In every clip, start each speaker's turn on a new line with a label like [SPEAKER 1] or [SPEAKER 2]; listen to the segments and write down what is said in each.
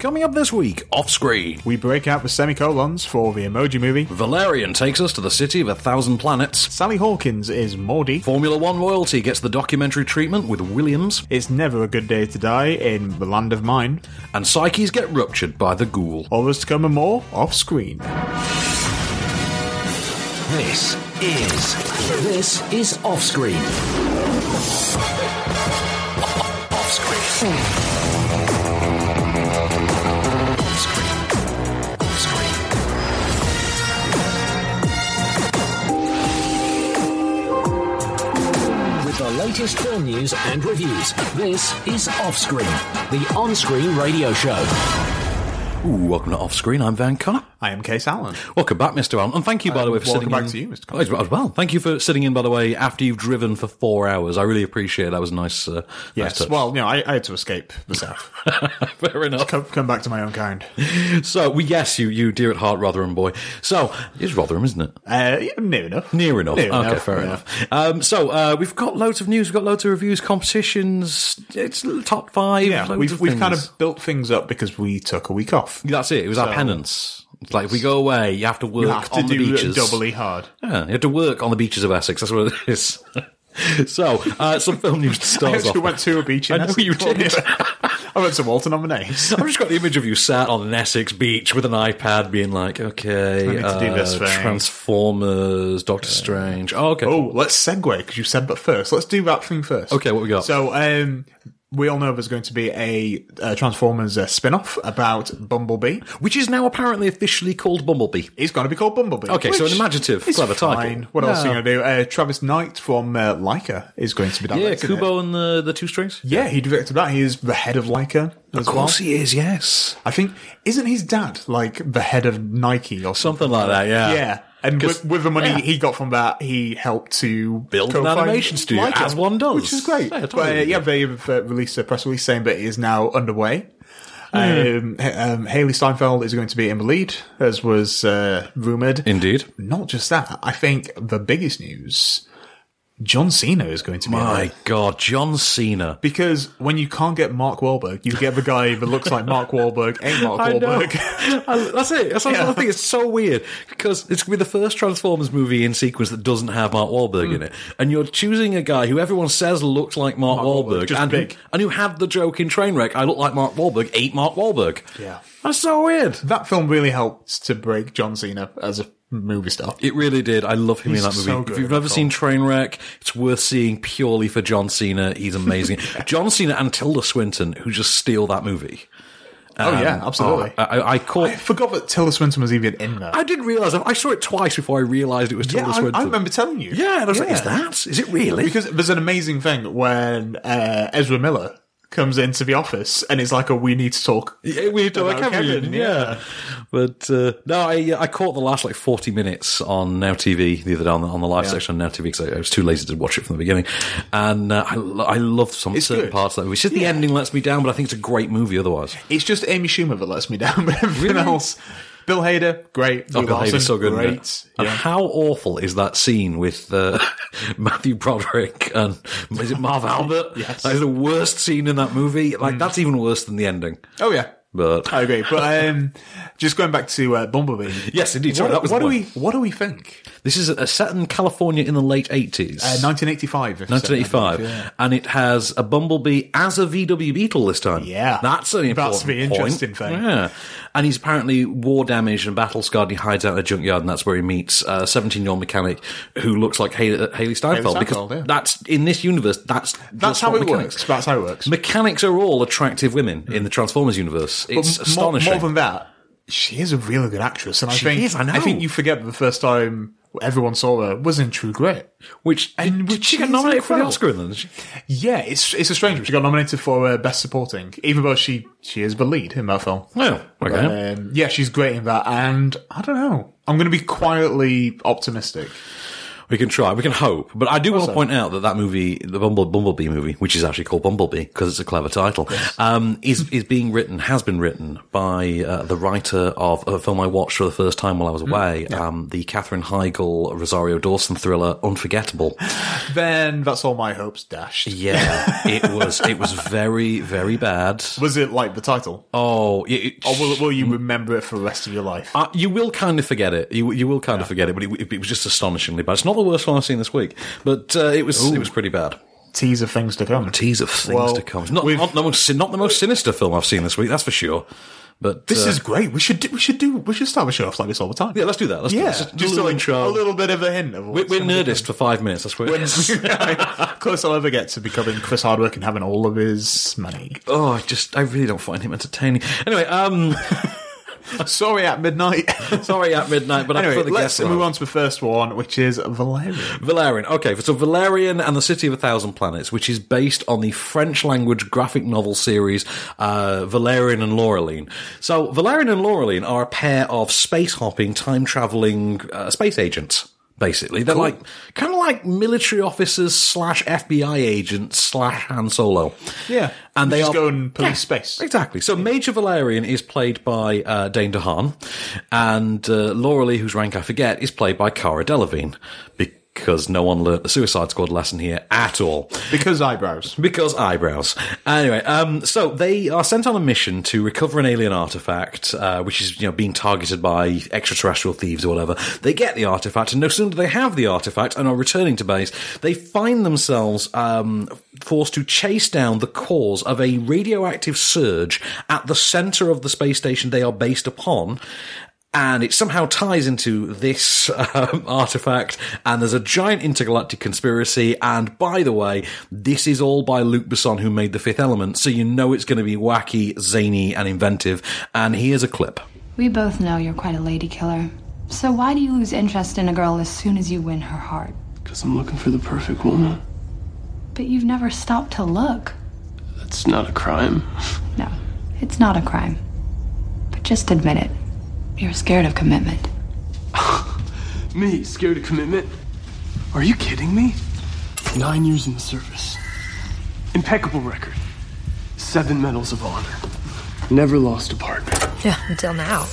[SPEAKER 1] Coming up this week, off screen,
[SPEAKER 2] We break out the semicolons for the emoji movie.
[SPEAKER 1] Valerian takes us to the city of a thousand planets.
[SPEAKER 2] Sally Hawkins is Maudie.
[SPEAKER 1] Formula One royalty gets the documentary treatment with Williams,
[SPEAKER 2] It's never a good day to die in The Land of Mine.
[SPEAKER 1] and psyches get ruptured by the ghoul.
[SPEAKER 2] All this to come and more off screen.
[SPEAKER 3] This is this is off screen. Off screen. Off screen. Off screen. With the latest film news and reviews, this is off screen, the on-screen radio show.
[SPEAKER 1] Ooh, welcome to Off Screen. I'm Van Connor.
[SPEAKER 2] I am Case Allen.
[SPEAKER 1] Welcome back, Mr. Allen. And thank you, by the way, for
[SPEAKER 2] Um,
[SPEAKER 1] sitting
[SPEAKER 2] welcome back
[SPEAKER 1] in.
[SPEAKER 2] to you, Mr.
[SPEAKER 1] Oh, it's- as well. Thank you for sitting in, by the way, after you've driven for four hours. I really appreciate it. That was a nice. Uh,
[SPEAKER 2] Yes,
[SPEAKER 1] Nice touch.
[SPEAKER 2] well, you know, I, I had to escape the South.
[SPEAKER 1] Fair enough.
[SPEAKER 2] come, come back to my own kind.
[SPEAKER 1] So, we yes, you, you dear at heart, Rotherham boy. So, it's Rotherham, isn't it?
[SPEAKER 2] Uh, yeah, near enough.
[SPEAKER 1] Near enough.
[SPEAKER 2] Near
[SPEAKER 1] okay,
[SPEAKER 2] enough,
[SPEAKER 1] fair
[SPEAKER 2] yeah.
[SPEAKER 1] enough. Um, so uh, we've got loads of news. We've got loads of reviews, competitions. It's top five.
[SPEAKER 2] Yeah,
[SPEAKER 1] loads
[SPEAKER 2] we've,
[SPEAKER 1] of
[SPEAKER 2] we've kind
[SPEAKER 1] things.
[SPEAKER 2] of built things up because we took a week off.
[SPEAKER 1] that's it. It was our penance. It's like if we go away, you have to work
[SPEAKER 2] You have to
[SPEAKER 1] on the
[SPEAKER 2] do e-
[SPEAKER 1] beaches.
[SPEAKER 2] doubly hard.
[SPEAKER 1] Yeah, you have to work on the beaches of Essex. That's what it is. so uh, some film news to
[SPEAKER 2] I
[SPEAKER 1] start off.
[SPEAKER 2] actually
[SPEAKER 1] with.
[SPEAKER 2] went to a beach in
[SPEAKER 1] I know
[SPEAKER 2] Essex.
[SPEAKER 1] you did.
[SPEAKER 2] I went to Walton on my name.
[SPEAKER 1] I've just got the image of you sat on an Essex beach with an iPad, being like, "Okay,
[SPEAKER 2] I need to do
[SPEAKER 1] uh,
[SPEAKER 2] this thing.
[SPEAKER 1] Transformers, Doctor Strange." Oh, okay.
[SPEAKER 2] Oh, let's segue because you said but first. Let's do that thing first.
[SPEAKER 1] Okay, what we got?
[SPEAKER 2] So, um, we all know there's going to be a uh, Transformers uh, spin off about Bumblebee.
[SPEAKER 1] which is now apparently officially called Bumblebee.
[SPEAKER 2] It's going to be called Bumblebee.
[SPEAKER 1] Okay, so
[SPEAKER 2] which
[SPEAKER 1] an imaginative,
[SPEAKER 2] is
[SPEAKER 1] clever title.
[SPEAKER 2] fine. What else are you going to do? Uh, Travis Knight from uh, Leica is going to be
[SPEAKER 1] Yeah,
[SPEAKER 2] directing Oh, it.
[SPEAKER 1] Kubo and the, the two strings.
[SPEAKER 2] Yeah, he directed that. He is the head of Leica as well.
[SPEAKER 1] he is. Yes,
[SPEAKER 2] I think isn't his dad like the head of Nike or something?
[SPEAKER 1] something like that. Yeah,
[SPEAKER 2] Yeah, and
[SPEAKER 1] 'Cause-
[SPEAKER 2] with, with the money
[SPEAKER 1] yeah.
[SPEAKER 2] he got from that, he helped to
[SPEAKER 1] Build an
[SPEAKER 2] co-found
[SPEAKER 1] animation studio,
[SPEAKER 2] Leica,
[SPEAKER 1] as one does.
[SPEAKER 2] which is great.
[SPEAKER 1] Yeah,
[SPEAKER 2] Yeah,
[SPEAKER 1] totally.
[SPEAKER 2] but, uh, yeah they have uh, released a press release saying that it is now underway.
[SPEAKER 1] Hmm.
[SPEAKER 2] Um, H- um, Haley Steinfeld is going to be in the lead, as was uh, rumored.
[SPEAKER 1] indeed.
[SPEAKER 2] Not just that, I think the biggest news: John Cena is going to be in
[SPEAKER 1] My
[SPEAKER 2] it.
[SPEAKER 1] God, John Cena.
[SPEAKER 2] Because when you can't get Mark Wahlberg, you get the guy that looks like Mark Wahlberg, ain't Mark Wahlberg.
[SPEAKER 1] I- that's it. That's another
[SPEAKER 2] Yeah.
[SPEAKER 1] thing. It's so weird because it's going to be the first Transformers movie in sequence that doesn't have Mark Wahlberg
[SPEAKER 2] Hmm.
[SPEAKER 1] in it, and you're choosing a guy who everyone says looks like Mark,
[SPEAKER 2] Wahlberg,
[SPEAKER 1] Wahlberg,
[SPEAKER 2] just
[SPEAKER 1] and, who-
[SPEAKER 2] big.
[SPEAKER 1] and who had the joke in Trainwreck, "I look like Mark Wahlberg," ate Mark Wahlberg.
[SPEAKER 2] Yeah.
[SPEAKER 1] that's so weird.
[SPEAKER 2] That film really helped to break John Cena as a movie star.
[SPEAKER 1] It really did. I love him
[SPEAKER 2] He's
[SPEAKER 1] in that movie.
[SPEAKER 2] so good
[SPEAKER 1] if
[SPEAKER 2] in
[SPEAKER 1] you've
[SPEAKER 2] that
[SPEAKER 1] never seen Trainwreck, it's worth seeing purely for John Cena. He's amazing. John Cena and Tilda Swinton, who just steal that movie.
[SPEAKER 2] oh yeah,
[SPEAKER 1] Um,
[SPEAKER 2] absolutely.
[SPEAKER 1] oh, I, I, I caught.
[SPEAKER 2] I forgot that Tilda Swinton was even in there.
[SPEAKER 1] I didn't realize. I saw it twice before I realized it was
[SPEAKER 2] yeah,
[SPEAKER 1] Tilda
[SPEAKER 2] I,
[SPEAKER 1] Swinton.
[SPEAKER 2] I remember telling you.
[SPEAKER 1] Yeah, and I was like, "Is that? Is it really?"
[SPEAKER 2] Because there's an amazing thing when uh, Ezra Miller comes into the office and it's like a we need to talk.
[SPEAKER 1] Yeah, we do
[SPEAKER 2] About
[SPEAKER 1] Kevin,
[SPEAKER 2] Kevin,
[SPEAKER 1] yeah.
[SPEAKER 2] yeah.
[SPEAKER 1] But uh, no, I I caught the last like forty minutes on Now TV the other day on the, on the live section on Now TV because I, I was too lazy to watch it from the beginning, and uh, I lo- I love some
[SPEAKER 2] It's
[SPEAKER 1] certain
[SPEAKER 2] good.
[SPEAKER 1] parts of that. Which just the ending lets me down, but I think it's a great movie otherwise.
[SPEAKER 2] It's just Amy Schumer that lets me down, but everything
[SPEAKER 1] Really?
[SPEAKER 2] else. Bill Hader, great.
[SPEAKER 1] Oh,
[SPEAKER 2] Brie
[SPEAKER 1] Bill
[SPEAKER 2] Larson,
[SPEAKER 1] Hader's so good. in it.
[SPEAKER 2] Great.
[SPEAKER 1] And
[SPEAKER 2] Yeah.
[SPEAKER 1] how awful is that scene with uh, Matthew Broderick and is it Marv Albert?
[SPEAKER 2] Yes. Mm.
[SPEAKER 1] that is the worst scene in that movie. Like that's even worse than the ending.
[SPEAKER 2] Oh yeah.
[SPEAKER 1] But
[SPEAKER 2] I agree, but um, just going back to uh, Bumblebee.
[SPEAKER 1] Yes, indeed. Sorry, that
[SPEAKER 2] what
[SPEAKER 1] was
[SPEAKER 2] what
[SPEAKER 1] the
[SPEAKER 2] do we
[SPEAKER 1] one.
[SPEAKER 2] what do we think?
[SPEAKER 1] this is a set in California in the late eighties.
[SPEAKER 2] Uh, 1985. if you said
[SPEAKER 1] 1985, and it has a Bumblebee as a VW Beetle this time.
[SPEAKER 2] Yeah.
[SPEAKER 1] that's an important
[SPEAKER 2] That's the interesting
[SPEAKER 1] point.
[SPEAKER 2] thing.
[SPEAKER 1] Yeah, and he's apparently war damaged and battle scarred. and He hides out in a junkyard, and that's where he meets a 17 year old mechanic who looks like Haley, Haley Steinfeld.
[SPEAKER 2] Steinfeld,
[SPEAKER 1] because
[SPEAKER 2] yeah.
[SPEAKER 1] that's in this universe. That's
[SPEAKER 2] That's
[SPEAKER 1] just
[SPEAKER 2] how
[SPEAKER 1] what
[SPEAKER 2] it
[SPEAKER 1] mechanics-
[SPEAKER 2] works. That's how it works.
[SPEAKER 1] Mechanics are all attractive women in the Transformers universe.
[SPEAKER 2] But
[SPEAKER 1] It's
[SPEAKER 2] more-
[SPEAKER 1] astonishing.
[SPEAKER 2] More than that, she is a really good actress, and I
[SPEAKER 1] She
[SPEAKER 2] think
[SPEAKER 1] is, I know.
[SPEAKER 2] think you forget that the first time everyone saw her was in True Grit.
[SPEAKER 1] which
[SPEAKER 2] And
[SPEAKER 1] did she
[SPEAKER 2] she's
[SPEAKER 1] get nominated for the
[SPEAKER 2] incredible.
[SPEAKER 1] Oscar in then? Did she-
[SPEAKER 2] Yeah, it's it's a strange one. She got nominated for uh, best supporting, even though she she is the lead in that film.
[SPEAKER 1] Oh, okay.
[SPEAKER 2] Um, yeah, she's great in that, and I don't know. I'm going to be quietly optimistic.
[SPEAKER 1] We can try. We can hope. But I do want to point out that that movie, the Bumble, Bumblebee movie, which is actually called Bumblebee because it's a clever title, um, is is being written, has been written by uh, the writer of a film I watched for the first time while I was away, um, the Catherine Heigl Rosario Dawson thriller Unforgettable.
[SPEAKER 2] Then that's all my hopes dashed.
[SPEAKER 1] Yeah, it was it was very very bad.
[SPEAKER 2] Was it like the title?
[SPEAKER 1] Oh, it,
[SPEAKER 2] Or will, will you remember it for the rest of your life?
[SPEAKER 1] Uh, you will kind of forget it. You you will kind of forget it, but it, it, was just astonishingly bad. It's not the worst one I've seen this week, but uh, it was it was pretty bad.
[SPEAKER 2] Tease of things to come.
[SPEAKER 1] Tease of things
[SPEAKER 2] Well,
[SPEAKER 1] to come. It's Not
[SPEAKER 2] we've-
[SPEAKER 1] not, the most, not the most sinister film I've seen this week, that's for sure. But
[SPEAKER 2] This
[SPEAKER 1] uh,
[SPEAKER 2] is great. We should do, we should do we should start a show off like this all the time.
[SPEAKER 1] yeah, let's do that. Let's do that.
[SPEAKER 2] Yeah,
[SPEAKER 1] Just,
[SPEAKER 2] just
[SPEAKER 1] a little
[SPEAKER 2] like
[SPEAKER 1] intro.
[SPEAKER 2] a little bit of a hint of
[SPEAKER 1] we're
[SPEAKER 2] what's
[SPEAKER 1] we're
[SPEAKER 2] gonna be
[SPEAKER 1] nerdist for five minutes. That's where it is.
[SPEAKER 2] done. Close I'll ever get to becoming Chris Hardwick and having all of his money.
[SPEAKER 1] Oh, I just I really don't find him entertaining. Anyway, um,
[SPEAKER 2] Sorry, at midnight.
[SPEAKER 1] sorry at midnight, but I
[SPEAKER 2] anyway,
[SPEAKER 1] further
[SPEAKER 2] let's
[SPEAKER 1] guess
[SPEAKER 2] move on to the first one, which is Valerian.
[SPEAKER 1] Valerian. Okay, so Valerian and the City of a Thousand Planets, which is based on the French language graphic novel series uh, Valerian and Laureline. So Valerian and Laureline are a pair of space hopping, time traveling uh, space agents. Basically, they're like kind of like military officers slash FBI agents slash Han Solo. and they
[SPEAKER 2] just
[SPEAKER 1] are
[SPEAKER 2] go in police
[SPEAKER 1] Yeah.
[SPEAKER 2] space.
[SPEAKER 1] Exactly. So Major Valerian is played by uh, Dane DeHaan, and uh, Laura Lee, whose rank I forget, is played by Cara Delevingne, because no one learnt the Suicide Squad lesson here at all.
[SPEAKER 2] Because eyebrows.
[SPEAKER 1] Because eyebrows. Anyway, um, so they are sent on a mission to recover an alien artifact, uh, which is you know being targeted by extraterrestrial thieves or whatever. They get the artifact, and no sooner do they have the artifact and are returning to base, they find themselves um, forced to chase down the cause of a radioactive surge at the center of the space station they are based upon. And it somehow ties into this um, artifact, and there's a giant intergalactic conspiracy. And by the way, this is all by Luc Besson, who made The Fifth Element, so you know it's going to be wacky, zany, and inventive. And here's a clip.
[SPEAKER 4] We both know you're quite a lady killer. So why do you lose interest in a girl as soon as you win her heart?
[SPEAKER 5] Because I'm looking for the perfect woman.
[SPEAKER 4] But you've never stopped to look.
[SPEAKER 5] That's not a crime.
[SPEAKER 4] No, it's not a crime. But just admit it. You're scared of commitment.
[SPEAKER 5] Me, scared of commitment? Are you kidding me? Nine years in the service. Impeccable record. Seven medals of honor. Never lost a partner.
[SPEAKER 6] Yeah, until now.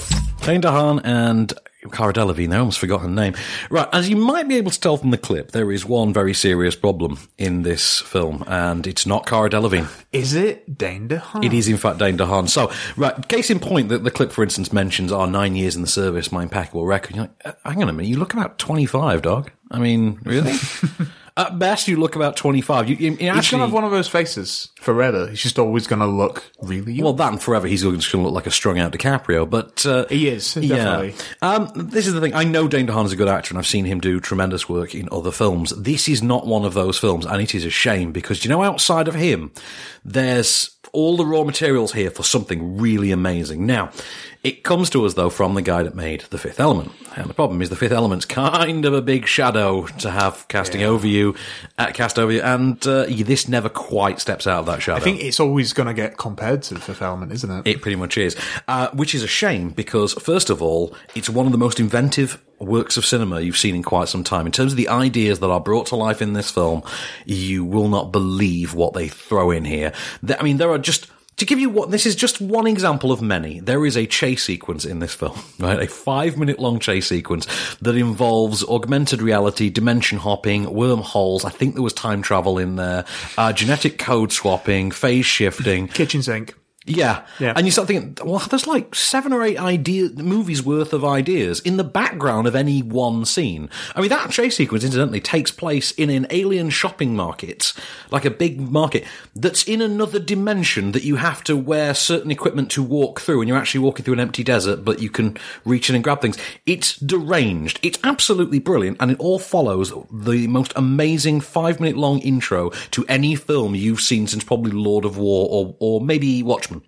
[SPEAKER 1] Dane DeHaan and Cara Delevingne, I almost forgot her name. Right, as you might be able to tell from the clip, there is one very serious problem in this film, and it's not Cara Delevingne.
[SPEAKER 2] Is it Dane DeHaan?
[SPEAKER 1] It is, in fact, Dane DeHaan. So, right, case in point, that the clip, for instance, mentions our nine years in the service, my impeccable record. You're like, uh, hang on a minute, you look about 25, dog. I mean, really? At best, you look about 25. You, you, you
[SPEAKER 2] He's
[SPEAKER 1] actually,
[SPEAKER 2] gonna have one of those faces forever. He's just always gonna look really young.
[SPEAKER 1] well, that and forever, he's going to look like a strung out DiCaprio, but. Uh,
[SPEAKER 2] he is definitely.
[SPEAKER 1] Yeah. Um, this is the thing. I know Dane DeHaan is a good actor, and I've seen him do tremendous work in other films. This is not one of those films, and it is a shame because you know, outside of him, there's all the raw materials here for something really amazing. Now, it comes to us though from the guy that made The Fifth Element, and the problem is The Fifth Element's kind of a big shadow to have casting over you, uh, cast over you, and uh, this never quite steps out of that shadow.
[SPEAKER 2] I think it's always gonna get compared to the Fifth Element, isn't it?
[SPEAKER 1] It pretty much is, uh, which is a shame because, first of all, it's one of the most inventive works of cinema you've seen in quite some time. In terms of the ideas that are brought to life in this film, you will not believe what they throw in here. Th- I mean, there are just. To give you what this is just one example of many. There is a chase sequence in this film, right? A five minute long chase sequence that involves augmented reality, dimension hopping, wormholes. I think there was time travel in there, uh, genetic code swapping, phase shifting.
[SPEAKER 2] Kitchen sink.
[SPEAKER 1] Yeah.
[SPEAKER 2] Yeah.
[SPEAKER 1] And you start thinking, well, there's like seven or eight idea movies worth of ideas in the background of any one scene. I mean, that chase sequence, incidentally, takes place in an alien shopping market, like a big market that's in another dimension that you have to wear certain equipment to walk through, and you're actually walking through an empty desert, but you can reach in and grab things. It's deranged. It's absolutely brilliant, and it all follows the most amazing five minute long intro to any film you've seen since probably Lord of War or, or maybe Watchmen.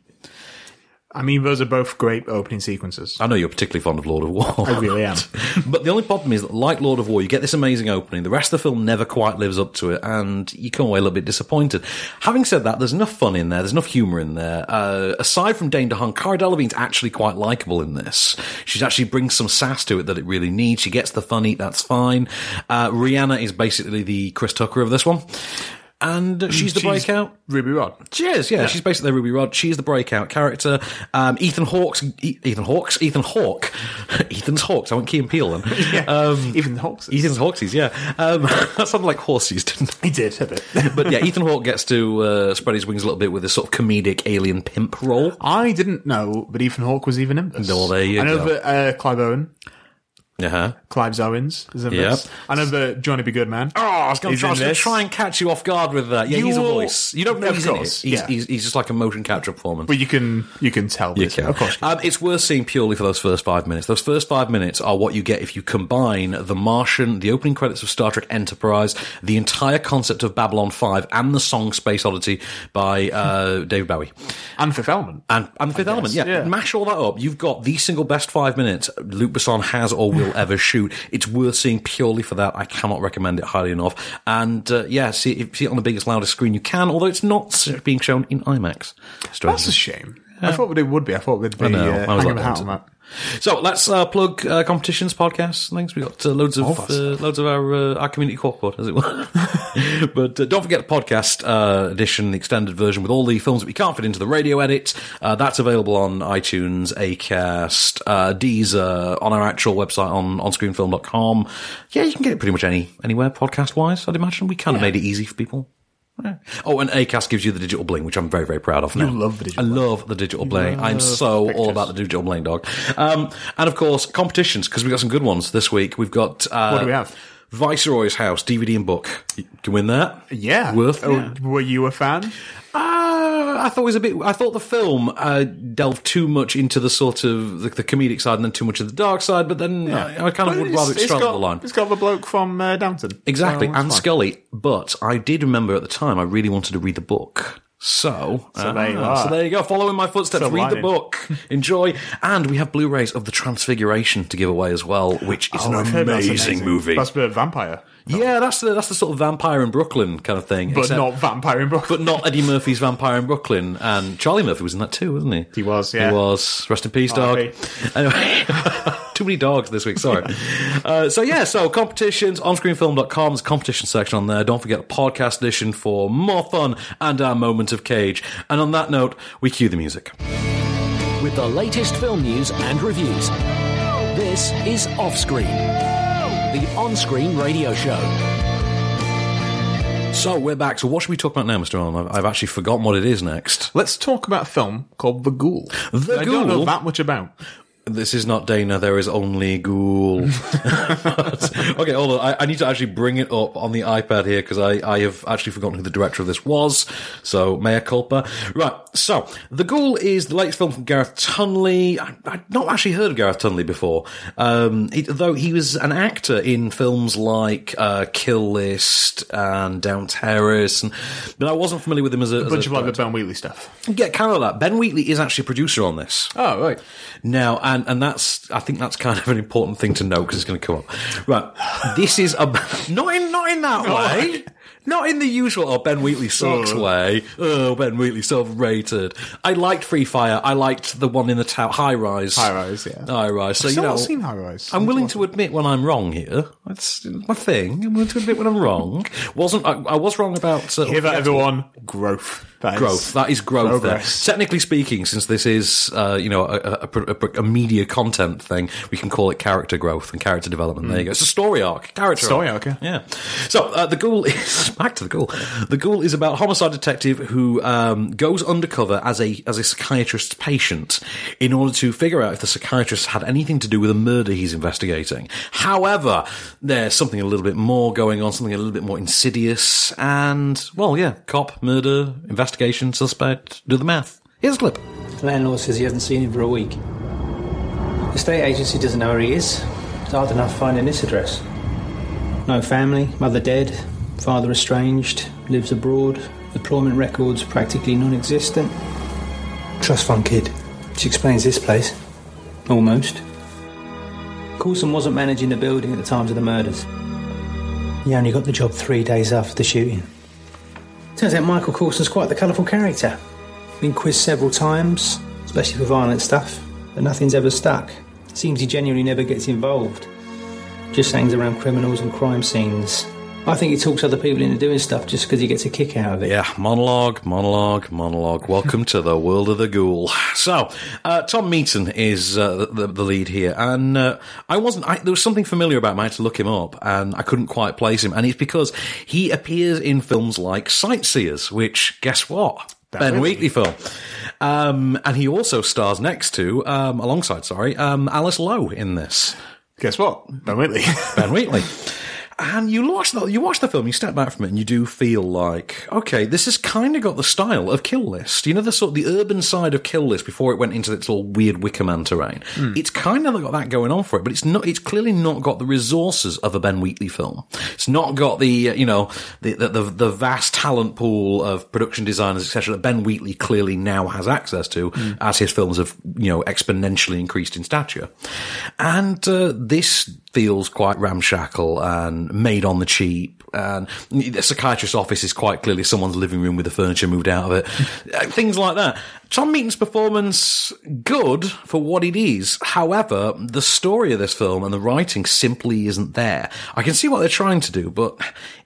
[SPEAKER 2] I mean, those are both great opening sequences.
[SPEAKER 1] I know you're particularly fond of Lord of War.
[SPEAKER 2] I really am.
[SPEAKER 1] but the only problem is that, like Lord of War, you get this amazing opening. The rest of the film never quite lives up to it, and you come away a little bit disappointed. Having said that, there's enough fun in there. There's enough humour in there. Uh, aside from Dane DeHaan, Cara Delevingne's actually quite likable in this. She actually brings some sass to it that it really needs. She gets the funny. That's fine. Uh, Rihanna is basically the Chris Tucker of this one. And she's the breakout.
[SPEAKER 2] Ruby Rod.
[SPEAKER 1] She is, yeah. She's basically Ruby Rod. She's the breakout character. Um, Ethan Hawke's, E- Ethan Hawke's, Ethan Hawke, Ethan's Hawks. I went Key and Peele then.
[SPEAKER 2] Yeah. Um, Even the Hawks.
[SPEAKER 1] Ethan's Hawksies, yeah. Um, that sounded like horses, didn't
[SPEAKER 2] He did a bit.
[SPEAKER 1] it? But yeah, Ethan Hawke gets to uh, spread his wings a little bit with this sort of comedic alien pimp role.
[SPEAKER 2] I didn't know, but Ethan Hawke was even in this.
[SPEAKER 1] No, there you
[SPEAKER 2] I know
[SPEAKER 1] go.
[SPEAKER 2] that uh, Clive Owen,
[SPEAKER 1] Uh huh.
[SPEAKER 2] Clive Owens is in this.
[SPEAKER 1] Yep.
[SPEAKER 2] I know that Johnny B. Goodman.
[SPEAKER 1] Oh, I was going
[SPEAKER 2] He's in
[SPEAKER 1] to
[SPEAKER 2] this.
[SPEAKER 1] try and catch you off guard with that. Yeah,
[SPEAKER 2] You
[SPEAKER 1] he's a
[SPEAKER 2] will-
[SPEAKER 1] voice. You don't know
[SPEAKER 2] Of
[SPEAKER 1] he's in it.
[SPEAKER 2] course,
[SPEAKER 1] He's,
[SPEAKER 2] yeah.
[SPEAKER 1] he's, he's just like a motion capture performance.
[SPEAKER 2] But you can you can tell.
[SPEAKER 1] You
[SPEAKER 2] this.
[SPEAKER 1] can.
[SPEAKER 2] Of course. you can.
[SPEAKER 1] Um, it's worth seeing purely for those first five minutes. Those first five minutes are what you get if you combine The Martian, the opening credits of Star Trek Enterprise, the entire concept of Babylon 5, and the song Space Oddity by uh, David Bowie.
[SPEAKER 2] and Fifth Element.
[SPEAKER 1] And, and the Fifth Element, yeah.
[SPEAKER 2] Hmm. yeah.
[SPEAKER 1] Mash all that up. You've got the single best five minutes Luc Besson has or will ever shoot. It's worth seeing purely for that. I cannot recommend it highly enough. And uh, yeah, see, if- see it on the biggest, loudest screen you can, although it's not being shown in IMAX.
[SPEAKER 2] That's
[SPEAKER 1] Strangely.
[SPEAKER 2] a shame. I thought it would be. I thought they'd be.
[SPEAKER 1] I know.
[SPEAKER 2] Uh,
[SPEAKER 1] I was
[SPEAKER 2] hanging
[SPEAKER 1] like
[SPEAKER 2] a
[SPEAKER 1] that.
[SPEAKER 2] hat on that.
[SPEAKER 1] So let's uh, plug uh, competitions, podcasts, and things. We've got uh, loads of
[SPEAKER 2] us.
[SPEAKER 1] uh, loads of our uh, our community corkboard, as it were. but uh, don't forget the podcast uh, edition, the extended version with all the films that we can't fit into the radio edit. Uh, that's available on iTunes, Acast, uh, Deezer, on our actual website on onscreenfilm.com. Yeah, you can get it pretty much any anywhere podcast wise. I'd imagine we kind of made it easy for people. Yeah. Oh, and Acast gives you the digital bling, which I'm very, very proud of. Now.
[SPEAKER 2] love the digital
[SPEAKER 1] I love the digital bling. I'm so all about the digital bling, dog. Um, and of course, competitions because we got some good ones this week. We've got uh,
[SPEAKER 2] What do we have?
[SPEAKER 1] Viceroy's House DVD and book. You can win that.
[SPEAKER 2] Yeah.
[SPEAKER 1] worth.
[SPEAKER 2] Oh,
[SPEAKER 1] it.
[SPEAKER 2] Were you a fan?
[SPEAKER 1] Uh, I thought it was a bit. I thought the film uh, delved too much into the sort of the, the comedic side and then too much of the dark side. But then I, I kind of
[SPEAKER 2] But
[SPEAKER 1] would
[SPEAKER 2] it's-
[SPEAKER 1] rather it
[SPEAKER 2] it's
[SPEAKER 1] straddle
[SPEAKER 2] got-
[SPEAKER 1] the line. Oh,
[SPEAKER 2] It's got the bloke from uh, Downton.
[SPEAKER 1] Exactly,
[SPEAKER 2] So
[SPEAKER 1] and
[SPEAKER 2] it's fine.
[SPEAKER 1] Scully. But I did remember at the time I really wanted to read the book. So,
[SPEAKER 2] there you
[SPEAKER 1] Ah,
[SPEAKER 2] are.
[SPEAKER 1] so there you go. Follow in my footsteps.
[SPEAKER 2] So
[SPEAKER 1] read the
[SPEAKER 2] lining.
[SPEAKER 1] book. Enjoy. And we have Blu-rays of the Transfiguration to give away as well, which is
[SPEAKER 2] Oh, I've
[SPEAKER 1] an
[SPEAKER 2] heard that's
[SPEAKER 1] amazing, movie.
[SPEAKER 2] That's a vampire,
[SPEAKER 1] yeah, that's the that's the sort of vampire in Brooklyn kind of thing.
[SPEAKER 2] but
[SPEAKER 1] except-
[SPEAKER 2] not vampire in Brooklyn.
[SPEAKER 1] but not Eddie Murphy's Vampire in Brooklyn. And Charlie Murphy was in that too, wasn't he?
[SPEAKER 2] He was, yeah.
[SPEAKER 1] He was. Rest in peace, dog.
[SPEAKER 2] R.I.P.
[SPEAKER 1] Anyway, too many dogs this week, sorry. uh, so, yeah, so competitions, onscreenfilm.com, there's a competition section on there. Don't forget a podcast edition for more fun and our moment of cage. And on that note, we cue the music.
[SPEAKER 3] with the latest film news and reviews. This is Offscreen, the on screen radio show.
[SPEAKER 1] So, we're back. So, what should we talk about now, Mr. Allen? I've, I've actually forgotten what it is next.
[SPEAKER 2] Let's talk about a film called The Ghoul.
[SPEAKER 1] The
[SPEAKER 2] that I don't know
[SPEAKER 1] Ghoul?
[SPEAKER 2] that much about.
[SPEAKER 1] This is not Dana. There is only Ghoul. okay, hold on. I, I need to actually bring it up on the iPad here because I, I have actually forgotten who the director of this was. So, mea culpa. Right. So, The Ghoul is the latest film from Gareth Tunley. I, I'd not actually heard of Gareth Tunley before, um, it- though he was an actor in films like uh, Kill List and Down Terrace, and, but I wasn't familiar with him as a.
[SPEAKER 2] A
[SPEAKER 1] as
[SPEAKER 2] bunch
[SPEAKER 1] a
[SPEAKER 2] of like the
[SPEAKER 1] director.
[SPEAKER 2] Ben Wheatley stuff.
[SPEAKER 1] yeah, kind of that. Ben Wheatley is actually producer on this.
[SPEAKER 2] Oh, right.
[SPEAKER 1] Now, and, and that's, I think that's kind of an important thing to know because it's going to come up. Right. This is a, not in, not in that way. Not in the usual, oh, Ben Wheatley sucks way. Oh, Ben Wheatley self-rated. I liked Free Fire. I liked the one in the tower, High Rise.
[SPEAKER 2] High Rise, yeah.
[SPEAKER 1] High Rise. So,
[SPEAKER 2] I've
[SPEAKER 1] you
[SPEAKER 2] still
[SPEAKER 1] know,
[SPEAKER 2] not seen High Rise.
[SPEAKER 1] I'm willing to admit when I'm wrong here. That's my thing. I'm willing to admit when I'm wrong. Wasn't, I, I was wrong about, uh,
[SPEAKER 2] Hear that, everyone? Growth. That is-
[SPEAKER 1] growth. That is growth. There.
[SPEAKER 2] Progress.
[SPEAKER 1] Technically speaking, since this is uh, you know a, a, a- a media content thing, we can call it character growth and character development. There you go. It's a story arc, character
[SPEAKER 2] Story arc, yeah.
[SPEAKER 1] yeah. So uh, the ghoul is back to the ghoul. The ghoul is about a homicide detective who um, goes undercover as a as a psychiatrist's patient in order to figure out if the psychiatrist had anything to do with a murder he's investigating. However, there's something a little bit more going on, something a little bit more insidious, and well, yeah, cop, murder, investigation, suspect, do the math. Here's a clip.
[SPEAKER 6] Landlord says he hasn't seen him for a week. The state agency doesn't know where he is. It's hard enough finding this address. No family, mother dead, father estranged, lives abroad, employment records practically non existent. Trust fund kid. Which explains this place. Almost. Coulson wasn't managing the building at the times of the murders. He only got the job three days after the shooting. Turns out Michael Coulson's quite the colourful character. Been quizzed several times, especially for violent stuff, but nothing's ever stuck. Seems he genuinely never gets involved. Just hangs around criminals and crime scenes. I think he talks other people into doing stuff just because he gets a kick out of it.
[SPEAKER 1] Yeah, monologue, monologue, monologue. Welcome to the world of the ghoul. So, uh, Tom Meaton is uh, the- the, the lead here, and uh, I wasn't. I, there was something familiar about him. I had to look him up, and I couldn't quite place him. And it's because he appears in films like Sightseers, which guess what? ben Wheatley film, um, and he also stars next to, um, alongside, sorry, um, Alice Lowe in this.
[SPEAKER 2] Guess what? Ben Whitley.
[SPEAKER 1] Ben Wheatley. And you watch the you watch the film, you step back from it, and you do feel like, okay, this has kind of got the style of Kill List. You know, the sort of the urban side of Kill List before it went into its little weird Wickerman terrain. It's kind of got that going on for it, but it's not. It's clearly not got the resources of a Ben Wheatley film. It's not got the uh, you know the the, the, the vast talent pool of production designers etc. that Ben Wheatley clearly now has access to as his films have you know exponentially increased in stature. And uh, this feels quite ramshackle and made on the cheap. And the psychiatrist's office is quite clearly someone's living room with the furniture moved out of it. Uh, Things like that. Tom Meaton's performance, good for what it is. However, the story of this film and the writing simply isn't there. I can see what they're trying to do, but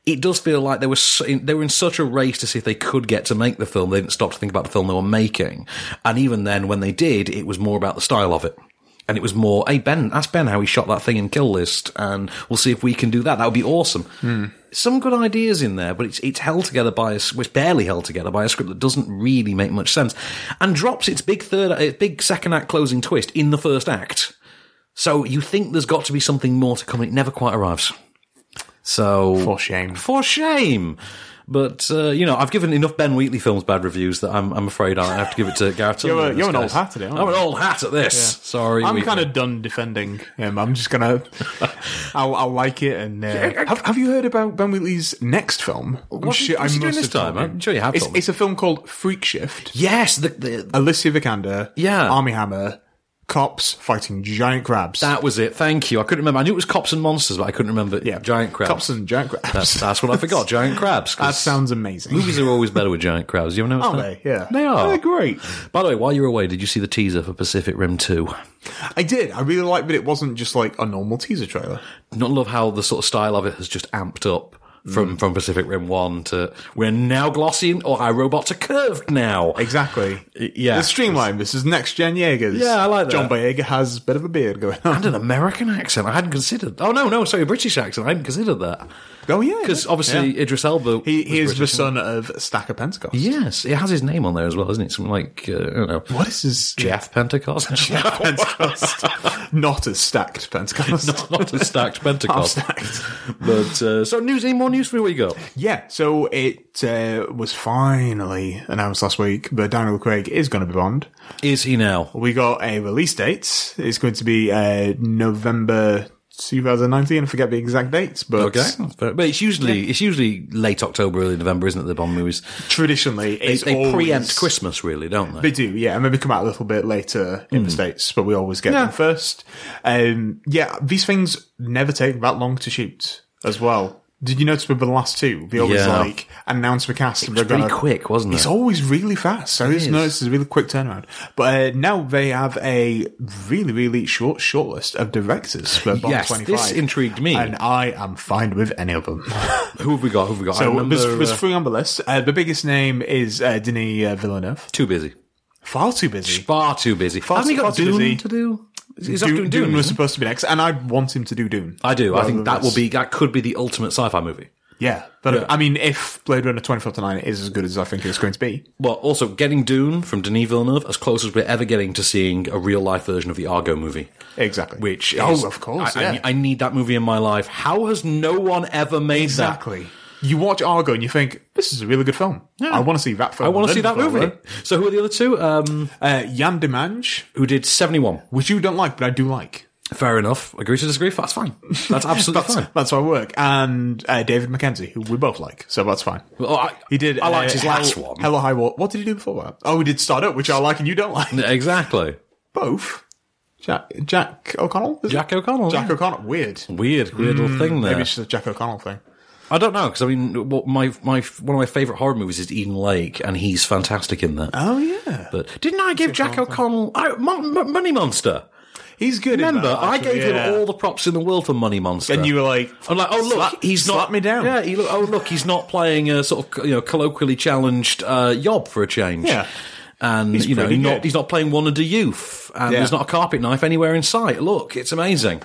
[SPEAKER 1] it does feel like they were s- they were in such a race to see if they could get to make the film. They didn't stop to think about the film they were making. And even then, when they did, it was more about the style of it. And it was more, hey, Ben, ask Ben how he shot that thing in Kill List, and we'll see if we can do that. That would be awesome. Some good ideas in there, but it's, it's held together by a, s- which barely held together by a script that doesn't really make much sense and drops its big third, its big second act closing twist in the first act. So you think there's got to be something more to come, and it never quite arrives. So
[SPEAKER 2] For shame.
[SPEAKER 1] for shame. But uh, you know, I've given enough Ben Wheatley films bad reviews that I'm, I'm afraid I have to give it to Gareth.
[SPEAKER 2] You're a-
[SPEAKER 1] Tunder in this
[SPEAKER 2] you're an old
[SPEAKER 1] case.
[SPEAKER 2] hat at it, aren't
[SPEAKER 1] I'm
[SPEAKER 2] you?
[SPEAKER 1] an old hat at this. Sorry,
[SPEAKER 2] I'm
[SPEAKER 1] Wheatley.
[SPEAKER 2] kind of done defending him. I'm just gonna, I'll, I'll like it. And uh, have, have you heard about Ben Wheatley's next film? I'm
[SPEAKER 1] What's he- what's he doing this
[SPEAKER 2] have told
[SPEAKER 1] time?
[SPEAKER 2] you.
[SPEAKER 1] I'm sure you have
[SPEAKER 2] It's,
[SPEAKER 1] told me.
[SPEAKER 2] it's a film called Freak Shift.
[SPEAKER 1] Yes, the, the,
[SPEAKER 2] Alicia Vikander.
[SPEAKER 1] Yeah.
[SPEAKER 2] Army Hammer. Cops fighting giant crabs.
[SPEAKER 1] that was it. Thank you. I couldn't remember. I knew it was cops and monsters, but I couldn't remember.
[SPEAKER 2] yeah,
[SPEAKER 1] giant crabs.
[SPEAKER 2] Cops and giant crabs.
[SPEAKER 1] That's, that's what I forgot. Giant crabs. 'cause
[SPEAKER 2] that sounds amazing.
[SPEAKER 1] Movies are always better with giant crabs. You ever notice
[SPEAKER 2] aren't
[SPEAKER 1] that?
[SPEAKER 2] they? Yeah,
[SPEAKER 1] they are.
[SPEAKER 2] They're great.
[SPEAKER 1] By the way, while you were away, did you see the teaser for Pacific Rim Two?
[SPEAKER 2] I did. I really liked, but it wasn't just like a normal teaser trailer.
[SPEAKER 1] Not love how the sort of style of it has just amped up. From
[SPEAKER 2] Mm.
[SPEAKER 1] from Pacific Rim One to we're now glossy and or our robots are curved now.
[SPEAKER 2] Exactly.
[SPEAKER 1] yeah.
[SPEAKER 2] It's streamlined. This is next gen Jaegers.
[SPEAKER 1] Yeah, I like that.
[SPEAKER 2] John Boyega has a bit of a beard going on.
[SPEAKER 1] And an American accent. I hadn't considered. Oh no, no, sorry, a British accent. I hadn't considered that
[SPEAKER 2] Oh yeah,
[SPEAKER 1] because
[SPEAKER 2] yeah.
[SPEAKER 1] obviously
[SPEAKER 2] Yeah.
[SPEAKER 1] Idris Elba.
[SPEAKER 2] he,
[SPEAKER 1] was
[SPEAKER 2] he is the
[SPEAKER 1] British.
[SPEAKER 2] son of Stacker Pentecost.
[SPEAKER 1] Yes, it has his name on there as well, isn't it? Something like uh, I don't know.
[SPEAKER 2] What is his
[SPEAKER 1] Jeff Pentecost? Jeff
[SPEAKER 2] Pentecost? Not as stacked Pentecost.
[SPEAKER 1] not, not a stacked
[SPEAKER 2] Half
[SPEAKER 1] Pentecost.
[SPEAKER 2] stacked.
[SPEAKER 1] But uh, so news. Any more news for we go?
[SPEAKER 2] Yeah, so it uh, was finally announced last week that Daniel Craig is going to be Bond.
[SPEAKER 1] Is he now?
[SPEAKER 2] We got a release date. It's going to be uh, November 2019. I forget the exact dates, but
[SPEAKER 1] Okay, but it's usually it's usually late October, early November, isn't it? The Bond movies
[SPEAKER 2] traditionally
[SPEAKER 1] they,
[SPEAKER 2] it's
[SPEAKER 1] they
[SPEAKER 2] always-
[SPEAKER 1] preempt Christmas, really, don't they?
[SPEAKER 2] They do, yeah. I mean, they come out a little bit later in
[SPEAKER 1] Hmm.
[SPEAKER 2] the States, but we always get them first. Um, yeah, these things never take that long to shoot as well. Did you notice with the last two, they always
[SPEAKER 1] Yeah.
[SPEAKER 2] like announce the cast. It
[SPEAKER 1] was really quick, wasn't
[SPEAKER 2] It's
[SPEAKER 1] it?
[SPEAKER 2] always really fast. I just
[SPEAKER 1] is.
[SPEAKER 2] noticed it's a really quick turnaround. But uh, now they have a really, really short shortlist of directors for Bond
[SPEAKER 1] Yes,
[SPEAKER 2] 25.
[SPEAKER 1] this intrigued me.
[SPEAKER 2] And I am fine with any of them.
[SPEAKER 1] Who have we got? Who have we got? I
[SPEAKER 2] so
[SPEAKER 1] remember,
[SPEAKER 2] there's, there's
[SPEAKER 1] uh,
[SPEAKER 2] three on the list. Uh, the biggest name is uh, Denis uh, Villeneuve.
[SPEAKER 1] too busy,
[SPEAKER 2] Far too busy.
[SPEAKER 1] far too busy.
[SPEAKER 2] Far
[SPEAKER 1] Haven't
[SPEAKER 2] too-
[SPEAKER 1] we got
[SPEAKER 2] far too
[SPEAKER 1] Dune
[SPEAKER 2] busy.
[SPEAKER 1] to do? He's not
[SPEAKER 2] Dune,
[SPEAKER 1] doing
[SPEAKER 2] Dune
[SPEAKER 1] Dune.
[SPEAKER 2] was
[SPEAKER 1] is he?
[SPEAKER 2] supposed to be next, and I want him to do Dune.
[SPEAKER 1] I do. I
[SPEAKER 2] Rather
[SPEAKER 1] think
[SPEAKER 2] than
[SPEAKER 1] that will
[SPEAKER 2] this.
[SPEAKER 1] be that could be the ultimate sci-fi movie.
[SPEAKER 2] Yeah, but I mean, if Blade Runner twenty four to nine is as good as I think it's going to be,
[SPEAKER 1] Well, also getting Dune from Denis Villeneuve as close as we're ever getting to seeing a real life version of the Argo movie.
[SPEAKER 2] exactly.
[SPEAKER 1] Which
[SPEAKER 2] oh,
[SPEAKER 1] is-
[SPEAKER 2] of course,
[SPEAKER 1] I, I-
[SPEAKER 2] yeah.
[SPEAKER 1] I, need that movie in my life. How has no one ever made
[SPEAKER 2] exactly. You watch Argo and you think this is a really good film.
[SPEAKER 1] Yeah.
[SPEAKER 2] I want to see that
[SPEAKER 1] that?
[SPEAKER 2] film.
[SPEAKER 1] I want to
[SPEAKER 2] Then
[SPEAKER 1] see that
[SPEAKER 2] follow.
[SPEAKER 1] movie. So who are the other two? Um,
[SPEAKER 2] Uh, Jan Demange,
[SPEAKER 1] who did seventy one?
[SPEAKER 2] which you don't like, but I do like.
[SPEAKER 1] Fair enough. Agree to disagree. That's fine. That's absolutely
[SPEAKER 2] That's,
[SPEAKER 1] fine.
[SPEAKER 2] that's my work. And uh, David Mackenzie, who we both like, so that's fine.
[SPEAKER 1] Well, I,
[SPEAKER 2] He did.
[SPEAKER 1] I liked
[SPEAKER 2] uh,
[SPEAKER 1] his
[SPEAKER 2] Hell-
[SPEAKER 1] last one.
[SPEAKER 2] Hello, High Water. What did he do before that? Oh, we did Start Up, which I like and you don't like.
[SPEAKER 1] Exactly.
[SPEAKER 2] Both. Jack Jack O'Connell. is it?
[SPEAKER 1] Jack O'Connell,
[SPEAKER 2] Jack
[SPEAKER 1] yeah.
[SPEAKER 2] O'Connell. Weird.
[SPEAKER 1] Weird, weird little thing there.
[SPEAKER 2] Maybe it's just a Jack O'Connell thing.
[SPEAKER 1] I don't know because I mean, what my my one of my favorite horror movies is Eden Lake, and he's fantastic in that.
[SPEAKER 2] Oh yeah,
[SPEAKER 1] But didn't I give Jack O'Connell I, Mon- Mon- Money Monster?
[SPEAKER 2] he's good. in
[SPEAKER 1] Remember,
[SPEAKER 2] that,
[SPEAKER 1] I
[SPEAKER 2] actually,
[SPEAKER 1] gave
[SPEAKER 2] yeah.
[SPEAKER 1] him all the props in the world for Money Monster,
[SPEAKER 2] And you were like,
[SPEAKER 1] I'm like, oh look,
[SPEAKER 2] slap-
[SPEAKER 1] he's not
[SPEAKER 2] slap me down.
[SPEAKER 1] Yeah, he look, oh look, he's not playing a sort of you know colloquially challenged uh, yob for a change.
[SPEAKER 2] Yeah.
[SPEAKER 1] and you know,
[SPEAKER 2] pretty
[SPEAKER 1] he's not,
[SPEAKER 2] good.
[SPEAKER 1] he's not playing one of the youth, and
[SPEAKER 2] Yeah.
[SPEAKER 1] there's not a carpet knife anywhere in sight. Look, it's amazing.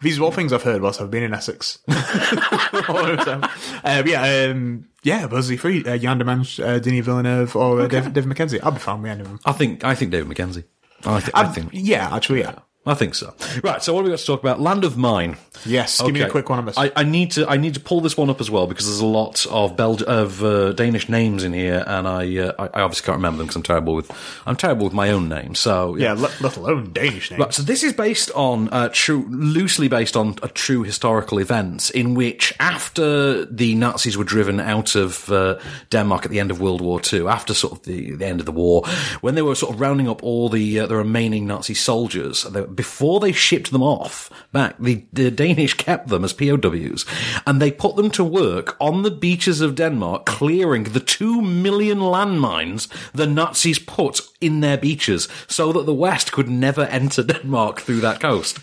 [SPEAKER 2] These are all things I've heard whilst I've been in Essex. um, yeah, um, yeah, Buzzy Free, uh, Yander Manch, uh, Denis Villeneuve, or uh, David, David McKenzie. I'll be fine with any of them.
[SPEAKER 1] I think, I think David McKenzie. I, th- I
[SPEAKER 2] Um,
[SPEAKER 1] think,
[SPEAKER 2] Yeah, actually, yeah.
[SPEAKER 1] I think so. Right, so what have we got to talk about? Land of Mine.
[SPEAKER 2] Yes, give me a
[SPEAKER 1] Okay.
[SPEAKER 2] quick one on this.
[SPEAKER 1] I, I need to I need to pull this one up as well because there's a lot of Belg- of uh, Danish names in here, and I, uh, I I obviously can't remember them because I'm terrible with I'm terrible with my own name. So
[SPEAKER 2] yeah, let, let alone Danish names.
[SPEAKER 1] Right, so this is based on uh, true, loosely based on a true historical events in which, after the Nazis were driven out of uh, Denmark at the end of World War II, after sort of the, the end of the war, when they were sort of rounding up all the uh, the remaining Nazi soldiers, they, before they shipped them off back, the, the Danish kept them as POWs, and they put them to work on the beaches of Denmark, clearing the two million landmines the Nazis put in their beaches so that the West could never enter Denmark through that coast.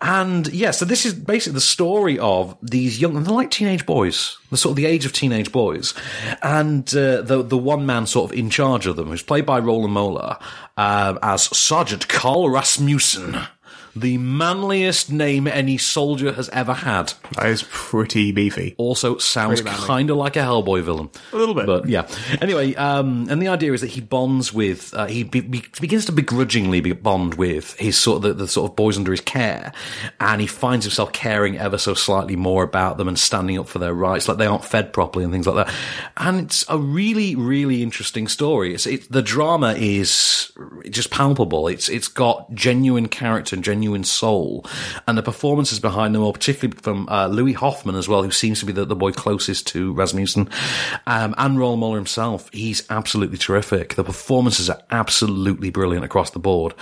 [SPEAKER 1] And yeah, so this is basically the story of these young, they're like teenage boys, the sort of the age of teenage boys, and uh, the the one man sort of in charge of them, who's played by Roland Mola um, as Sergeant Carl Rasmussen. The manliest name any soldier has ever had
[SPEAKER 2] that is pretty beefy.
[SPEAKER 1] also sounds kind of like a Hellboy villain. A
[SPEAKER 2] little bit.
[SPEAKER 1] But yeah. Anyway, um, and the idea is that he bonds with, uh, he be- be- begins to begrudgingly be- bond with his sort of, the, the sort of boys under his care. And he finds himself caring ever so slightly more about them and standing up for their rights, like they aren't fed properly and things like that. And it's a really, really interesting story. It's, it, the drama is just palpable. It's, it's got genuine character and genuine soul. And the performances behind them, or particularly from uh, Louis Hoffman as well, who seems to be the, the boy closest to Rasmussen, um, and Roland Muller himself, he's absolutely terrific. The performances are absolutely brilliant across the board.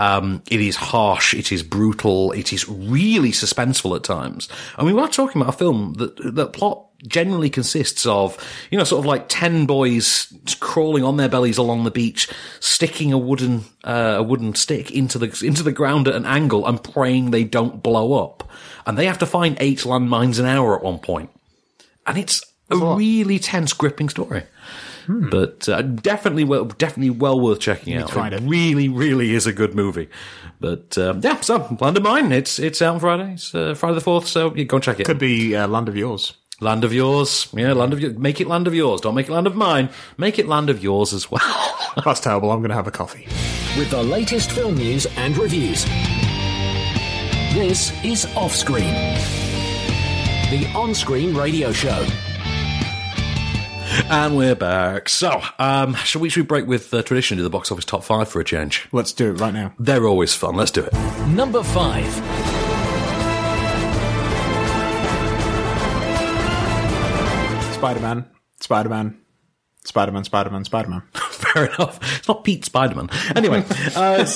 [SPEAKER 1] Um, it is harsh, it is brutal, it is really suspenseful at times. I mean, we are talking about a film that that plot generally consists of, you know, sort of like 10 boys crawling on their bellies along the beach, sticking a wooden, uh, a wooden stick into the, into the ground at an angle and praying they don't blow up. And they have to find eight landmines an hour at one point. And it's a really tense, gripping story.
[SPEAKER 2] Hmm.
[SPEAKER 1] But uh, definitely, well, definitely well worth checking out.
[SPEAKER 2] find it.
[SPEAKER 1] really, really is a good movie. But um, yeah, so Land of Mine. It's it's out on Friday. It's uh, Friday the fourth. So yeah, go and check it.
[SPEAKER 2] Could be uh, Land of Yours.
[SPEAKER 1] Land of yours. Yeah, land of yours. Make it land of yours. Don't make it land of mine. Make it land of yours as well.
[SPEAKER 2] That's terrible. I'm going to have a coffee.
[SPEAKER 3] with the latest film news and reviews. This is Offscreen, the on screen radio show.
[SPEAKER 1] and we're back. So, um, shall we, should we break with uh, tradition and do the box office top five for a change?
[SPEAKER 2] Let's do it right now.
[SPEAKER 1] They're always fun. Let's do it.
[SPEAKER 3] Number 5.
[SPEAKER 2] Spider Man, Spider Man, Spider Man, Spider Man, Spider Man.
[SPEAKER 1] Fair enough. It's not Pete Spiderman. Anyway, uh,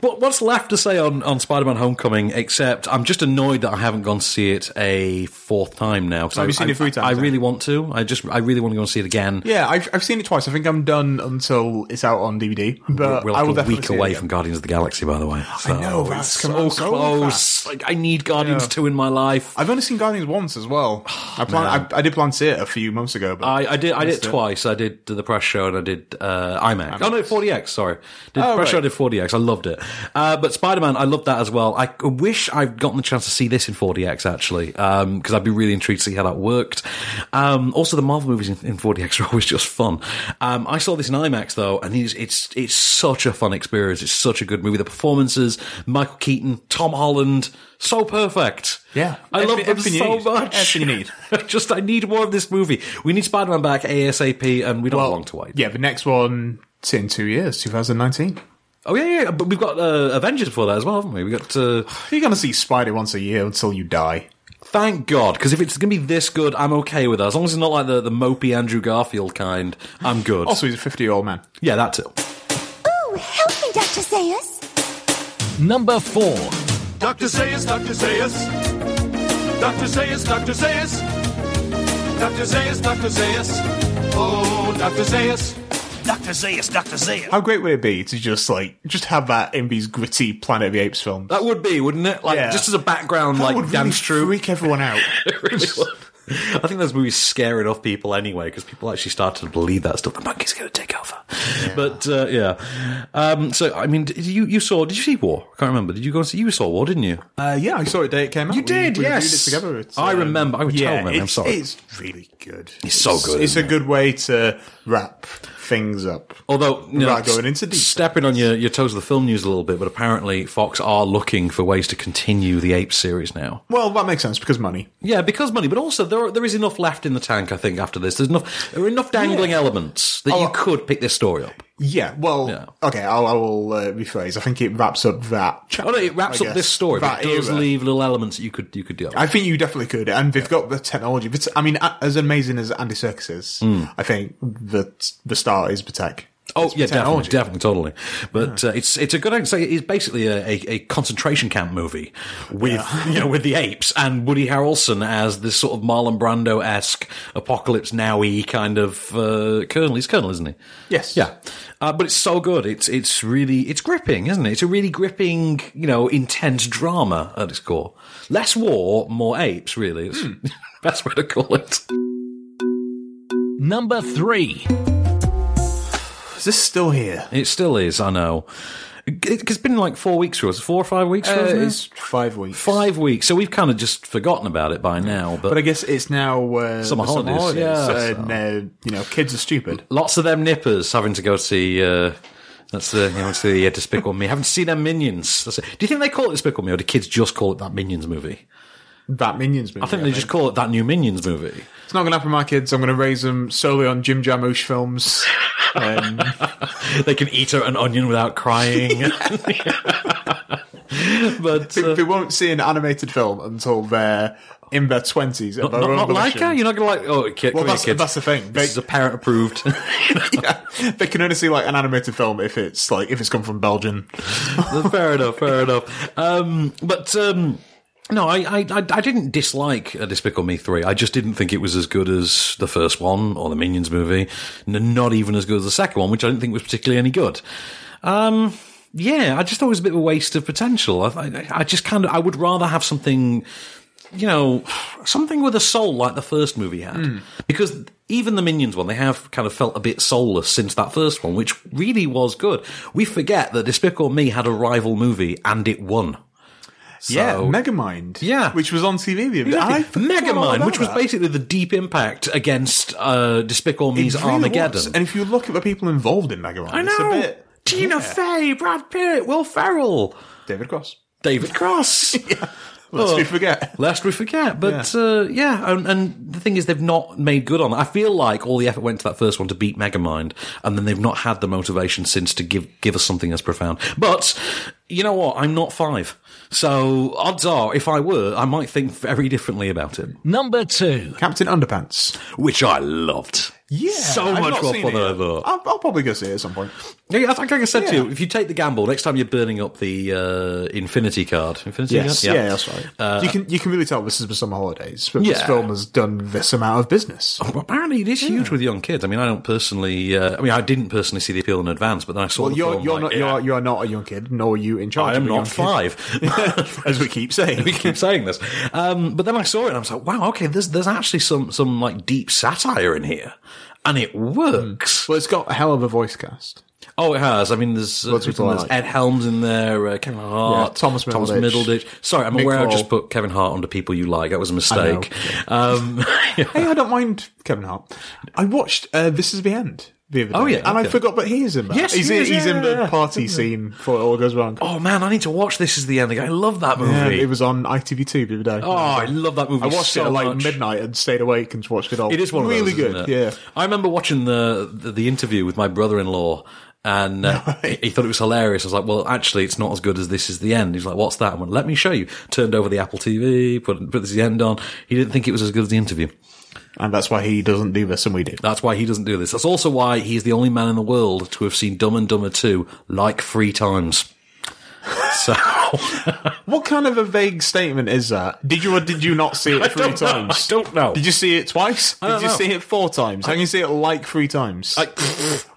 [SPEAKER 1] what, what's left to say on, on Spider Man Homecoming except I'm just annoyed that I haven't gone to see it a fourth time now. 'cause
[SPEAKER 2] Have
[SPEAKER 1] I,
[SPEAKER 2] you Oh, seen
[SPEAKER 1] I-
[SPEAKER 2] it three times
[SPEAKER 1] I
[SPEAKER 2] then?
[SPEAKER 1] really want to. I just, I really want to go and see it again.
[SPEAKER 2] Yeah, I've, I've seen it twice. I think I'm done until it's out on DVD. But
[SPEAKER 1] We're
[SPEAKER 2] I will
[SPEAKER 1] like a
[SPEAKER 2] definitely
[SPEAKER 1] week
[SPEAKER 2] see it
[SPEAKER 1] away
[SPEAKER 2] again.
[SPEAKER 1] from Guardians of the Galaxy, by the way. So
[SPEAKER 2] know, that's
[SPEAKER 1] it's
[SPEAKER 2] Oh, come
[SPEAKER 1] so
[SPEAKER 2] out so
[SPEAKER 1] close.
[SPEAKER 2] fast.
[SPEAKER 1] Like, I need Guardians
[SPEAKER 2] Yeah.
[SPEAKER 1] two in my life.
[SPEAKER 2] I've only seen Guardians once as well. I plan. I, I did plan to see it a few months ago, but
[SPEAKER 1] Oh, I, I did. I did it
[SPEAKER 2] Missed it.
[SPEAKER 1] twice. I did the press show and I did uh, IMAX. Oh no, 40x. Sorry, did
[SPEAKER 2] Oh,
[SPEAKER 1] press show. I
[SPEAKER 2] right.
[SPEAKER 1] did 40x. I loved it. Uh, but Spider Man, I loved that as well. I wish I'd gotten the chance to see this in 40x actually, because I'd be really intrigued to see how that worked. Um, also, the Marvel movies in, in 40x are always just fun. Um, I saw this in IMAX though, and it's, it's it's such a fun experience. It's such a good movie. The performances, Michael Keaton, Tom Holland, so perfect.
[SPEAKER 2] Yeah.
[SPEAKER 1] I love them
[SPEAKER 2] Everything you
[SPEAKER 1] so
[SPEAKER 2] need.
[SPEAKER 1] much.
[SPEAKER 2] Everything you need.
[SPEAKER 1] Just, I need more of this movie. We need Spider Man back ASAP, and we don't have long to wait.
[SPEAKER 2] yeah, the next one it's in two years, 2019.
[SPEAKER 1] Oh yeah, yeah. But we've got uh, Avengers before that as well, haven't we? We got. Uh,
[SPEAKER 2] You're going to see Spider once a year until you die.
[SPEAKER 1] thank God, because if it's going to be this good, I'm okay with that. As long as it's not like the, the mopey Andrew Garfield kind, I'm good.
[SPEAKER 2] Also, he's a 50 year old man.
[SPEAKER 1] yeah, that's it.
[SPEAKER 7] Ooh, Oh, help me, Dr. Sayers.
[SPEAKER 3] Number four.
[SPEAKER 8] Dr. Sayers, Dr. Sayers. Dr. Sayers, Dr. Sayers. Dr. Sayers, Dr. Sayers. Oh, Dr. Sayers. Dr. Sayers, Dr. Sayers.
[SPEAKER 2] How great would it be to just like just have that in these gritty Planet of the Apes films?
[SPEAKER 1] That would be, wouldn't it? Like
[SPEAKER 2] Yeah.
[SPEAKER 1] just as a background, like
[SPEAKER 2] would really
[SPEAKER 1] dance troupe.
[SPEAKER 2] freak everyone out.
[SPEAKER 1] It really would. I think those movies scare enough people anyway because people actually started to believe that stuff. The monkey's going to take over, but uh, yeah. Um, so I mean, did you you saw? Did you see War? I can't remember. Did you go and see? You saw War, didn't you?
[SPEAKER 2] uh, yeah, I saw it the day it came out.
[SPEAKER 1] You
[SPEAKER 2] We-
[SPEAKER 1] did,
[SPEAKER 2] we reviewed
[SPEAKER 1] yes.
[SPEAKER 2] It together. It's, um,
[SPEAKER 1] I remember. I would tell them, I'm
[SPEAKER 2] it's-
[SPEAKER 1] sorry.
[SPEAKER 2] It's really good. It's
[SPEAKER 1] so good,
[SPEAKER 2] It's,
[SPEAKER 1] isn't
[SPEAKER 2] a
[SPEAKER 1] it?
[SPEAKER 2] good way to wrap things up.
[SPEAKER 1] Although you know,
[SPEAKER 2] Without going into detail.
[SPEAKER 1] stepping on your, your toes of the film news a little bit, but apparently Fox are looking for ways to continue the Ape series now.
[SPEAKER 2] Well, that makes sense because money.
[SPEAKER 1] Yeah, because money, but also there are, there is enough left in the tank. I think after this, there's enough there are enough dangling elements that
[SPEAKER 2] Oh.
[SPEAKER 1] you could pick this story up.
[SPEAKER 2] Yeah, well,
[SPEAKER 1] Yeah.
[SPEAKER 2] okay, I'll, I will uh, rephrase. I think it wraps up that chapter.
[SPEAKER 1] Oh no, it wraps
[SPEAKER 2] I
[SPEAKER 1] up
[SPEAKER 2] guess.
[SPEAKER 1] this story, but
[SPEAKER 2] That
[SPEAKER 1] it does
[SPEAKER 2] era.
[SPEAKER 1] leave little elements that you could you could do.
[SPEAKER 2] I think you definitely could, and they've got the technology. But I mean, a- as amazing as Andy Serkis is,
[SPEAKER 1] Hmm.
[SPEAKER 2] I think the the star is the tech.
[SPEAKER 1] Oh
[SPEAKER 2] It's
[SPEAKER 1] yeah,
[SPEAKER 2] technology.
[SPEAKER 1] definitely, definitely, totally. But uh, it's it's a good. I'd say it's basically a, a, a concentration camp movie with you know with the apes and Woody Harrelson as this sort of Marlon Brando esque apocalypse nowy kind of uh, colonel. He's colonel, isn't he?
[SPEAKER 2] Yes.
[SPEAKER 1] Yeah. Uh, but it's so good. It's it's really it's gripping, isn't it? It's a really gripping, you know, intense drama at its core. Less war, more apes. Really, it's
[SPEAKER 2] Hmm.
[SPEAKER 1] best way to call it.
[SPEAKER 3] Number three.
[SPEAKER 2] Is this still here?
[SPEAKER 1] It still is, I know. It, it's been like four weeks for us, four or five weeks for us.
[SPEAKER 2] Uh,
[SPEAKER 1] now?
[SPEAKER 2] it's five weeks.
[SPEAKER 1] five weeks, so we've kind of just forgotten about it by now. But,
[SPEAKER 2] But I guess it's now uh,
[SPEAKER 1] Summer
[SPEAKER 2] the
[SPEAKER 1] holidays, yeah,
[SPEAKER 2] and uh, you know, kids are stupid.
[SPEAKER 1] lots of them nippers having to go see. Uh, that's the you know, it's the uh, Despicable Me. Having to see their minions. That's it. Do you think they call it Despicable Me, or do kids just call it that Minions movie?
[SPEAKER 2] That minions movie.
[SPEAKER 1] I think they just call it that new Minions movie.
[SPEAKER 2] It's not going to happen, my kids. I'm going to raise them solely on Jim Jarmusch films. Um,
[SPEAKER 1] they can eat an onion without crying. but
[SPEAKER 2] they,
[SPEAKER 1] uh,
[SPEAKER 2] they won't see an animated film until they're in their twenties.
[SPEAKER 1] not, not like her. You're not gonna like. Oh, kid,
[SPEAKER 2] Well,
[SPEAKER 1] come here,
[SPEAKER 2] that's-
[SPEAKER 1] kids.
[SPEAKER 2] that's the
[SPEAKER 1] This
[SPEAKER 2] thing. They-
[SPEAKER 1] is a parent approved.
[SPEAKER 2] they can only see like an animated film if it's like if it's come from Belgium.
[SPEAKER 1] fair enough, fair enough. Um, but um, no, I, I I I didn't dislike uh, Despicable Me three. I just didn't think it was as good as the first one or the Minions movie. N- not even as good as the second one, which I didn't think was particularly any good. Um, yeah, I just thought it was a bit of a waste of potential. I, I, I just kind of I would rather have something you know, something with a soul like the first movie had. Because even the Minions one, they have kind of felt a bit soulless since that first one, which really was good. We forget that Despicable Me had a rival movie and it won.
[SPEAKER 2] Yeah,
[SPEAKER 1] So-
[SPEAKER 2] Megamind.
[SPEAKER 1] Yeah.
[SPEAKER 2] which was on TV. The
[SPEAKER 1] Exactly.
[SPEAKER 2] I forgot all
[SPEAKER 1] Megamind,
[SPEAKER 2] about
[SPEAKER 1] which was
[SPEAKER 2] that.
[SPEAKER 1] basically the deep impact against uh, Despicable
[SPEAKER 2] It
[SPEAKER 1] Me's
[SPEAKER 2] really
[SPEAKER 1] Armageddon.
[SPEAKER 2] was. And if you look at the people involved in Megamind,
[SPEAKER 1] I
[SPEAKER 2] it's a
[SPEAKER 1] know.
[SPEAKER 2] bit
[SPEAKER 1] Tina
[SPEAKER 2] Yeah.
[SPEAKER 1] Fey, Brad Pitt, Will Ferrell,
[SPEAKER 2] David Cross.
[SPEAKER 1] David Cross.
[SPEAKER 2] Let's
[SPEAKER 1] Oh.
[SPEAKER 2] we forget.
[SPEAKER 1] Lest we forget. But yeah, uh, yeah and, and the thing is, they've not made good on it. I feel like all the effort went to that first one to beat Megamind, and then they've not had the motivation since to give give us something as profound. But you know what? I'm not five, so odds are, if I were, I might think very differently about it,
[SPEAKER 3] Number two.
[SPEAKER 2] Captain Underpants.
[SPEAKER 1] which I loved.
[SPEAKER 2] Yeah,
[SPEAKER 1] so
[SPEAKER 2] I've
[SPEAKER 1] much
[SPEAKER 2] not
[SPEAKER 1] more
[SPEAKER 2] seen
[SPEAKER 1] fun
[SPEAKER 2] it
[SPEAKER 1] than I
[SPEAKER 2] yet.
[SPEAKER 1] thought.
[SPEAKER 2] I'll, I'll probably go see it at some point.
[SPEAKER 1] Yeah, I think like I said to
[SPEAKER 2] Yeah.
[SPEAKER 1] you, if you take the gamble next time you're burning up the uh, Infinity card, Infinity
[SPEAKER 2] Yes, yeah,
[SPEAKER 1] card,
[SPEAKER 2] that's right. you can you can really tell this is the summer holidays, but this
[SPEAKER 1] Uh, Yeah.
[SPEAKER 2] film has done this amount of business.
[SPEAKER 1] Oh, Well, apparently it is huge with young kids. I mean, I don't personally. Uh, I mean, I didn't personally see the appeal in advance, but then I saw.
[SPEAKER 2] Well,
[SPEAKER 1] the
[SPEAKER 2] you're
[SPEAKER 1] film,
[SPEAKER 2] you're
[SPEAKER 1] like,
[SPEAKER 2] not
[SPEAKER 1] yeah,
[SPEAKER 2] you're you're not a young kid, nor are you in charge.
[SPEAKER 1] I am
[SPEAKER 2] of a
[SPEAKER 1] not
[SPEAKER 2] young
[SPEAKER 1] five.
[SPEAKER 2] kid. as we keep saying.
[SPEAKER 1] we keep saying this, um, but then I saw it and I was like, wow, okay, there's there's actually some some like deep satire in here, and it works.
[SPEAKER 2] Hmm. Well, it's got a hell of a voice cast.
[SPEAKER 1] Oh, it has. I mean, there's, uh,
[SPEAKER 2] Lots of people I
[SPEAKER 1] there's
[SPEAKER 2] like.
[SPEAKER 1] Ed Helms in there, uh, Kevin Hart,
[SPEAKER 2] Yeah, Thomas Middleditch.
[SPEAKER 1] Middleditch. Sorry, I'm
[SPEAKER 2] Nick
[SPEAKER 1] aware I just
[SPEAKER 2] Kroll.
[SPEAKER 1] put Kevin Hart under people you like. That was a mistake. Um,
[SPEAKER 2] Hey, I don't mind Kevin Hart. I watched uh, This Is the End the other day.
[SPEAKER 1] Oh, yeah,
[SPEAKER 2] and I
[SPEAKER 1] okay.
[SPEAKER 2] forgot, but he is in that.
[SPEAKER 1] Yes,
[SPEAKER 2] he's
[SPEAKER 1] he
[SPEAKER 2] in,
[SPEAKER 1] is,
[SPEAKER 2] he's in
[SPEAKER 1] yeah,
[SPEAKER 2] the
[SPEAKER 1] yeah.
[SPEAKER 2] party scene before it all goes wrong.
[SPEAKER 1] oh man, I need to watch this. Is the ending? I love that movie.
[SPEAKER 2] Yeah, it was on ITV2 the other day.
[SPEAKER 1] Oh, I love that movie.
[SPEAKER 2] I watched
[SPEAKER 1] so
[SPEAKER 2] it at like
[SPEAKER 1] much.
[SPEAKER 2] midnight and stayed awake and watched it all.
[SPEAKER 1] It is one of
[SPEAKER 2] really
[SPEAKER 1] those,
[SPEAKER 2] good.
[SPEAKER 1] isn't it?
[SPEAKER 2] Yeah,
[SPEAKER 1] I remember watching the, the the interview with my brother-in-law And uh, he- he thought it was hilarious. I was like, well, actually, it's not as good as this is the end. He's like, what's that? I went, let me show you. Turned over the Apple TV, put, put this is the end on. He didn't think it was as good as the interview.
[SPEAKER 2] And that's why he doesn't do this and we do.
[SPEAKER 1] That's why he doesn't do this. That's also why he's the only man in the world to have seen Dumb and Dumber 2 like three times. So.
[SPEAKER 2] What kind of a vague statement is that? Did you or did you not see it three
[SPEAKER 1] don't know.
[SPEAKER 2] times?
[SPEAKER 1] I don't know.
[SPEAKER 2] Did you see it twice?
[SPEAKER 1] don't
[SPEAKER 2] Did you
[SPEAKER 1] know.
[SPEAKER 2] see it four times? How can you see it like three times?
[SPEAKER 1] I-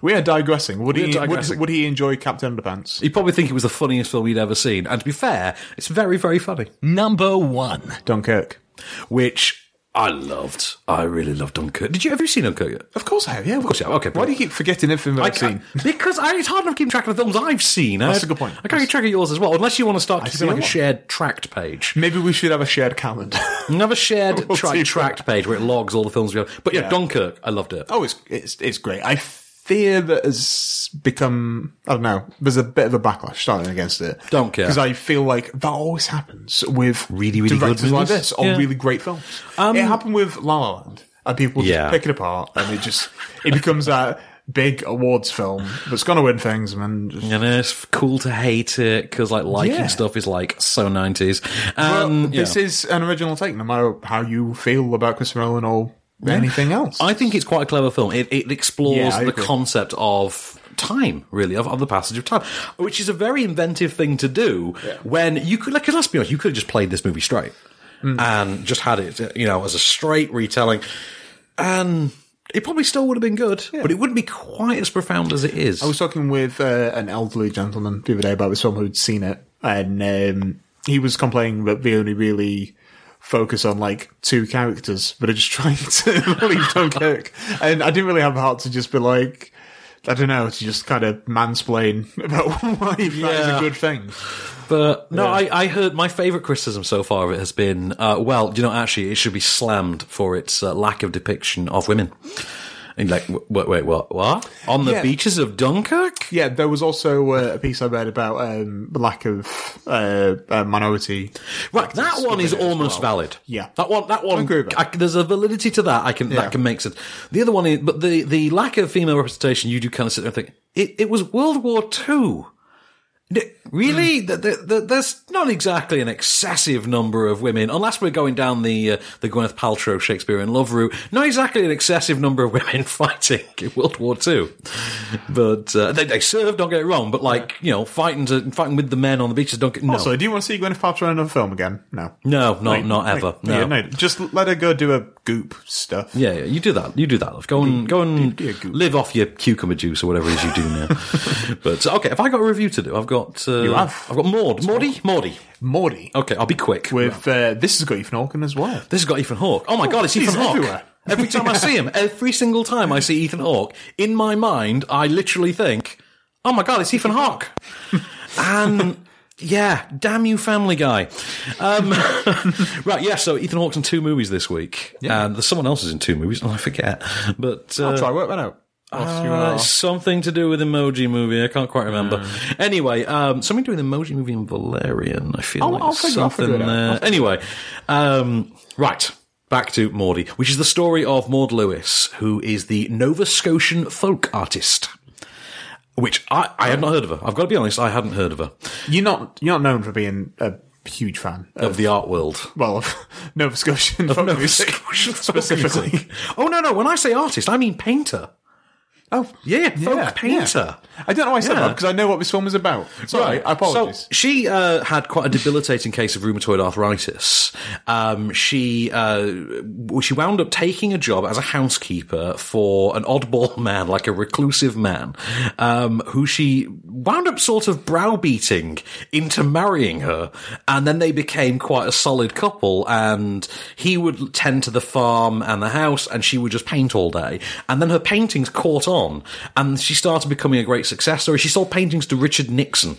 [SPEAKER 2] we are digressing. Would
[SPEAKER 1] We are
[SPEAKER 2] he
[SPEAKER 1] digressing.
[SPEAKER 2] Would, would he enjoy Captain Underpants?
[SPEAKER 1] He'd probably think it was the funniest film he'd ever seen. And to be fair, it's very, very funny.
[SPEAKER 9] Number one.
[SPEAKER 2] Dunkirk.
[SPEAKER 1] Which I loved. I really loved Dunkirk. Did you ever seen Dunkirk yet?
[SPEAKER 2] Of course I have. Yeah, of
[SPEAKER 1] course you have. Okay,
[SPEAKER 2] Why do
[SPEAKER 1] brilliant.
[SPEAKER 2] you keep forgetting everything I've seen?
[SPEAKER 1] I- because I, it's hard enough keeping track of the films I've seen.
[SPEAKER 2] That's
[SPEAKER 1] I-
[SPEAKER 2] a good point.
[SPEAKER 1] I can't keep track of yours as well, unless you want to start
[SPEAKER 2] see
[SPEAKER 1] keeping
[SPEAKER 2] a
[SPEAKER 1] like a
[SPEAKER 2] lot.
[SPEAKER 1] shared tracked page.
[SPEAKER 2] Maybe we should have a shared calendar.
[SPEAKER 1] Another shared
[SPEAKER 2] We'll
[SPEAKER 1] tra-
[SPEAKER 2] do that.
[SPEAKER 1] tracked page where it logs all the films we have. But yeah,
[SPEAKER 2] Yeah.
[SPEAKER 1] Dunkirk, I loved it.
[SPEAKER 2] oh, it's it's it's great. I fear that has become I don't know. There's a bit of a backlash starting against it.
[SPEAKER 1] Don't care.
[SPEAKER 2] because I feel like that always happens with
[SPEAKER 1] Really, really good
[SPEAKER 2] directors like
[SPEAKER 1] movies?
[SPEAKER 2] this on
[SPEAKER 1] Yeah.
[SPEAKER 2] really great films. it happened with La La Land, and people just
[SPEAKER 1] Yeah.
[SPEAKER 2] pick it apart, and it just it becomes that big awards film that's going to win things, and then just-
[SPEAKER 1] And it's cool to hate it because like liking
[SPEAKER 2] Yeah.
[SPEAKER 1] stuff is like so nineties.
[SPEAKER 2] Well,
[SPEAKER 1] Um, yeah.
[SPEAKER 2] this is an original take, no matter how you feel about Christopher Nolan or anything else.
[SPEAKER 1] I think it's quite a clever film. It, it explores
[SPEAKER 2] Yeah, I
[SPEAKER 1] the
[SPEAKER 2] agree.
[SPEAKER 1] concept of time, really, of, of the passage of time, which is a very inventive thing to do when you could, like, 'cause let's be honest, you could have just played this movie straight
[SPEAKER 2] Hmm.
[SPEAKER 1] and just had it, you know, as a straight retelling. And it probably still would have been good, but it wouldn't be quite as profound as it is.
[SPEAKER 2] I was talking with uh, an elderly gentleman the other day about this film who'd seen it, and um, he was complaining that they only really focus on like two characters, but are just trying to leave Dunkirk. And I didn't really have a heart to just be like, I don't know, to just kind of mansplain about why that is
[SPEAKER 1] Yeah.
[SPEAKER 2] a good thing.
[SPEAKER 1] But no, I, I heard my favourite criticism so far of it has been, uh, well, you know, actually, it should be slammed for its uh, lack of depiction of women. And like, w- wait, wait, what? What? On the
[SPEAKER 2] Yeah.
[SPEAKER 1] beaches of Dunkirk?
[SPEAKER 2] Yeah, there was also uh, a piece I read about um, the lack of uh, uh, minority.
[SPEAKER 1] Right, that one is
[SPEAKER 2] within it as
[SPEAKER 1] almost
[SPEAKER 2] well.
[SPEAKER 1] valid.
[SPEAKER 2] Yeah.
[SPEAKER 1] that one, that one.
[SPEAKER 2] I agree with that.
[SPEAKER 1] I- there's a validity to that. I can
[SPEAKER 2] Yeah.
[SPEAKER 1] that can make sense. The other one is, but the the lack of female representation, you do kind of sit there and think it. It was World War Two. Really,
[SPEAKER 2] Mm.
[SPEAKER 1] Th- th- th- there's not exactly an excessive number of women, unless we're going down the uh, the Gwyneth Paltrow Shakespeare in Love route. Not exactly an excessive number of women fighting in World War Two, but uh, they, they served. Don't get it wrong, but like you know, fighting to fighting with the men on the beaches. Don't get no.
[SPEAKER 2] Also, do you want to see Gwyneth Paltrow in another film again? No.
[SPEAKER 1] No, not
[SPEAKER 2] Like,
[SPEAKER 1] not
[SPEAKER 2] like,
[SPEAKER 1] ever.
[SPEAKER 2] yeah,
[SPEAKER 1] No.
[SPEAKER 2] no. Just let her go do a goop stuff.
[SPEAKER 1] Yeah, yeah, you do that. You do that. Love. Go and go and
[SPEAKER 2] do a goop.
[SPEAKER 1] live off your cucumber juice or whatever it is you do now. but okay, if I got a review to do, I've got uh,
[SPEAKER 2] You have.
[SPEAKER 1] I've got Maud, Maudie, Maudie.
[SPEAKER 2] Morty.
[SPEAKER 1] Okay, I'll be quick.
[SPEAKER 2] Oh, With uh, this has got Ethan Hawke in as well.
[SPEAKER 1] This has got Ethan Hawke. Oh my god, it's
[SPEAKER 2] he's
[SPEAKER 1] Ethan Hawke.
[SPEAKER 2] everywhere.
[SPEAKER 1] Every time I see him, every single time I see Ethan Hawke, in my mind, I literally think, "Oh my god, it's Ethan Hawke." and yeah, damn you, Family Guy. Um, right, yeah. So Ethan Hawke's in two movies this week, and there's someone else is in two movies, and I forget. But uh,
[SPEAKER 2] I'll try work that out. Whilst you
[SPEAKER 1] uh,
[SPEAKER 2] are-
[SPEAKER 1] something to do with emoji movie. I can't quite remember. Anyway, um, something to do with emoji movie and Valerian. I feel
[SPEAKER 2] I'll-
[SPEAKER 1] like
[SPEAKER 2] Oh, I'll
[SPEAKER 1] there's
[SPEAKER 2] figure- I'll
[SPEAKER 1] something
[SPEAKER 2] figure it out.
[SPEAKER 1] there.
[SPEAKER 2] I'll figure
[SPEAKER 1] anyway, um, right. Back to Maudie, which is the story of Maud Lewis, who is the Nova Scotian folk artist. Which I, I had not heard of her. I've got to be honest, I hadn't heard of her.
[SPEAKER 2] You're not you're not known for being a huge fan of,
[SPEAKER 1] Of the art world.
[SPEAKER 2] well of Nova Scotian folk
[SPEAKER 1] Nova
[SPEAKER 2] music
[SPEAKER 1] Scotian folk
[SPEAKER 2] specifically.
[SPEAKER 1] music. Oh, no, no. When I say artist, I mean painter.
[SPEAKER 2] Oh
[SPEAKER 1] Yeah, folk painter.
[SPEAKER 2] I don't know why I said
[SPEAKER 1] Yeah.
[SPEAKER 2] that because I know what this film was about. Sorry, I apologize.
[SPEAKER 1] So she uh, had quite a debilitating case of rheumatoid arthritis. Um, she uh, w- she wound up taking a job as a housekeeper for an oddball man, like a reclusive man, um, who she wound up sort of browbeating into marrying her, and then they became quite a solid couple. And he would tend to the farm and the house, and she would just paint all day. And then her paintings caught on, and she started becoming a great success story. She sold paintings to Richard Nixon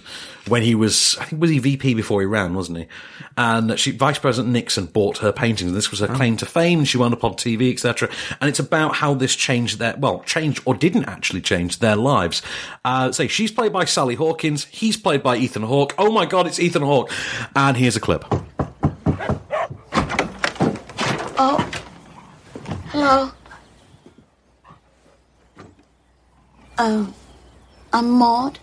[SPEAKER 1] when he was, I think, was he VP before he ran, wasn't he? And she, Vice President Nixon bought her paintings, and this was her claim to fame. She wound up on TV, etc. And it's about how this changed their, well, changed or didn't actually change their lives. Uh, say she's played by Sally Hawkins, he's played by Ethan Hawke. Oh my God, it's Ethan Hawke! And here's a clip.
[SPEAKER 7] Oh, Hello. Oh, I'm Maud.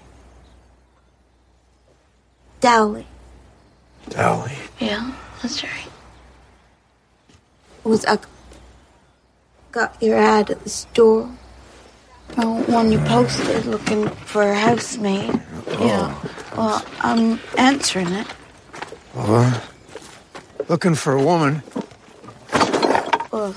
[SPEAKER 7] Dowley.
[SPEAKER 5] Dowley.
[SPEAKER 9] Yeah, that's right.
[SPEAKER 7] Was I got your ad at the store? Well, when you posted looking for a housemaid. Yeah. Well, I'm answering it.
[SPEAKER 10] Looking for a woman.
[SPEAKER 7] What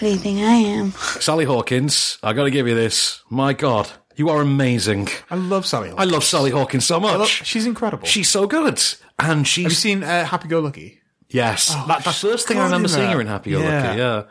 [SPEAKER 7] do you think I am?
[SPEAKER 1] Sally Hawkins, I gotta give you this. My God, you are amazing.
[SPEAKER 2] I love Sally.
[SPEAKER 1] I love Sally Hawkins so much.
[SPEAKER 2] she's incredible.
[SPEAKER 1] she's so good. And she's
[SPEAKER 2] Have you seen uh, Happy Go Lucky?
[SPEAKER 1] Yes, that, that's the first thing I
[SPEAKER 2] God,
[SPEAKER 1] remember
[SPEAKER 2] isn't
[SPEAKER 1] seeing
[SPEAKER 2] it?
[SPEAKER 1] her in Happy Go Lucky.
[SPEAKER 2] Oh, Yeah.
[SPEAKER 1] Yeah.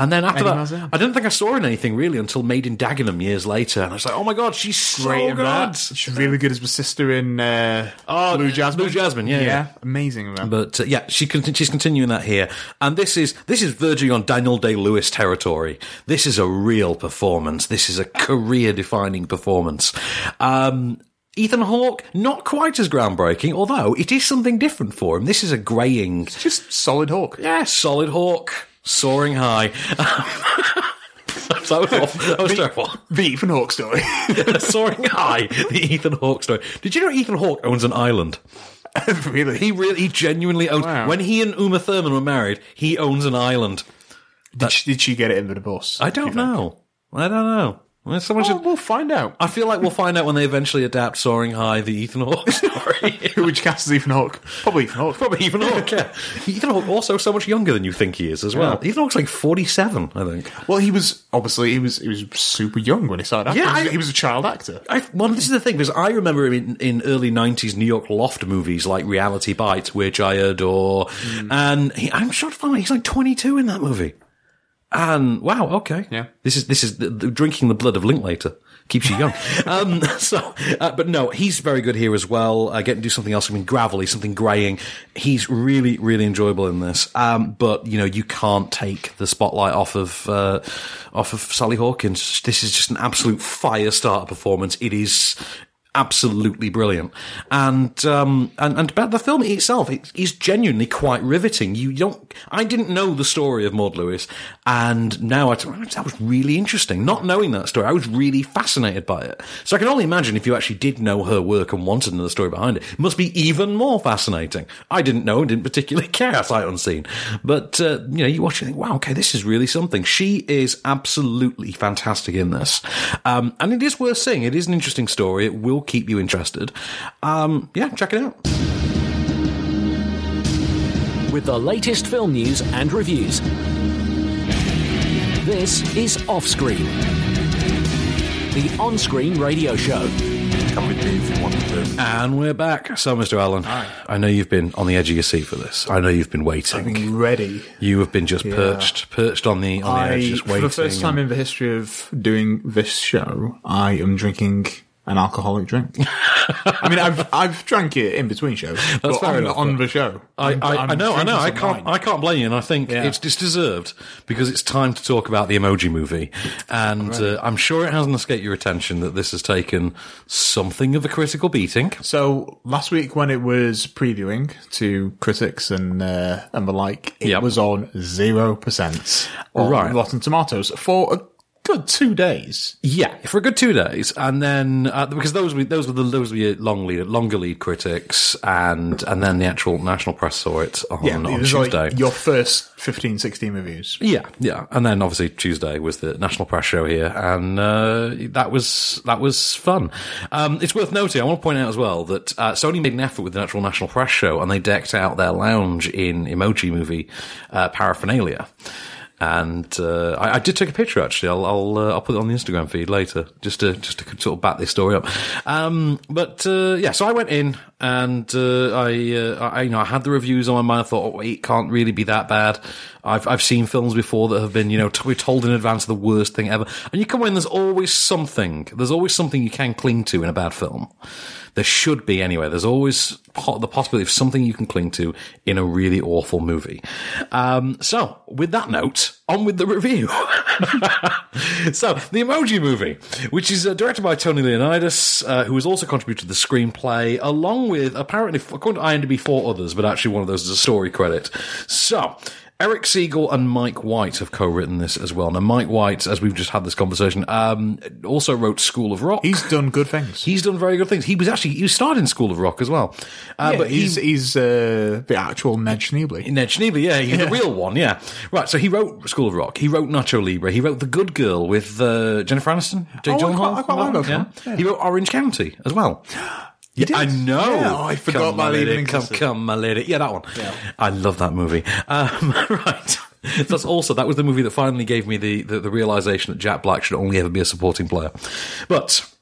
[SPEAKER 1] And then after
[SPEAKER 2] Eddie
[SPEAKER 1] that,
[SPEAKER 2] Mazzone.
[SPEAKER 1] I don't think I saw her in anything really until Made in Dagenham years later, and I was like, "Oh my god, she's so
[SPEAKER 2] Great in
[SPEAKER 1] good!"
[SPEAKER 2] that. She's really good as my sister in uh,
[SPEAKER 1] Oh,
[SPEAKER 2] Blue Jasmine.
[SPEAKER 1] Blue Jasmine, yeah, yeah.
[SPEAKER 2] amazing. in that.
[SPEAKER 1] But uh, yeah, she con- she's continuing that here, and this is this is verging on Daniel Day Lewis territory. This is a real performance. This is a career defining performance. Um, Ethan Hawke, not quite as groundbreaking, although it is something different for him. This is a graying,
[SPEAKER 2] just solid Hawk.
[SPEAKER 1] yeah, solid Hawke, soaring high. that was awful. That was terrible.
[SPEAKER 2] The Ethan Hawk story.
[SPEAKER 1] soaring high, the Ethan Hawke story. Did you know Ethan Hawke owns an island?
[SPEAKER 2] really?
[SPEAKER 1] He really, he genuinely owns.
[SPEAKER 2] Wow.
[SPEAKER 1] When he and Uma Thurman were married, he owns an island.
[SPEAKER 2] did, she, did she get it in the divorce?
[SPEAKER 1] I don't
[SPEAKER 2] Do you think?
[SPEAKER 1] know. I don't know. Oh, Well, Someone
[SPEAKER 2] Well,
[SPEAKER 1] should.
[SPEAKER 2] we'll find out.
[SPEAKER 1] I feel like we'll find out when they eventually adapt Soaring High, the Ethan Hawke story.
[SPEAKER 2] Who would you cast as Ethan Hawk? Probably Ethan Hawk.
[SPEAKER 1] Probably Ethan Hawke. Yeah. Ethan Hawke also so much younger than you think he is as well.
[SPEAKER 2] Yeah.
[SPEAKER 1] Ethan Hawke's like forty-seven, I think.
[SPEAKER 2] Well, he was obviously he was he was super young when he started. Acting.
[SPEAKER 1] Yeah,
[SPEAKER 2] he,
[SPEAKER 1] I-
[SPEAKER 2] was, he was a child actor.
[SPEAKER 1] I, well, this is the thing because I remember him in, in early '90s New York loft movies like Reality Bites, which I adore, and he, I'm shocked to find out he's like 22 in that movie. And wow, okay,
[SPEAKER 2] Yeah.
[SPEAKER 1] this is this is the, the drinking the blood of Linklater keeps you young. um, so, uh, but no, he's very good here as well. Uh, getting to do something else, something gravelly, something graying. He's really, really enjoyable in this. Um, but you know, you can't take the spotlight off of uh, off of Sally Hawkins. This is just an absolute fire starter performance. It is absolutely brilliant. And um, and and about the film itself, it is genuinely quite riveting. You don't, I didn't know the story of Maud Lewis, and now I that was really interesting. Not knowing that story, I was really fascinated by it. So I can only imagine if you actually did know her work and wanted to know the story behind it, it must be even more fascinating. I didn't know and didn't particularly care, sight unseen. But uh, you know, you watch it and think, wow, okay, this is really something. She is absolutely fantastic in this, um, and it is worth seeing. It is an interesting story. It will keep you interested. Um, yeah, check it out.
[SPEAKER 3] with the latest film news and reviews. This is Offscreen, the on screen radio show.
[SPEAKER 8] Come with me if you want to.
[SPEAKER 1] And we're back. So, Mr. Allen, I know you've been on the edge of your seat for this. I know you've been waiting.
[SPEAKER 2] Ready.
[SPEAKER 1] You have been just perched, perched on the on the edge,
[SPEAKER 2] I
[SPEAKER 1] just waiting.
[SPEAKER 2] for the first time in the history of doing this show, I am drinking an alcoholic drink. I mean, I've I've drank it in between shows, but
[SPEAKER 1] fair
[SPEAKER 2] on,
[SPEAKER 1] enough,
[SPEAKER 2] on
[SPEAKER 1] but-
[SPEAKER 2] the show.
[SPEAKER 1] I,
[SPEAKER 2] I'm-
[SPEAKER 1] I,
[SPEAKER 2] I'm
[SPEAKER 1] I know, I
[SPEAKER 2] drinking
[SPEAKER 1] know. I
[SPEAKER 2] some
[SPEAKER 1] can't,
[SPEAKER 2] wine.
[SPEAKER 1] I can't blame you. And I think
[SPEAKER 2] Yeah.
[SPEAKER 1] it's, it's deserved because it's time to talk about the Emoji Movie, and uh, I'm sure it hasn't escaped your attention that this has taken something of a critical beating.
[SPEAKER 2] So last week, when it was previewing to critics and uh, and the like, it
[SPEAKER 1] Yep.
[SPEAKER 2] was on zero percent on
[SPEAKER 1] Right.
[SPEAKER 2] Rotten Tomatoes for a good two days.
[SPEAKER 1] Yeah, for a good two days, and then uh, because those were those were the those were your long lead, longer lead critics, and and then the actual national press saw it on,
[SPEAKER 2] it
[SPEAKER 1] on
[SPEAKER 2] was
[SPEAKER 1] Tuesday.
[SPEAKER 2] like your first 15, 16 reviews.
[SPEAKER 1] Yeah, yeah, and then obviously Tuesday was the national press show here, and uh, that was that was fun. Um, it's worth noting. I want to point out as well that uh, Sony made an effort with the actual national press show, and they decked out their lounge in emoji movie uh, paraphernalia. And uh, I, I did take a picture actually. I'll I'll, uh, I'll put it on the Instagram feed later, just to just to sort of back this story up. Um, but uh, yeah, so I went in and uh, I, uh, I you know I had the reviews on my mind. I thought oh, it can't really be that bad. I've I've seen films before that have been you know t- we're told in advance the worst thing ever, and you come in. There's always something. There's always something you can cling to in a bad film. There should be anyway. There's always po- the possibility of something you can cling to in a really awful movie. Um, so, with that note, on with the review. so, the Emoji Movie, which is uh, directed by Tony Leonidas, uh, who has also contributed to the screenplay, along with apparently according to IMDb four others, but actually one of those is a story credit. So. Eric Siegel and Mike White have co-written this as well. Now, Mike White, as we've just had this conversation, um, also wrote School of Rock.
[SPEAKER 2] He's done good things.
[SPEAKER 1] He's done very good things. He was actually he was starred in School of Rock as well, uh,
[SPEAKER 2] Yeah,
[SPEAKER 1] but
[SPEAKER 2] he's
[SPEAKER 1] he,
[SPEAKER 2] he's uh, the actual Ned Schneebly.
[SPEAKER 1] Ned Schneebly, yeah, he's the real one, yeah. Right, so he wrote School of Rock. He wrote Nacho Libre. He wrote The Good Girl with uh, Jennifer Aniston, Jay
[SPEAKER 2] Oh, I
[SPEAKER 1] Gyllenhaal.
[SPEAKER 2] quite- I quite like that
[SPEAKER 1] yeah.
[SPEAKER 2] one, yeah.
[SPEAKER 1] He wrote Orange County as well. Yeah,
[SPEAKER 2] did?
[SPEAKER 1] I know.
[SPEAKER 2] Yeah, oh, I forgot
[SPEAKER 1] come, my
[SPEAKER 2] that even
[SPEAKER 1] lady, come,
[SPEAKER 2] existed.
[SPEAKER 1] come, my lady. Yeah, that one. I love that movie. Um, right. So That's also that was the movie that finally gave me the, the the realization that Jack Black should only ever be a supporting player. But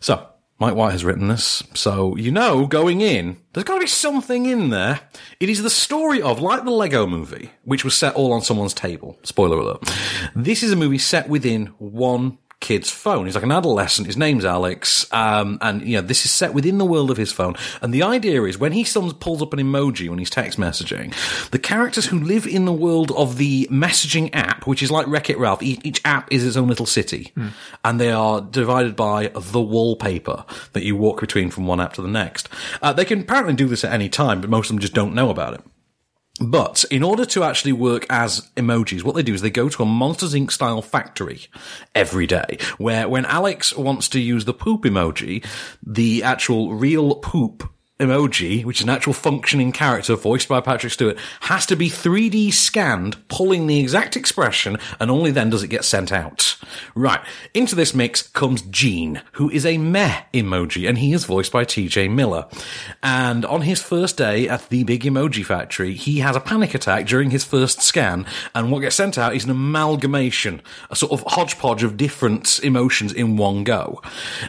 [SPEAKER 1] so, Mike White has written this. So, you know, going in, there's got to be something in there. It is the story of, like the Lego movie, which was set all on someone's table. Spoiler alert. This is a movie set within one kid's phone. He's like an adolescent. His name's Alex. Um, and, you know, this is set within the world of his phone. And the idea is when he some, pulls up an emoji when he's text messaging, the characters who live in the world of the messaging app, which is like Wreck It Ralph, e-, each, each app is its own little city. And they are divided by the wallpaper that you walk between from one app to the next. Uh, they can apparently do this at any time, but most of them just don't know about it. But in order to actually work as emojis, what they do is they go to a Monsters Inc. style factory every day, where when Alex wants to use the poop emoji, the actual real poop emoji, which is an actual functioning character voiced by Patrick Stewart, has to be 3D scanned, pulling the exact expression, and only then does it get sent out. Right. Into this mix comes Gene, who is a meh emoji, and he is voiced by TJ Miller. And on his first day at the big emoji factory, he has a panic attack during his first scan, and what gets sent out is an amalgamation, a sort of hodgepodge of different emotions in one go.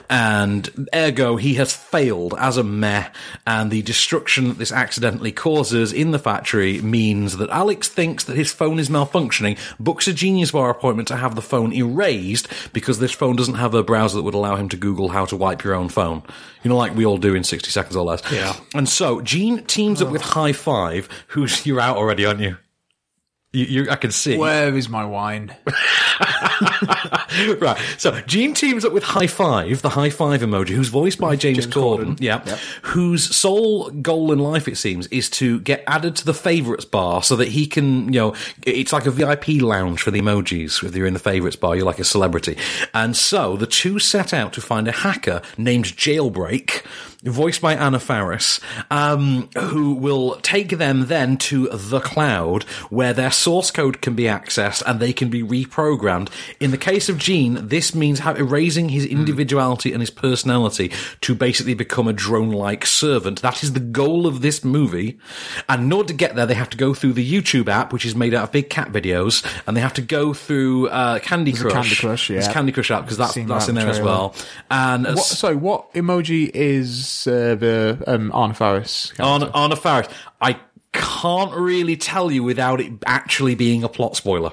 [SPEAKER 1] And ergo, he has failed as a meh, and the destruction that this accidentally causes in the factory means that Alex thinks that his phone is malfunctioning, books a Genius Bar appointment to have the phone erased because this phone doesn't have a browser that would allow him to Google how to wipe your own phone. You know, like we all do in 60 seconds or less.
[SPEAKER 2] Yeah.
[SPEAKER 1] And so Gene teams up with High Five, who's, you're out already, aren't you? You, you, I can see.
[SPEAKER 2] Where is my wine?
[SPEAKER 1] right. So Gene teams up with High Five, the High Five emoji, who's voiced by James, Corden. Yeah. Whose sole goal in life, it seems, is to get added to the favorites bar so that he can, you know, it's like a VIP lounge for the emojis. If you're in the favorites bar, you're like a celebrity. And so the two set out to find a hacker named Jailbreak. Voiced by Anna Faris, um, who will take them then to the cloud where their source code can be accessed and they can be reprogrammed. In the case of Gene, this means ha- erasing his
[SPEAKER 2] Hmm.
[SPEAKER 1] individuality and his personality to basically become a drone like servant. That is the goal of this movie. And in order to get there, they have to go through the YouTube app, which is made out of big cat videos, and they have to go through uh, Candy
[SPEAKER 2] a
[SPEAKER 1] Crush.
[SPEAKER 2] Candy Crush, yeah.
[SPEAKER 1] There's a Candy Crush app because that's,
[SPEAKER 2] Seen
[SPEAKER 1] that's
[SPEAKER 2] that
[SPEAKER 1] in there as
[SPEAKER 2] trailer.
[SPEAKER 1] well. And
[SPEAKER 2] What,
[SPEAKER 1] as-
[SPEAKER 2] so, what emoji is uh, the um, Arna Faris?
[SPEAKER 1] on
[SPEAKER 2] character?
[SPEAKER 1] on a Faris. I can't really tell you without it actually being a plot spoiler.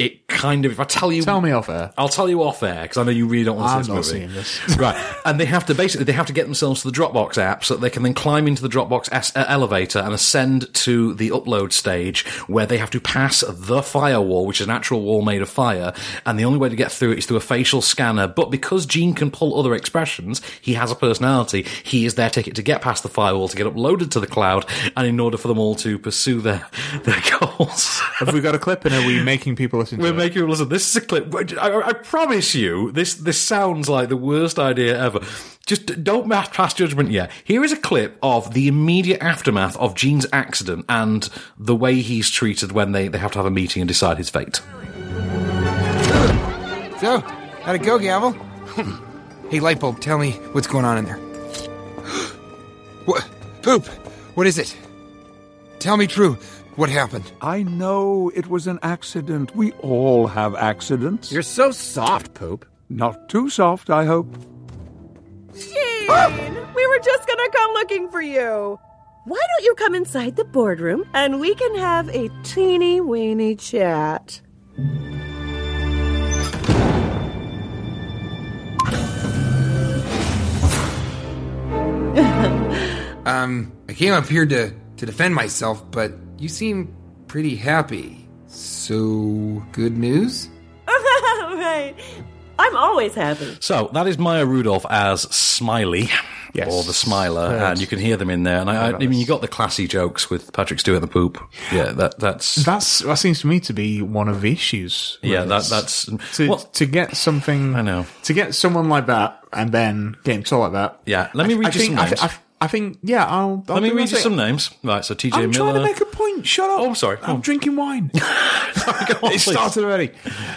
[SPEAKER 1] It kind of if I tell you
[SPEAKER 2] Tell me off air.
[SPEAKER 1] I'll tell you off air because I know you really don't want to
[SPEAKER 2] I'm
[SPEAKER 1] see
[SPEAKER 2] not
[SPEAKER 1] this
[SPEAKER 2] seeing
[SPEAKER 1] movie. right, and they have to basically they have to get themselves to the Dropbox app so that they can then climb into the Dropbox es- uh, elevator and ascend to the upload stage where they have to pass the firewall, which is an actual wall made of fire, and the only way to get through it is through a facial scanner. But because Gene can pull other expressions, he has a personality. He is their ticket to get past the firewall to get uploaded to the cloud, and in order for them all to pursue their their goals.
[SPEAKER 2] Have we got a clip and are we making people listen to
[SPEAKER 1] We're
[SPEAKER 2] it?
[SPEAKER 1] making listen. This is a clip. I, I promise you, this this sounds like the worst idea ever. Just don't ma- pass judgment yet. Here is a clip of the immediate aftermath of Gene's accident and the way he's treated when they, they have to have a meeting and decide his fate.
[SPEAKER 9] So, how'd it go, Gavel? hey, Lightbulb, tell me what's going on in there. what? Poop! What is it? Tell me true. What happened?
[SPEAKER 10] I know it was an accident. We all have accidents.
[SPEAKER 9] You're so soft, Poop.
[SPEAKER 10] Not too soft, I hope.
[SPEAKER 11] Gene, we were just gonna come looking for you. Why don't you come inside the boardroom and we can have a teeny weeny chat?
[SPEAKER 9] Um, I came up here to, to defend myself, but you seem pretty happy. So, good news?
[SPEAKER 11] right. I'm always happy.
[SPEAKER 1] So that is Maya Rudolph as Smiley. or the Smiler,
[SPEAKER 2] Heard.
[SPEAKER 1] and you can hear them in there. And I, I, I mean, you got the classy jokes with Patrick Stewart and the poop. Yeah, that that's
[SPEAKER 2] That's that seems to me to be one of the issues. with
[SPEAKER 1] Yeah, that-
[SPEAKER 2] this.
[SPEAKER 1] that's-
[SPEAKER 2] to, to get something. I know to get someone like that and then get him taught like that.
[SPEAKER 1] yeah. Let me
[SPEAKER 2] I-
[SPEAKER 1] read
[SPEAKER 2] I
[SPEAKER 1] you
[SPEAKER 2] think-
[SPEAKER 1] some
[SPEAKER 2] I
[SPEAKER 1] names.
[SPEAKER 2] thi- I, I think yeah. I'll, I'll
[SPEAKER 1] Let me
[SPEAKER 2] do
[SPEAKER 1] read you
[SPEAKER 2] that.
[SPEAKER 1] some names. Right, so TJ
[SPEAKER 2] I'm
[SPEAKER 1] Miller.
[SPEAKER 2] trying to make a point. Shut up.
[SPEAKER 1] Oh, sorry.
[SPEAKER 2] I'm drinking wine. it started already.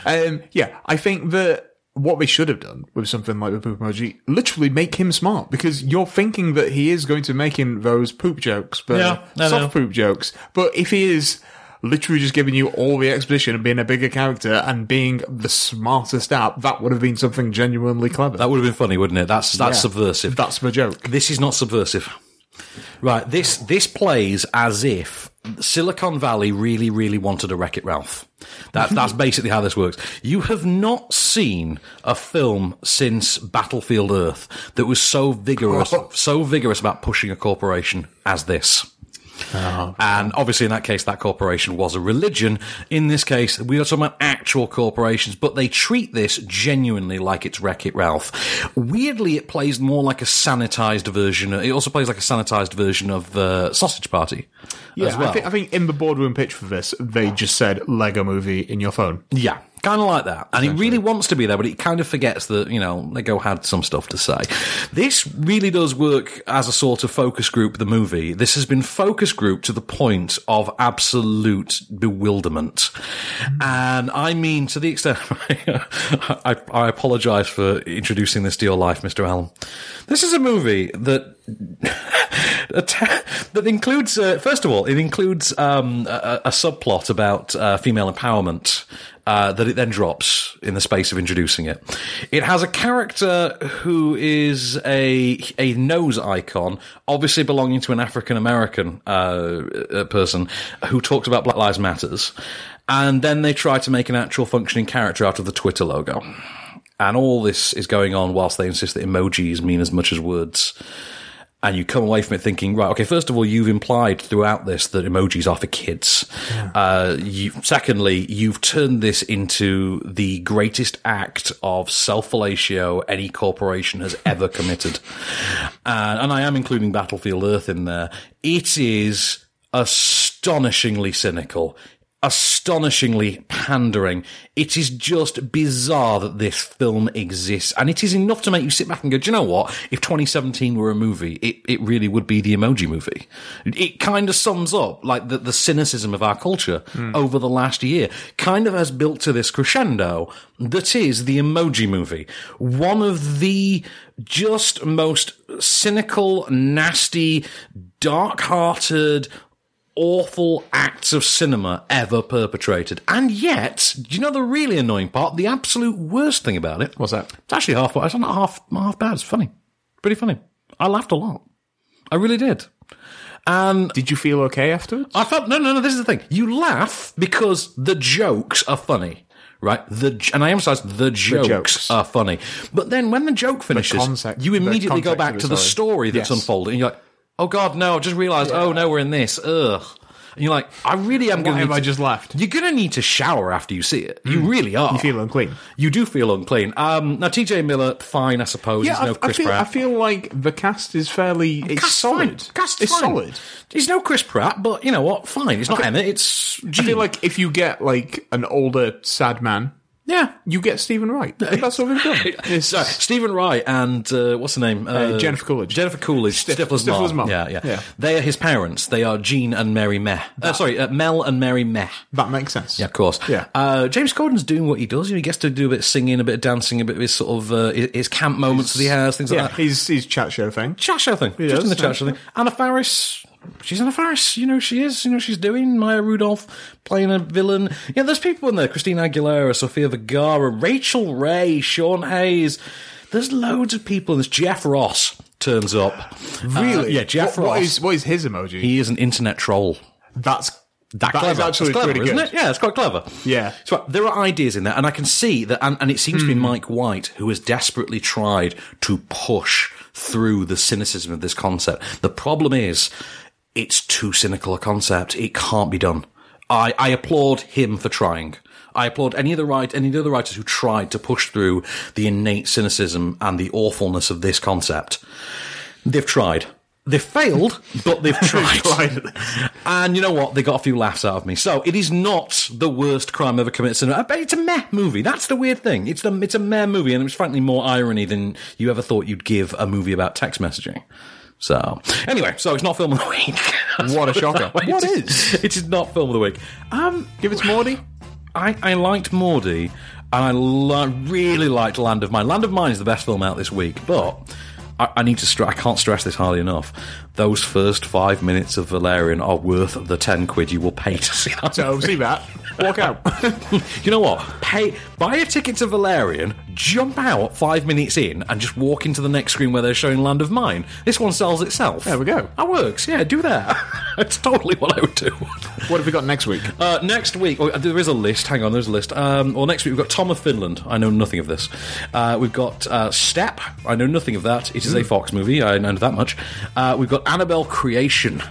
[SPEAKER 2] Um, yeah, I think that what they should have done with something like the poop emoji, literally make him smart because you're thinking that he is going to making those poop jokes, but
[SPEAKER 1] Yeah, I
[SPEAKER 2] soft
[SPEAKER 1] know.
[SPEAKER 2] poop jokes. But if he is literally just giving you all the exposition and being a bigger character and being the smartest app, that would have been something genuinely clever.
[SPEAKER 1] That would have been funny, wouldn't it? That's that's
[SPEAKER 2] Yeah.
[SPEAKER 1] subversive.
[SPEAKER 2] That's my joke.
[SPEAKER 1] This is not subversive. Right, this this plays as if Silicon Valley really, really wanted a Wreck It Ralph. That, that's basically how this works. You have not seen a film since Battlefield Earth that was so vigorous, so vigorous about pushing a corporation as this. And obviously, in that case, that corporation was a religion. In this case, we are talking about actual corporations, but they treat this genuinely like it's Wreck It Ralph. Weirdly, it plays more like a sanitized version. It also plays like a sanitized version of uh, Sausage Party
[SPEAKER 2] Yeah,
[SPEAKER 1] as well.
[SPEAKER 2] I, think, I think in the boardroom pitch for this, they just said Lego movie in your phone.
[SPEAKER 1] yeah, kind of like that. And it really wants to be there, but it kind of forgets that, you know, Lego had some stuff to say. This really does work as a sort of focus group, the movie. This has been focus group to the point of absolute bewilderment. And I mean, to the extent, I, I apologize for introducing this to your life, Mr. Allen. This is a movie that that includes, uh, first of all, it includes um, a, a subplot about uh, female empowerment uh, that it then drops in the space of introducing it. It has a character who is a a nose icon, obviously belonging to an African American uh, uh, person, who talks about Black Lives Matters, and then they try to make an actual functioning character out of the Twitter logo. And all this is going on whilst they insist that emojis mean as much as words and you come away from it thinking, right, okay, first of all, you've implied throughout this that emojis are for kids. Uh, you, secondly, you've turned this into the greatest act of self fellatio any corporation has ever committed. And and I am including Battlefield Earth in there. It is astonishingly cynical. Astonishingly pandering. It is just bizarre that this film exists, and it is enough to make you sit back and go, "Do you know what? If 2017 were a movie, it, it really would be the Emoji Movie." It kind of sums up like the, the cynicism of our culture over the last year. Kind of has built to this crescendo that is the Emoji Movie, one of the just most cynical, nasty, dark-hearted awful acts of cinema ever perpetrated. And yet, do you know the really annoying part? The absolute worst thing about it?
[SPEAKER 2] What's that?
[SPEAKER 1] It's actually half, it's not half, half bad. It's funny. Pretty funny. I laughed a lot. I really did. And
[SPEAKER 2] Did you feel okay afterwards?
[SPEAKER 1] I felt, no, no, no, this is the thing. You laugh because the jokes are funny. Right, the j- and I emphasise the jokes,
[SPEAKER 2] jokes.
[SPEAKER 1] are funny, but then when the joke finishes,
[SPEAKER 2] concept-
[SPEAKER 1] you
[SPEAKER 2] the
[SPEAKER 1] immediately go
[SPEAKER 2] context
[SPEAKER 1] back
[SPEAKER 2] of it,
[SPEAKER 1] to the
[SPEAKER 2] sorry.
[SPEAKER 1] story that's
[SPEAKER 2] Yes.
[SPEAKER 1] unfolding. And you're like, oh god, no! I just realised. Oh no, we're in this. Ugh. And you're like, I really am going.
[SPEAKER 2] have I just laughed? Mm.
[SPEAKER 1] You're going to need to shower after you see it. You really are.
[SPEAKER 2] You feel unclean.
[SPEAKER 1] You do feel unclean. Um, now TJ Miller, fine, I suppose. He's
[SPEAKER 2] I,
[SPEAKER 1] no
[SPEAKER 2] I
[SPEAKER 1] Chris
[SPEAKER 2] feel, I
[SPEAKER 1] Pratt.
[SPEAKER 2] feel like the cast is fairly. It's
[SPEAKER 1] Cast
[SPEAKER 2] solid.
[SPEAKER 1] fine. Cast
[SPEAKER 2] it's
[SPEAKER 1] fine.
[SPEAKER 2] solid.
[SPEAKER 1] He's no Chris Pratt, but you know what? Fine. It's not Emmett. It's.
[SPEAKER 2] I
[SPEAKER 1] Gene.
[SPEAKER 2] feel like if you get like an older sad man,
[SPEAKER 1] yeah.
[SPEAKER 2] you get Stephen Wright. That's what we've done. It's-
[SPEAKER 1] Sorry, Stephen Wright and uh, what's her name? Uh,
[SPEAKER 2] Jennifer Coolidge.
[SPEAKER 1] Jennifer Coolidge.
[SPEAKER 2] Stif-
[SPEAKER 1] Stifler's,
[SPEAKER 2] Stifler's
[SPEAKER 1] mom.
[SPEAKER 2] mum.
[SPEAKER 1] Yeah, yeah,
[SPEAKER 2] Yeah.
[SPEAKER 1] They are his parents. They are Gene and Mary Meh. Uh, sorry, uh, Mel and Mary Meh.
[SPEAKER 2] that makes sense.
[SPEAKER 1] Yeah, of course.
[SPEAKER 2] Yeah.
[SPEAKER 1] Uh, James Corden's doing what he does. You know, he gets to do a bit of singing, a bit of dancing, a bit of his sort of uh, his, his camp moments that he has, things
[SPEAKER 2] yeah.
[SPEAKER 1] like that.
[SPEAKER 2] His his chat show thing.
[SPEAKER 1] Chat show thing.
[SPEAKER 2] Yes,
[SPEAKER 1] just in the chat
[SPEAKER 2] yes.
[SPEAKER 1] show thing. Anna Faris. She's Anna Faris. You know she is. You know she's doing. Maya Rudolph playing a villain. Yeah, there's people in there. Christina Aguilera, Sofia Vergara, Rachel Ray, Sean Hayes. There's loads of people in this. Jeff Ross turns up.
[SPEAKER 2] Really?
[SPEAKER 1] Uh, yeah, Jeff
[SPEAKER 2] What-
[SPEAKER 1] Ross.
[SPEAKER 2] What is what is his emoji?
[SPEAKER 1] he is an internet troll.
[SPEAKER 2] that's
[SPEAKER 1] That,
[SPEAKER 2] that
[SPEAKER 1] clever.
[SPEAKER 2] is actually
[SPEAKER 1] It's clever,
[SPEAKER 2] pretty
[SPEAKER 1] isn't
[SPEAKER 2] good.
[SPEAKER 1] it? Yeah, it's quite clever.
[SPEAKER 2] Yeah. Hmm.
[SPEAKER 1] So there are ideas in there, and I can see that, and, and it seems to be Mike White who has desperately tried to push through the cynicism of this concept. The problem is, it's too cynical a concept. It can't be done. I, I applaud him for trying. I applaud any of the right, any of the other writers who tried to push through the innate cynicism and the awfulness of this concept They've tried. They've failed, but they've tried. and you know what? They got a few laughs out of me. So it is not the worst crime ever committed. So I bet it's a meh movie. That's the weird thing. It's the it's a meh movie, and it was frankly more irony than you ever thought you'd give a movie about text messaging. So anyway, so it's not film of the week.
[SPEAKER 9] What a shocker.
[SPEAKER 1] What is? It is not film of the week. Um,
[SPEAKER 2] give us Morty.
[SPEAKER 1] I, I liked Morty, and I li- really liked Land of Mine. Land of Mine is the best film out this week, but I, I need to str- I can't stress this highly enough. Those first five minutes of Valerian are worth the ten quid you will pay to see that.
[SPEAKER 2] So see that. Walk out.
[SPEAKER 1] you know what? Pay, buy a ticket to Valerian, jump out five minutes in, and just walk into the next screen where they're showing Land of Mine. This one sells itself.
[SPEAKER 2] There we go.
[SPEAKER 1] That works. Yeah, do that. it's totally what I would do.
[SPEAKER 2] What have we got next week?
[SPEAKER 1] Uh, next week, oh, there is a list. Hang on, there's a list. Um, well, next week we've got Tom of Finland. I know nothing of this. Uh, we've got uh, Step. I know nothing of that. It is
[SPEAKER 2] Mm.
[SPEAKER 1] a Fox movie. I know that much. Uh, we've got Annabelle Creation.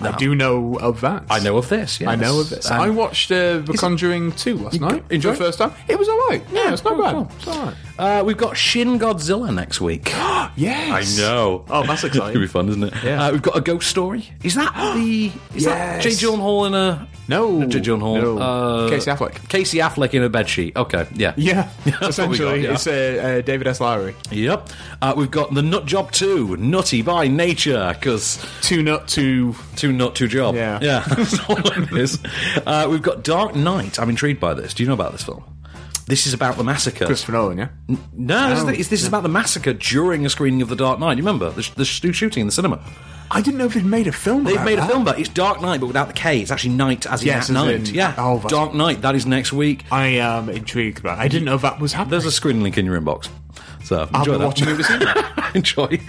[SPEAKER 2] I do know of that.
[SPEAKER 1] I know of this. Yes. Um,
[SPEAKER 2] I know of this.
[SPEAKER 1] And-
[SPEAKER 2] I watched uh, The Conjuring 2 last night.
[SPEAKER 1] enjoy
[SPEAKER 2] Enjoyed the first time. It was alright. Yeah, it's not
[SPEAKER 1] cool,
[SPEAKER 2] bad.
[SPEAKER 1] cool.
[SPEAKER 2] It's alright.
[SPEAKER 1] Uh, we've got Shin Godzilla next week.
[SPEAKER 2] Ah, Yes.
[SPEAKER 1] know.
[SPEAKER 2] Oh, that's
[SPEAKER 1] It's gonna be
[SPEAKER 2] exciting.
[SPEAKER 1] fun, isn't it?
[SPEAKER 2] Yeah.
[SPEAKER 1] Uh, we've got a ghost story. Is that the? Is that
[SPEAKER 2] Yes.
[SPEAKER 1] Jay Gyllenhaal in a?
[SPEAKER 2] No.
[SPEAKER 1] Jay Gyllenhaal.
[SPEAKER 2] No.
[SPEAKER 1] Uh,
[SPEAKER 2] Casey Affleck.
[SPEAKER 1] Casey Affleck in a bedsheet. Okay, yeah,
[SPEAKER 2] Yeah.
[SPEAKER 1] That's what we got,
[SPEAKER 2] Essentially,
[SPEAKER 1] yeah.
[SPEAKER 2] it's uh, uh, David S. Lowry.
[SPEAKER 1] Yep. Uh, we've got the Nut Job 2, Nutty by Nature, because
[SPEAKER 2] Two nut, two.
[SPEAKER 1] two nut, two job.
[SPEAKER 2] Yeah.
[SPEAKER 1] Yeah, that's all it is. Uh, we've got Dark Knight. I'm intrigued by this. Do you know about this film? This is about the massacre.
[SPEAKER 2] Christopher Nolan, yeah?
[SPEAKER 1] No, this, is the- this is about the massacre during a screening of The Dark Knight. You remember? The, sh- the sh- shooting in the cinema.
[SPEAKER 2] I didn't know if they'd made a film
[SPEAKER 1] They've
[SPEAKER 2] about
[SPEAKER 1] made a
[SPEAKER 2] that.
[SPEAKER 1] film, but it's Dark Knight, but without the K. It's actually Night as in
[SPEAKER 2] Yes,
[SPEAKER 1] at
[SPEAKER 2] as
[SPEAKER 1] night.
[SPEAKER 2] in-
[SPEAKER 1] yeah.
[SPEAKER 2] Oh, that's-
[SPEAKER 1] Dark Knight, that is next week.
[SPEAKER 2] I am intrigued about it. I didn't know that was happening.
[SPEAKER 1] There's a screen link in your inbox. So
[SPEAKER 2] I'll
[SPEAKER 1] enjoy
[SPEAKER 2] be
[SPEAKER 1] that.
[SPEAKER 2] watching it this evening.
[SPEAKER 1] enjoy.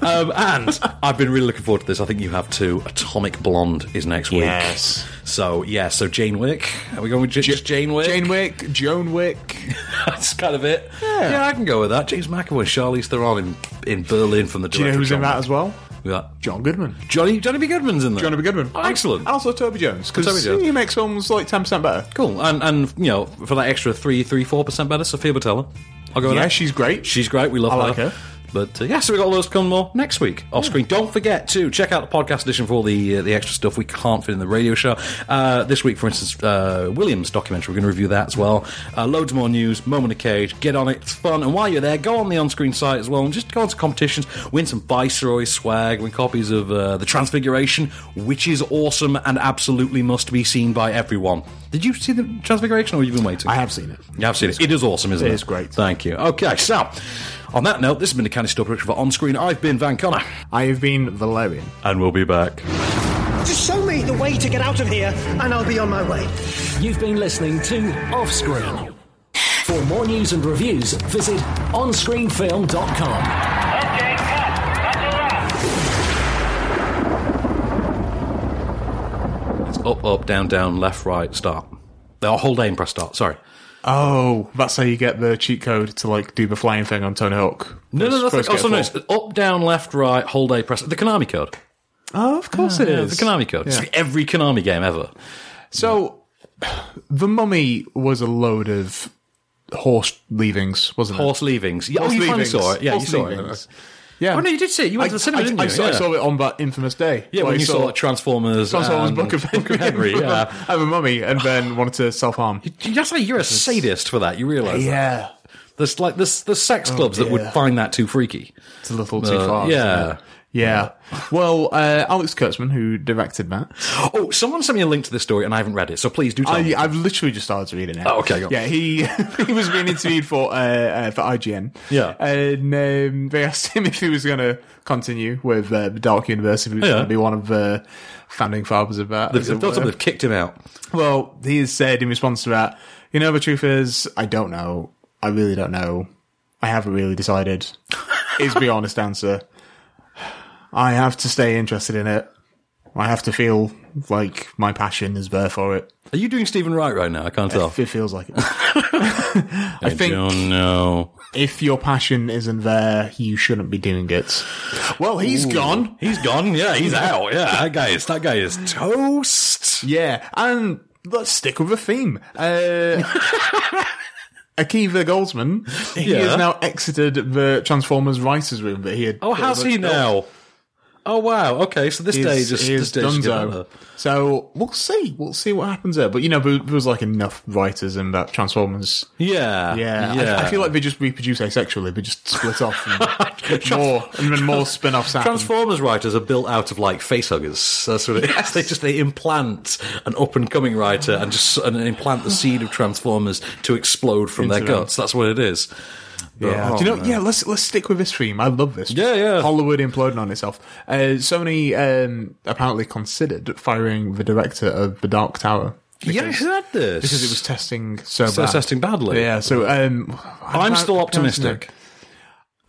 [SPEAKER 1] Um, and I've been really looking forward to this. I think you have too. Atomic Blonde is next week.
[SPEAKER 2] Yes.
[SPEAKER 1] So yeah. So Jane Wick. Are we going with J- just Jane Wick?
[SPEAKER 2] Jane Wick, Joan Wick.
[SPEAKER 1] That's kind of it. Yeah. I can go with that. James McAvoy, Charlize Theron in in Berlin from the.
[SPEAKER 2] Do you know
[SPEAKER 1] director
[SPEAKER 2] who's in
[SPEAKER 1] John-
[SPEAKER 2] that as well?
[SPEAKER 1] Yeah.
[SPEAKER 2] John Goodman.
[SPEAKER 1] Johnny Johnny B Goodman's in there.
[SPEAKER 2] Johnny B. Goodman.
[SPEAKER 1] Oh, excellent.
[SPEAKER 2] And also Toby Jones,
[SPEAKER 1] Toby
[SPEAKER 2] because
[SPEAKER 1] Jones.
[SPEAKER 2] he makes films like 10% better.
[SPEAKER 1] Cool. And and you know for that extra three three four percent better, Sophia Botella. I'll go with
[SPEAKER 2] Yeah,
[SPEAKER 1] that.
[SPEAKER 2] she's great.
[SPEAKER 1] She's great. We love
[SPEAKER 2] I like
[SPEAKER 1] her.
[SPEAKER 2] her.
[SPEAKER 1] But uh, yeah, so we got loads to come more next week off screen. Don't forget to check out the podcast edition for all the uh, the extra stuff we can't fit in the radio show. Uh, this week, for instance, uh, Williams documentary. We're going to review that as well. Uh, loads more news. Moment of Cage. Get on it. It's fun. And while you're there, go on the on screen site as well and just go on to competitions. Win some Viceroy swag. Win copies of uh, the Transfiguration, which is awesome and absolutely must be seen by everyone. Did you see the Transfiguration, or have you been waiting?
[SPEAKER 2] I have seen it.
[SPEAKER 1] Yeah, I've seen it. It is awesome, isn't it?
[SPEAKER 2] It is great.
[SPEAKER 1] Thank you. Okay, so on that note, this has been the Candy Store production for On Screen. I've been Van Connor,
[SPEAKER 2] I have been Valerian.
[SPEAKER 1] and we'll be back.
[SPEAKER 12] Just show me the way to get out of here, and I'll be on my way.
[SPEAKER 3] You've been listening to Offscreen. For more news and reviews, visit onscreenfilm.com.
[SPEAKER 1] It's up, up, down, down, left, right, start. No, hold aim, press start. Sorry.
[SPEAKER 2] Oh, that's how you get the cheat code to like do the flying thing on Tony Hawk.
[SPEAKER 1] No, no,
[SPEAKER 2] First-
[SPEAKER 1] no. that's-
[SPEAKER 2] first get
[SPEAKER 1] Also, no.
[SPEAKER 2] a
[SPEAKER 1] It's
[SPEAKER 2] fall.
[SPEAKER 1] up, down, left, right, hold A, press. The Konami code.
[SPEAKER 2] Oh, of course it
[SPEAKER 1] Yeah,
[SPEAKER 2] is.
[SPEAKER 1] the Konami code. It's
[SPEAKER 2] Yeah.
[SPEAKER 1] like every Konami game ever.
[SPEAKER 2] So, the mummy was a load of horse leavings, wasn't it?
[SPEAKER 1] Horse leavings. Yeah, oh,
[SPEAKER 2] Horse
[SPEAKER 1] you finally
[SPEAKER 2] leavings.
[SPEAKER 1] saw it. Yeah,
[SPEAKER 2] Horse
[SPEAKER 1] you saw
[SPEAKER 2] leavings.
[SPEAKER 1] it.
[SPEAKER 2] Yeah.
[SPEAKER 1] Oh, no, you did see it. You went
[SPEAKER 2] I,
[SPEAKER 1] to the cinema,
[SPEAKER 2] I,
[SPEAKER 1] didn't
[SPEAKER 2] I,
[SPEAKER 1] you?
[SPEAKER 2] saw, I
[SPEAKER 1] Yeah.
[SPEAKER 2] saw it on that infamous day.
[SPEAKER 1] Yeah,
[SPEAKER 2] where
[SPEAKER 1] when
[SPEAKER 2] I
[SPEAKER 1] you saw, Transformers.
[SPEAKER 2] Transformers
[SPEAKER 1] and
[SPEAKER 2] Book of Henry.
[SPEAKER 1] um, Book of Henry. Yeah.
[SPEAKER 2] I have a mummy and then wanted to self harm.
[SPEAKER 1] That's like you're a sadist for that. You realise that.
[SPEAKER 2] Yeah.
[SPEAKER 1] There's like there's, there's sex clubs that
[SPEAKER 2] dear.
[SPEAKER 1] would find that too freaky.
[SPEAKER 2] It's a little too
[SPEAKER 1] Uh,
[SPEAKER 2] far.
[SPEAKER 1] yeah.
[SPEAKER 2] isn't it? Yeah. Well, uh, Alex Kurtzman, who directed that,
[SPEAKER 1] Oh, someone sent me a link to this story and I haven't read it, so please do tell
[SPEAKER 2] I,
[SPEAKER 1] me.
[SPEAKER 2] I've literally just started to read it now.
[SPEAKER 1] Oh, okay, go on.
[SPEAKER 2] Yeah, he he was being interviewed for uh, uh, for IGN.
[SPEAKER 1] Yeah.
[SPEAKER 2] and um, they asked him if he was going to continue with uh, the Dark Universe, if he was
[SPEAKER 1] Oh, Yeah.
[SPEAKER 2] going to be one of the founding fathers of that. as
[SPEAKER 1] They've, they've
[SPEAKER 2] it
[SPEAKER 1] done
[SPEAKER 2] were.
[SPEAKER 1] something, they've kicked him out.
[SPEAKER 2] Well, he has said in response to that, you know, the truth is, I don't know. I really don't know. I haven't really decided. is the honest answer. I have to stay interested in it. I have to feel like my passion is there for it.
[SPEAKER 1] Are you doing Stephen Wright right now? I can't tell.
[SPEAKER 2] If it feels like it.
[SPEAKER 1] I
[SPEAKER 2] think-
[SPEAKER 1] don't know.
[SPEAKER 2] if your passion isn't there, you shouldn't be doing it. Well, he's gone.
[SPEAKER 1] He's gone. Yeah, he's out. Yeah, that guy is that guy is toast.
[SPEAKER 2] Yeah, and let's stick with the theme. Uh, Akiva Goldsman, he
[SPEAKER 1] Yeah.
[SPEAKER 2] Oh, has now exited the Transformers writers' room that he had.
[SPEAKER 1] Oh, how's he now? Oh wow. Okay, so this
[SPEAKER 2] is-
[SPEAKER 1] day just
[SPEAKER 2] is
[SPEAKER 1] this day just
[SPEAKER 2] Dunzo.
[SPEAKER 1] got better.
[SPEAKER 2] So we'll see. We'll see what happens there. But you know, there, there was like enough writers in that Transformers.
[SPEAKER 1] Yeah,
[SPEAKER 2] yeah. I-
[SPEAKER 1] yeah.
[SPEAKER 2] I, feel like they just reproduce asexually. They just split off and more, and then more spin-offs happen.
[SPEAKER 1] Transformers writers are built out of like face huggers. That's what it is. They just they implant an up and coming writer and just and implant the seed of Transformers to explode from their
[SPEAKER 2] Into them.
[SPEAKER 1] guts. That's what it is. But-
[SPEAKER 2] Yeah.
[SPEAKER 1] oh,
[SPEAKER 2] Do you know?
[SPEAKER 1] man.
[SPEAKER 2] Yeah, let's let's stick with this theme. I love this. Yeah, yeah. Hollywood imploding on itself. Uh, Sony um, apparently considered firing the director of The Dark Tower.
[SPEAKER 1] Yeah, I heard this
[SPEAKER 2] because it was testing so
[SPEAKER 1] So
[SPEAKER 2] bad.
[SPEAKER 1] testing badly.
[SPEAKER 2] Yeah. So um,
[SPEAKER 1] I'm still optimistic.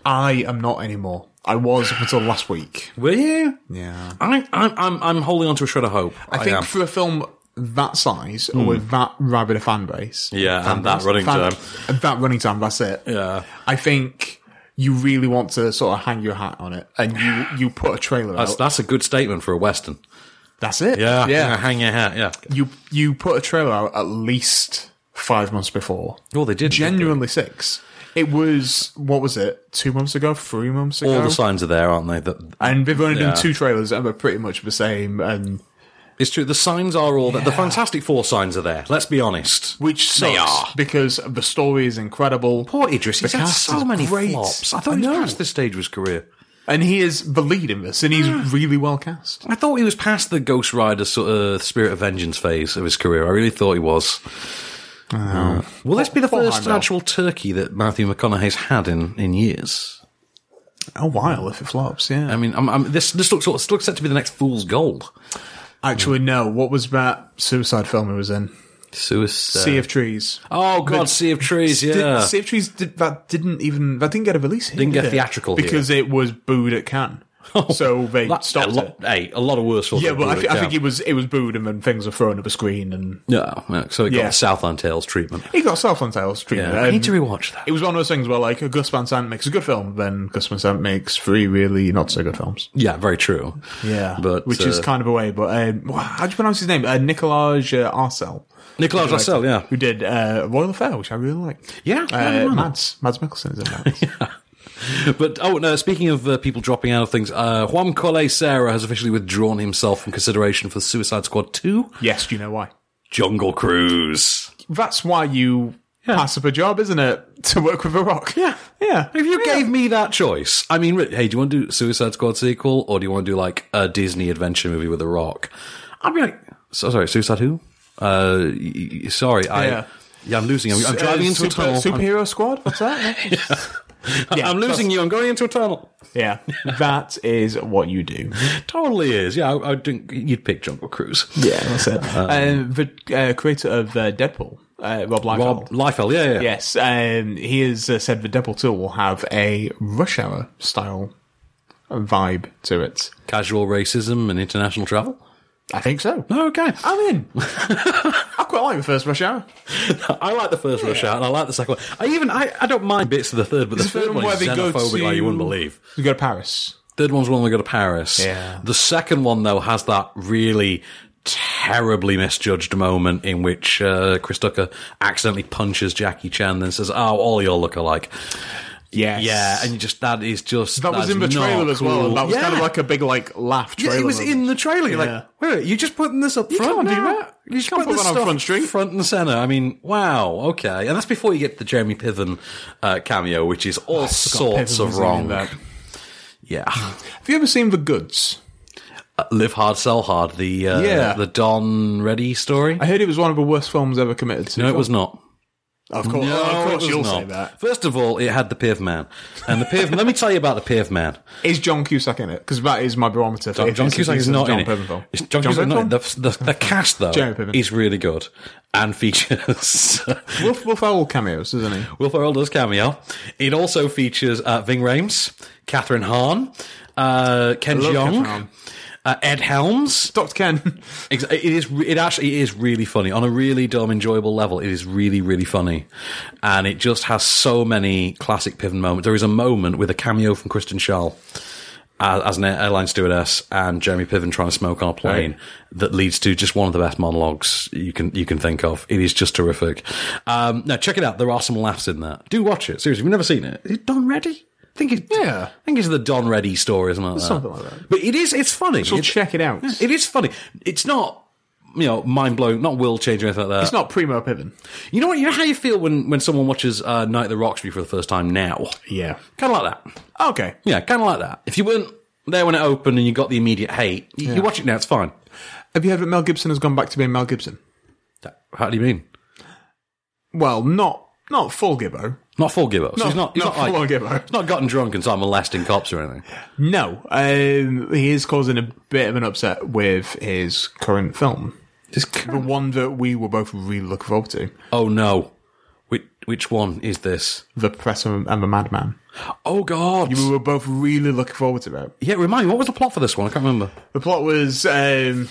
[SPEAKER 2] I am not anymore. I was up until last week.
[SPEAKER 1] Were you?
[SPEAKER 2] Yeah.
[SPEAKER 1] I'm I'm I'm, I'm holding on to a shred of hope.
[SPEAKER 2] I think for a film that size
[SPEAKER 1] Hmm.
[SPEAKER 2] or with that rabid a fan base,
[SPEAKER 1] Yeah,
[SPEAKER 2] fan
[SPEAKER 1] and that
[SPEAKER 2] base,
[SPEAKER 1] running
[SPEAKER 2] fan-
[SPEAKER 1] time.
[SPEAKER 2] and that running time, that's it.
[SPEAKER 1] Yeah,
[SPEAKER 2] I think you really want to sort of hang your hat on it, and you you put a trailer
[SPEAKER 1] that's
[SPEAKER 2] out.
[SPEAKER 1] that's a good statement for a western.
[SPEAKER 2] That's it.
[SPEAKER 1] Yeah,
[SPEAKER 2] Yeah.
[SPEAKER 1] yeah. Hang your hat. Yeah.
[SPEAKER 2] You you put a trailer out at least five months before.
[SPEAKER 1] Oh, they did.
[SPEAKER 2] Genuinely six. It was what was it? Two months ago? Three months ago?
[SPEAKER 1] All the signs are there, aren't they? That
[SPEAKER 2] and they've only
[SPEAKER 1] Yeah.
[SPEAKER 2] done two trailers, and they're pretty much the same. And
[SPEAKER 1] it's true. The signs are all there. The Fantastic Four signs are there. Let's be honest.
[SPEAKER 2] Which sucks
[SPEAKER 1] They are.
[SPEAKER 2] because the story is incredible.
[SPEAKER 1] Poor Idris.
[SPEAKER 2] The
[SPEAKER 1] He's had
[SPEAKER 2] cast
[SPEAKER 1] so
[SPEAKER 2] is
[SPEAKER 1] many
[SPEAKER 2] great.
[SPEAKER 1] flops. I thought he was past this stage of his career.
[SPEAKER 2] And he is the lead in this, and he's really well cast.
[SPEAKER 1] I thought he was past the Ghost Rider sort of Spirit of Vengeance phase of his career. I really thought he was. Uh, will this be the
[SPEAKER 2] Poor
[SPEAKER 1] first
[SPEAKER 2] Heimdall.
[SPEAKER 1] actual turkey that Matthew McConaughey's had in, in years?
[SPEAKER 2] A while if it flops, yeah.
[SPEAKER 1] I mean, I'm, I'm, this this looks this looks set to be the next fool's gold.
[SPEAKER 2] Actually, no. What was that suicide film he was in?
[SPEAKER 1] Suicide.
[SPEAKER 2] Sea of Trees.
[SPEAKER 1] Oh God, Sea of Trees.
[SPEAKER 2] Did-
[SPEAKER 1] Yeah,
[SPEAKER 2] sea of Trees did, that didn't even that didn't get a release. Here,
[SPEAKER 1] Didn't get
[SPEAKER 2] did it?
[SPEAKER 1] theatrical here. Oh,
[SPEAKER 2] because it was booed at Cannes, so they stopped
[SPEAKER 1] a lot,
[SPEAKER 2] it.
[SPEAKER 1] Hey, a lot of worse.
[SPEAKER 2] Yeah, but I, thi- I think it was it was booed, and then things were thrown up a screen, and
[SPEAKER 1] Yeah, yeah, so it got
[SPEAKER 2] Yeah.
[SPEAKER 1] Southland Tales treatment.
[SPEAKER 2] he got Southland Tales treatment.
[SPEAKER 1] Yeah, I need
[SPEAKER 2] Um,
[SPEAKER 1] to rewatch that.
[SPEAKER 2] It was one of those things where like Gus Van Sant makes a good film, then Gus Van Sant makes three really not so good films.
[SPEAKER 1] Yeah, very true.
[SPEAKER 2] Yeah,
[SPEAKER 1] but
[SPEAKER 2] which is
[SPEAKER 1] uh,
[SPEAKER 2] kind of a way. But um, how do you pronounce his name? Uh, Nicolaj uh, Arcel.
[SPEAKER 1] Nicolaj Arcel, yeah.
[SPEAKER 2] who did uh, Royal Affair, which I really like.
[SPEAKER 1] Yeah, I
[SPEAKER 2] uh,
[SPEAKER 1] don't know.
[SPEAKER 2] Mads Mads Mikkelsen is in that.
[SPEAKER 1] But oh no! Speaking of uh, people dropping out of things, uh, Juan Cole Serra has officially withdrawn himself from consideration for Suicide Squad Two:
[SPEAKER 2] yes, do you know why?
[SPEAKER 1] Jungle Cruise.
[SPEAKER 2] That's why you pass up a job, isn't it, to work with a rock? Yeah, yeah.
[SPEAKER 1] If you gave me that choice, I mean, re- hey, do you want to do Suicide Squad sequel or do you want to do like a Disney adventure movie with a rock? I'd be like, so, sorry, Suicide who? Uh, y- y- sorry, I.
[SPEAKER 2] Yeah.
[SPEAKER 1] Yeah. I'm losing. I'm, I'm
[SPEAKER 2] Uh,
[SPEAKER 1] driving into
[SPEAKER 2] super-
[SPEAKER 1] a tunnel. I'm-
[SPEAKER 2] Superhero squad? What's that? Yeah,
[SPEAKER 1] I'm losing
[SPEAKER 2] that's-
[SPEAKER 1] you. I'm going into a tunnel.
[SPEAKER 2] yeah, that is what you do.
[SPEAKER 1] Totally is. Yeah, I, I think you'd pick Jungle Cruise.
[SPEAKER 2] Yeah, that's it. Um, the uh, creator of uh, Deadpool, uh, Rob Liefeld.
[SPEAKER 1] Rob Liefeld. Yeah, yeah.
[SPEAKER 2] Yes, um, he has uh, said the Deadpool 2 will have a Rush Hour style vibe to it.
[SPEAKER 1] Casual racism and international travel.
[SPEAKER 2] I think so.
[SPEAKER 1] Okay.
[SPEAKER 2] I'm in. I quite like the first Rush Hour.
[SPEAKER 1] I like the first Rush Hour and I like the second one. I even I, I don't mind bits of the third, but the
[SPEAKER 2] Is the
[SPEAKER 1] third
[SPEAKER 2] third
[SPEAKER 1] one
[SPEAKER 2] where
[SPEAKER 1] is
[SPEAKER 2] they go
[SPEAKER 1] xenophobic like you wouldn't
[SPEAKER 2] to-
[SPEAKER 1] believe.
[SPEAKER 2] We go to Paris.
[SPEAKER 1] Third one's one we go to Paris.
[SPEAKER 2] Yeah.
[SPEAKER 1] The second one though has that really terribly misjudged moment in which uh, Chris Tucker accidentally punches Jackie Chan and says, "Oh, all y'all look alike."
[SPEAKER 2] Yes.
[SPEAKER 1] Yeah, and you just that is just
[SPEAKER 2] That was
[SPEAKER 1] that's
[SPEAKER 2] in the
[SPEAKER 1] not
[SPEAKER 2] trailer as well.
[SPEAKER 1] cool.
[SPEAKER 2] and That was
[SPEAKER 1] yeah.
[SPEAKER 2] kind of like a big like laugh
[SPEAKER 1] Yeah,
[SPEAKER 2] trailer.
[SPEAKER 1] it was in the trailer. You're
[SPEAKER 2] Yeah.
[SPEAKER 1] like, wait, you're just putting this up
[SPEAKER 2] You
[SPEAKER 1] front
[SPEAKER 2] can't do
[SPEAKER 1] now?
[SPEAKER 2] that.
[SPEAKER 1] You're just
[SPEAKER 2] You
[SPEAKER 1] putting
[SPEAKER 2] can't put
[SPEAKER 1] this
[SPEAKER 2] that on
[SPEAKER 1] stuff
[SPEAKER 2] front street.
[SPEAKER 1] front and center. I mean, wow, okay. And that's before you get the Jeremy Piven uh, cameo, which is all sorts
[SPEAKER 2] Piven
[SPEAKER 1] of
[SPEAKER 2] was in
[SPEAKER 1] wrong.
[SPEAKER 2] that.
[SPEAKER 1] Yeah.
[SPEAKER 2] Have you ever seen The Goods?
[SPEAKER 1] Uh, Live Hard, Sell Hard, the uh,
[SPEAKER 2] Yeah.
[SPEAKER 1] the Don Reddy story.
[SPEAKER 2] I heard it was one of the worst films ever committed. To
[SPEAKER 1] no, it was not.
[SPEAKER 2] Of course,
[SPEAKER 1] No,
[SPEAKER 2] of
[SPEAKER 1] it
[SPEAKER 2] course
[SPEAKER 1] was
[SPEAKER 2] you'll
[SPEAKER 1] not.
[SPEAKER 2] say that.
[SPEAKER 1] First of all, it had the Piveman, and the Piv. let me tell you about the Piveman.
[SPEAKER 2] Is John Cusack in it? Because that is my barometer. for
[SPEAKER 1] John,
[SPEAKER 2] if
[SPEAKER 1] John
[SPEAKER 2] it's a
[SPEAKER 1] Cusack is
[SPEAKER 2] decent
[SPEAKER 1] not
[SPEAKER 2] John
[SPEAKER 1] in it.
[SPEAKER 2] Piven film.
[SPEAKER 1] It's John, Cusack
[SPEAKER 2] Piven
[SPEAKER 1] not in
[SPEAKER 2] film?
[SPEAKER 1] it. The, the, the cast though
[SPEAKER 2] Jeremy Piven.
[SPEAKER 1] is really good and features
[SPEAKER 2] Wolf, Wolf Owl cameos, doesn't he?
[SPEAKER 1] Will Ferrell does cameo. It also features uh, Ving Rhames, Catherine Hahn, uh, Ken
[SPEAKER 2] I love Catherine
[SPEAKER 1] Jeong,
[SPEAKER 2] Hahn.
[SPEAKER 1] uh, Ed Helms.
[SPEAKER 2] Dr. Ken.
[SPEAKER 1] Ex- It is. re- It actually is really funny on a really dumb, enjoyable level. It is really, really funny, and it just has so many classic Piven moments. There is a moment with a cameo from Kristen Schaal as, as an air- airline stewardess and Jeremy Piven trying to smoke on a plane that leads to just one of the best monologues you can you can think of. It is just terrific. Um, now check it out. There are some laughs in that. Do watch it seriously. If you've never seen it, is it Don Reddy? think it, yeah, I think it's the Don Reddy story, isn't it?
[SPEAKER 2] Something like that.
[SPEAKER 1] But it is, it's funny.
[SPEAKER 2] So
[SPEAKER 1] It-
[SPEAKER 2] check it out.
[SPEAKER 1] It is funny. It's not, you know, mind blowing, not world changing or anything like that.
[SPEAKER 2] It's not primo piven.
[SPEAKER 1] You know what? You know how you feel when when someone watches uh, Night at the Roxbury for the first time now.
[SPEAKER 2] Yeah,
[SPEAKER 1] kind of like that.
[SPEAKER 2] Okay.
[SPEAKER 1] Yeah, kind of like that. If you weren't there when it opened and you got the immediate hate, you,
[SPEAKER 2] Yeah.
[SPEAKER 1] you watch it now. It's fine.
[SPEAKER 2] Have you heard that Mel Gibson has gone back to being Mel Gibson?
[SPEAKER 1] How do you mean?
[SPEAKER 2] Well, not not full Gibbo.
[SPEAKER 1] Not full gibbo. So
[SPEAKER 2] Not-
[SPEAKER 1] he's not, he's
[SPEAKER 2] not
[SPEAKER 1] not,
[SPEAKER 2] full
[SPEAKER 1] like,
[SPEAKER 2] gibbo.
[SPEAKER 1] He's not gotten drunk and started molesting cops or anything.
[SPEAKER 2] No, um, he is causing a bit of an upset with his current film, the one that we were both really looking forward to,
[SPEAKER 1] Oh no. Which, which one is this?
[SPEAKER 2] The Presser and the Madman.
[SPEAKER 1] Oh God!
[SPEAKER 2] You were both really looking forward to it.
[SPEAKER 1] Yeah, remind me. What was the plot for this one? I can't remember.
[SPEAKER 2] The plot was um,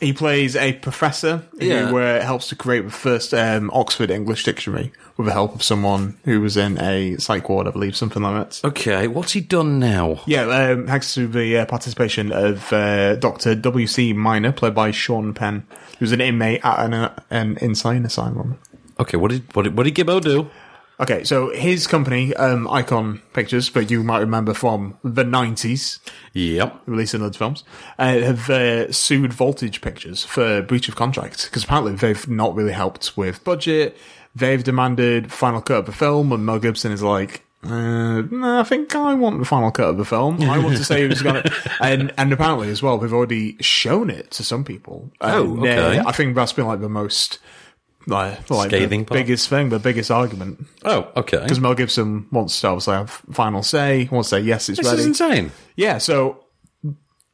[SPEAKER 2] he plays a professor
[SPEAKER 1] Yeah.
[SPEAKER 2] who uh, helps to create the first um, Oxford English dictionary with the help of someone who was in a psych ward, I believe, something like that.
[SPEAKER 1] Okay, what's he done now?
[SPEAKER 2] Yeah, um, thanks to the uh, participation of uh, Dr. W.C. Minor, played by Sean Penn, who's an inmate at an, uh, an insane asylum.
[SPEAKER 1] Okay, what did what did, what did Gibbo do?
[SPEAKER 2] Okay, so his company, um, Icon Pictures, but you might remember from the 90s,
[SPEAKER 1] Yep.
[SPEAKER 2] releasing loads of films, uh, have uh, sued Voltage Pictures for breach of contract because apparently they've not really helped with budget. They've demanded final cut of the film, and Mel Gibson is like, uh, no, I think I want the final cut of the film. I want to say who's going to. And, and apparently, as well, they've already shown it to some people.
[SPEAKER 1] Oh,
[SPEAKER 2] And, uh,
[SPEAKER 1] okay.
[SPEAKER 2] I think that's been like the most. Uh, like
[SPEAKER 1] Scathing
[SPEAKER 2] the
[SPEAKER 1] part?
[SPEAKER 2] biggest thing, the biggest argument.
[SPEAKER 1] Oh, okay.
[SPEAKER 2] Because Mel Gibson wants to obviously have final say, wants to say yes, it's
[SPEAKER 1] This
[SPEAKER 2] ready.
[SPEAKER 1] is insane.
[SPEAKER 2] Yeah, so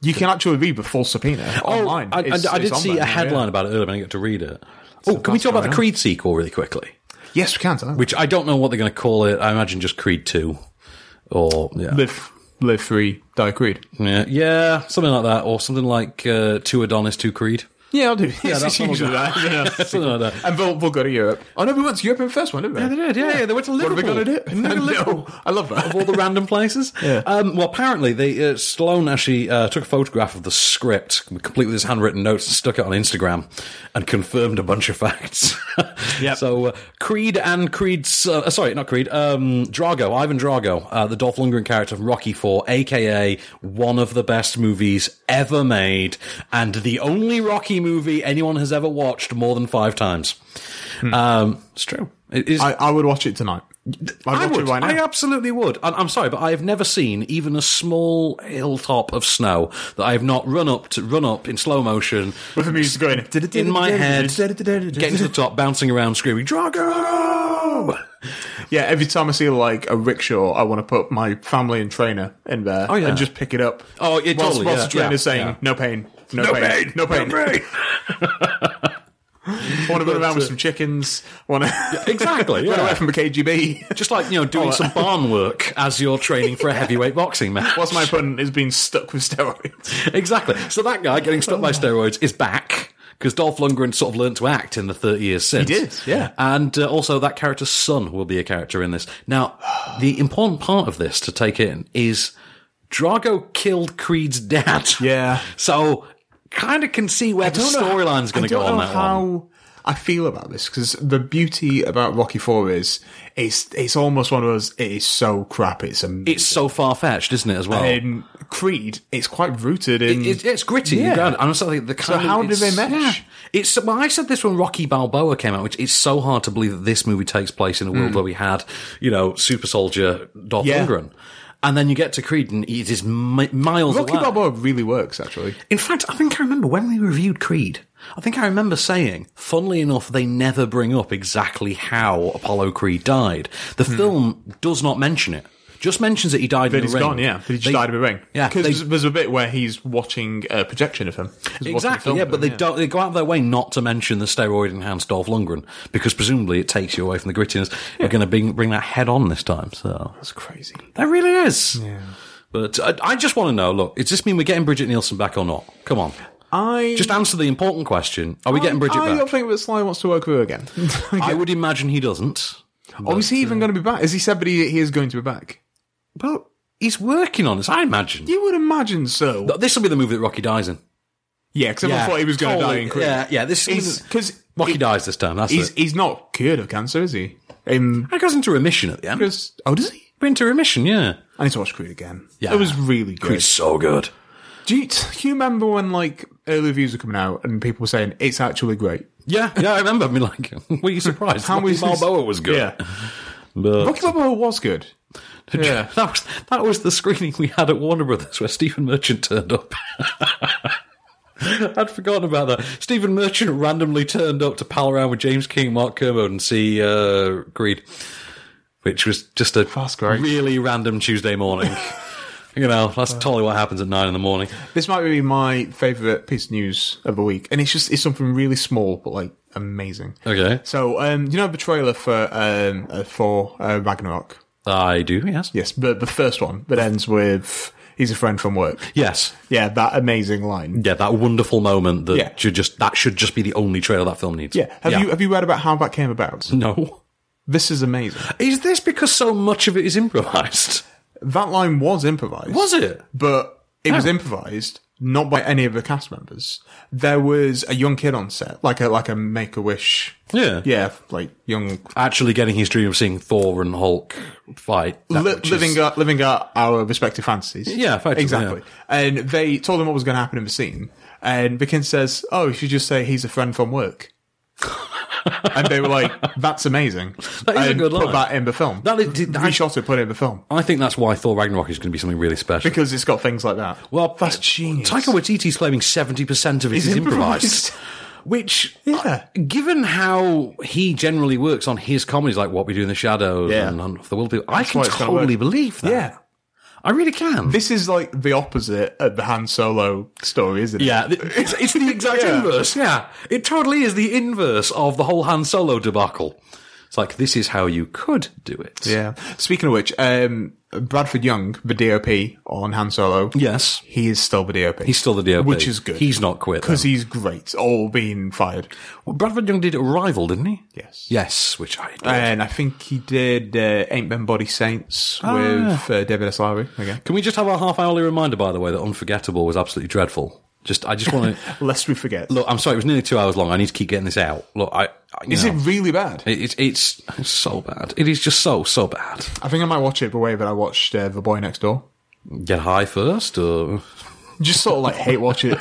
[SPEAKER 2] you can actually read the full subpoena online.
[SPEAKER 1] Oh, I, I,
[SPEAKER 2] Oh, It's-
[SPEAKER 1] I
[SPEAKER 2] it's
[SPEAKER 1] did
[SPEAKER 2] on
[SPEAKER 1] see
[SPEAKER 2] there
[SPEAKER 1] a
[SPEAKER 2] now,
[SPEAKER 1] headline
[SPEAKER 2] yeah.
[SPEAKER 1] about it earlier, but I didn't get to read it. Oh, can we
[SPEAKER 2] that's
[SPEAKER 1] talk about the
[SPEAKER 2] going on.
[SPEAKER 1] Creed sequel really quickly?
[SPEAKER 2] Yes, we can. Tonight.
[SPEAKER 1] Which I don't know what they're going to call it. I imagine just Creed Two, or yeah,
[SPEAKER 2] live, live free, die creed.
[SPEAKER 1] yeah, yeah, something like that, or something like uh, Two Adonis, Two Creed.
[SPEAKER 2] Yeah, I'll do.
[SPEAKER 1] Yeah, that's
[SPEAKER 2] it's
[SPEAKER 1] all
[SPEAKER 2] usually that. isn't it?
[SPEAKER 1] Something like that.
[SPEAKER 2] and we'll, we'll go to Europe. Oh no, we went to Europe in the first one, didn't we?
[SPEAKER 1] Yeah, they did. Yeah, yeah, they went to
[SPEAKER 2] What are
[SPEAKER 1] Liverpool.
[SPEAKER 2] we gonna do?
[SPEAKER 1] They went to
[SPEAKER 2] No,
[SPEAKER 1] Liverpool.
[SPEAKER 2] I love that.
[SPEAKER 1] of all the random places.
[SPEAKER 2] Yeah.
[SPEAKER 1] Um, well, apparently, they uh, Stallone actually uh, took a photograph of the script, complete with his handwritten notes, and stuck it on Instagram, and confirmed a bunch of facts.
[SPEAKER 2] Yep.
[SPEAKER 1] So uh, Creed and Creed's uh, sorry, not Creed. Um, Drago, Ivan Drago, uh, the Dolph Lundgren character from Rocky Four, aka one of the best movies ever made, and the only Rocky movie anyone has ever watched more than five times. Um, it's true. It is.
[SPEAKER 2] Hmm. I, I would watch it tonight. I'd watch
[SPEAKER 1] I would.
[SPEAKER 2] it right now.
[SPEAKER 1] I absolutely would. And I'm sorry, but I have never seen even a small hilltop of snow that I have not run up to run up in slow motion
[SPEAKER 2] With the music going
[SPEAKER 1] in my head, getting to the top, bouncing around, screaming Drago.
[SPEAKER 2] Yeah, every time I see like a rickshaw, I want to put my family and trainer in there
[SPEAKER 1] Oh, yeah.
[SPEAKER 2] and just pick it up.
[SPEAKER 1] Oh, yeah,
[SPEAKER 2] whilst,
[SPEAKER 1] totally,
[SPEAKER 2] whilst
[SPEAKER 1] yeah,
[SPEAKER 2] the trainer's
[SPEAKER 1] yeah,
[SPEAKER 2] saying
[SPEAKER 1] yeah.
[SPEAKER 2] no pain, no,
[SPEAKER 1] No
[SPEAKER 2] pain,
[SPEAKER 1] pain,
[SPEAKER 2] no pain,
[SPEAKER 1] no pain."
[SPEAKER 2] I want to run around with some chickens. Want to
[SPEAKER 1] exactly,
[SPEAKER 2] run
[SPEAKER 1] yeah.
[SPEAKER 2] away from the KGB.
[SPEAKER 1] Just like you know, doing
[SPEAKER 2] Oh,
[SPEAKER 1] some barn work as you're training for a heavyweight boxing match.
[SPEAKER 2] Whilst my opponent is being stuck with steroids.
[SPEAKER 1] exactly. So that guy getting stuck
[SPEAKER 2] Oh,
[SPEAKER 1] by steroids is back because Dolph Lundgren sort of learned to act in the 30 years since.
[SPEAKER 2] did, yeah.
[SPEAKER 1] And uh, also that character's son will be a character in this. Now, the important part of this to take in is Drago killed Creed's dad.
[SPEAKER 2] Yeah.
[SPEAKER 1] So kind of can see where the storyline's going
[SPEAKER 2] I
[SPEAKER 1] to go on
[SPEAKER 2] don't know
[SPEAKER 1] that
[SPEAKER 2] how
[SPEAKER 1] one.
[SPEAKER 2] I feel about this because the beauty about Rocky Four is it's it's almost one of those. It is so crap. It's amazing.
[SPEAKER 1] It's so far fetched, isn't it, as well?
[SPEAKER 2] in Creed. It's quite rooted in.
[SPEAKER 1] It- it- it's gritty.
[SPEAKER 2] Yeah.
[SPEAKER 1] Yeah. Grounded. I'm sorry. The kind of-
[SPEAKER 2] how do they
[SPEAKER 1] it's-
[SPEAKER 2] mesh?
[SPEAKER 1] yeah. It's well, I said this when Rocky Balboa came out, which it's so hard to believe that this movie takes place in a world where we had, you know, super soldier Dolph
[SPEAKER 2] Hmm. Yeah.
[SPEAKER 1] Lundgren, and then you get to Creed and it is mi- miles
[SPEAKER 2] Rocky
[SPEAKER 1] away.
[SPEAKER 2] Balboa really works, actually.
[SPEAKER 1] In fact, I think I remember when we reviewed Creed. I think I remember saying, funnily enough, they never bring up exactly how Apollo Creed died. The film does not mention it. Just mentions that he died
[SPEAKER 2] But
[SPEAKER 1] in the
[SPEAKER 2] Hmm. he's
[SPEAKER 1] ring.
[SPEAKER 2] gone, yeah. But he just
[SPEAKER 1] They-
[SPEAKER 2] died of a ring.
[SPEAKER 1] Yeah,
[SPEAKER 2] because
[SPEAKER 1] they-
[SPEAKER 2] there's, there's a bit where he's watching a projection of him. He's watching a
[SPEAKER 1] Exactly,
[SPEAKER 2] film
[SPEAKER 1] yeah,
[SPEAKER 2] of
[SPEAKER 1] but
[SPEAKER 2] him,
[SPEAKER 1] they don't. They go out of their way not to mention the steroid-enhanced Dolph Lundgren because presumably it takes you away from the grittiness. They're going to bring bring that head on this time, so
[SPEAKER 2] That's crazy.
[SPEAKER 1] that really is. Yeah. But I, I just want to know. Look, does this mean we're getting Bridget Nielsen back or not? Come on,
[SPEAKER 2] I
[SPEAKER 1] just answer the important question: Are we getting Bridget
[SPEAKER 2] I don't
[SPEAKER 1] back?
[SPEAKER 2] think that Sly wants to work with her again.
[SPEAKER 1] I would imagine he doesn't.
[SPEAKER 2] or is he even going to be back? As he said, but he, he is going to be back.
[SPEAKER 1] Well, he's working on this. I imagine.
[SPEAKER 2] You would imagine so.
[SPEAKER 1] Look, This will be the movie that Rocky dies in.
[SPEAKER 2] Yeah, because everyone thought he was going to die in Creed.
[SPEAKER 1] Yeah, yeah. This is
[SPEAKER 2] because
[SPEAKER 1] Rocky dies this time. That's
[SPEAKER 2] He's
[SPEAKER 1] it.
[SPEAKER 2] he's not cured of cancer, is he? Um,
[SPEAKER 1] He goes into remission at the end.
[SPEAKER 2] because- oh, does he?
[SPEAKER 1] into remission, yeah.
[SPEAKER 2] I need to watch Creed again.
[SPEAKER 1] Yeah.
[SPEAKER 2] It was really good.
[SPEAKER 1] Creed's so good.
[SPEAKER 2] Do you, do you remember when like early reviews were coming out and people were saying it's actually great?
[SPEAKER 1] Yeah, yeah, I remember. I mean, like, were you surprised?
[SPEAKER 2] How
[SPEAKER 1] Rocky
[SPEAKER 2] is this-
[SPEAKER 1] Balboa was good.
[SPEAKER 2] Yeah.
[SPEAKER 1] But-
[SPEAKER 2] Rocky Balboa was good. Yeah.
[SPEAKER 1] that was that was the screening we had at Warner Brothers where Stephen Merchant turned up. I'd forgotten about that. Stephen Merchant randomly turned up to pal around with James King, Mark Kermode, and see uh, Creed, which was just a really random Tuesday morning. you know, that's totally what happens at nine in the morning.
[SPEAKER 2] This might be my favourite piece of news of the week, and it's just it's something really small but like amazing.
[SPEAKER 1] Okay,
[SPEAKER 2] So, um, you know the trailer for um, uh, for uh, Ragnarok.
[SPEAKER 1] I do. Yes,
[SPEAKER 2] yes, but the first one that ends with "He's a friend from work."
[SPEAKER 1] Yes,
[SPEAKER 2] yeah, that amazing line.
[SPEAKER 1] yeah, that wonderful moment that
[SPEAKER 2] Yeah.
[SPEAKER 1] should just that should just be the only trailer that film needs.
[SPEAKER 2] Yeah, have you have you read about how that came about?
[SPEAKER 1] No,
[SPEAKER 2] this is amazing.
[SPEAKER 1] Is this because so much of it is improvised?
[SPEAKER 2] That line was improvised.
[SPEAKER 1] Was it?
[SPEAKER 2] But it was
[SPEAKER 1] Oh.
[SPEAKER 2] improvised, not by any of the cast members. There was a young kid on set, like a like a Make a Wish.
[SPEAKER 1] Yeah.
[SPEAKER 2] yeah, like young
[SPEAKER 1] actually getting his dream of seeing Thor and Hulk fight, that
[SPEAKER 2] Li-
[SPEAKER 1] which is-
[SPEAKER 2] living out, living out our respective fantasies.
[SPEAKER 1] Yeah, effectively,
[SPEAKER 2] exactly. And they told him what was going to happen in the scene, and Vickins says, "Oh, you should just say he's a friend from work." and they were like, "That's amazing."
[SPEAKER 1] That is a
[SPEAKER 2] and
[SPEAKER 1] good
[SPEAKER 2] Put
[SPEAKER 1] line.
[SPEAKER 2] that in the film. That is, reshot it, put it in the film
[SPEAKER 1] I think that's why Thor Ragnarok is going to be something really special.
[SPEAKER 2] because it's got things like that.
[SPEAKER 1] Well,
[SPEAKER 2] that's genius.
[SPEAKER 1] Taika Waititi's claiming seventy percent of it
[SPEAKER 2] It's
[SPEAKER 1] is improvised.
[SPEAKER 2] improvised. uh,
[SPEAKER 1] Which, yeah. given how he generally works on his comedies, like What We Do in the Shadows
[SPEAKER 2] Yeah.
[SPEAKER 1] and Hunt for the Will People, I
[SPEAKER 2] That's
[SPEAKER 1] can
[SPEAKER 2] why it's gonna
[SPEAKER 1] totally
[SPEAKER 2] work.
[SPEAKER 1] believe that.
[SPEAKER 2] Yeah.
[SPEAKER 1] I really can.
[SPEAKER 2] This is like the opposite of the Han Solo story, isn't it?
[SPEAKER 1] Yeah, th- it's, it's the exact
[SPEAKER 2] Yeah.
[SPEAKER 1] inverse. Yeah, it totally is the inverse of the whole Han Solo debacle. It's like this is how you could do it.
[SPEAKER 2] Yeah. Speaking of which, um, Bradford Young, the DOP on Han Solo.
[SPEAKER 1] Yes.
[SPEAKER 2] He is still the DOP.
[SPEAKER 1] He's still the DOP,
[SPEAKER 2] Which is good.
[SPEAKER 1] He's not quit
[SPEAKER 2] Because he's great. All being fired.
[SPEAKER 1] Well, Bradford Young did Arrival, didn't he?
[SPEAKER 2] Yes. Uh,
[SPEAKER 1] Yes, which I did.
[SPEAKER 2] And I think he did uh, Ain't Ben Body Saints
[SPEAKER 1] Ah.
[SPEAKER 2] with uh, David S. Lowry again.
[SPEAKER 1] Can we just have our half hourly reminder, by the way, that Unforgettable was absolutely dreadful? Just, I just want to
[SPEAKER 2] Lest we forget.
[SPEAKER 1] look. I'm sorry, it was nearly two hours long. I need to keep getting this out. Look, I, I
[SPEAKER 2] Is it really bad?
[SPEAKER 1] It, it's it's it's so bad. It is just so so bad.
[SPEAKER 2] I think I might watch it the way that I watched uh, The Boy Next Door.
[SPEAKER 1] Get high first, or
[SPEAKER 2] Just sort of like hate watch it.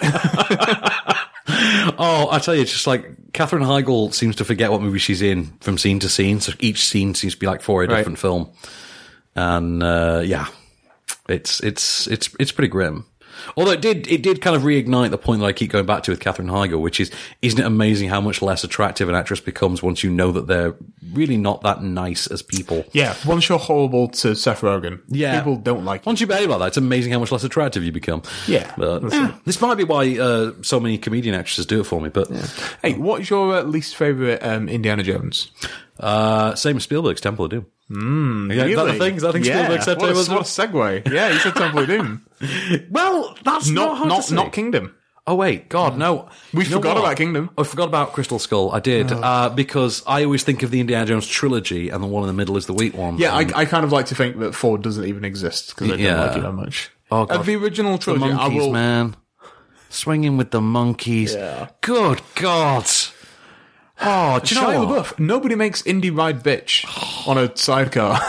[SPEAKER 1] oh, I tell you, it's just like Catherine Heigl seems to forget what movie she's in from scene to scene. So each scene seems to be like for a
[SPEAKER 2] Right.
[SPEAKER 1] different film, and uh, yeah, it's it's it's it's pretty grim. Although it did it did kind of reignite the point that I keep going back to with Catherine Heigl, which is isn't it amazing how much less attractive an actress becomes once you know that they're really not that nice as people.
[SPEAKER 2] yeah. Once you're horrible to Seth Rogen,
[SPEAKER 1] Yeah.
[SPEAKER 2] people don't like
[SPEAKER 1] Once you behave like that, it's amazing how much less attractive you become.
[SPEAKER 2] Yeah.
[SPEAKER 1] But, eh, this might be why uh, so many comedian actresses do it for me. But
[SPEAKER 2] Hey, what's your uh, least favourite um, Indiana Jones?
[SPEAKER 1] uh, same as Spielberg's Temple of Doom. Mm, yeah, is that the
[SPEAKER 2] Hmm, Really?
[SPEAKER 1] thing? Is that the thing
[SPEAKER 2] Yeah.
[SPEAKER 1] Spielberg said to
[SPEAKER 2] what
[SPEAKER 1] him
[SPEAKER 2] a,
[SPEAKER 1] as
[SPEAKER 2] what a
[SPEAKER 1] well?
[SPEAKER 2] segue. Yeah, he said Temple of Doom.
[SPEAKER 1] Well, that's not
[SPEAKER 2] not
[SPEAKER 1] hard to
[SPEAKER 2] not,
[SPEAKER 1] say.
[SPEAKER 2] not Kingdom.
[SPEAKER 1] Oh wait, God, no!
[SPEAKER 2] Hmm. We
[SPEAKER 1] You know
[SPEAKER 2] forgot
[SPEAKER 1] what?
[SPEAKER 2] about Kingdom. Oh.
[SPEAKER 1] I forgot about Crystal Skull. I did uh, because I always think of the Indiana Jones trilogy, and the one in the middle is the weak one.
[SPEAKER 2] Yeah, I,
[SPEAKER 1] And-
[SPEAKER 2] I kind of like to think that four doesn't even exist because I
[SPEAKER 1] Yeah.
[SPEAKER 2] don't like it that much.
[SPEAKER 1] Oh, God.
[SPEAKER 2] Of the original
[SPEAKER 1] the
[SPEAKER 2] trilogy, I
[SPEAKER 1] monkeys,
[SPEAKER 2] will.
[SPEAKER 1] man, swinging with the monkeys. Good God! Oh, do you know
[SPEAKER 2] Shia
[SPEAKER 1] what?
[SPEAKER 2] LaBeouf. Nobody makes indie ride bitch on a sidecar.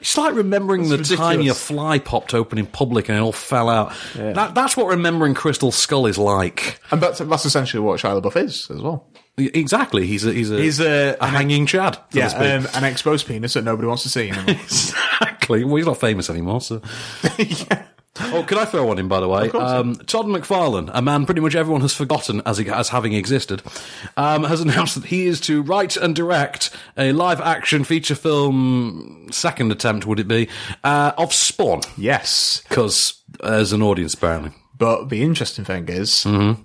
[SPEAKER 1] It's like remembering
[SPEAKER 2] That's
[SPEAKER 1] the time
[SPEAKER 2] ridiculous.
[SPEAKER 1] your fly popped open in public and it all fell out. That, that's what remembering Crystal Skull is like.
[SPEAKER 2] and that's that's essentially what Shia LaBeouf is as well.
[SPEAKER 1] E- Exactly. He's a he's a
[SPEAKER 2] He's a-
[SPEAKER 1] a hanging Chad. so to
[SPEAKER 2] Yeah,
[SPEAKER 1] speak.
[SPEAKER 2] um, an exposed penis that nobody wants to see. anymore.
[SPEAKER 1] exactly. Well, he's not famous anymore. So. Oh, could I throw one in, by the way? Um, Todd McFarlane, a man pretty much everyone has forgotten as, as having existed, um, has announced that he is to write and direct a live action feature film, second attempt, would it be, uh, of Spawn.
[SPEAKER 2] yes,
[SPEAKER 1] Because as an audience, apparently.
[SPEAKER 2] but the interesting thing is, Mm-hmm.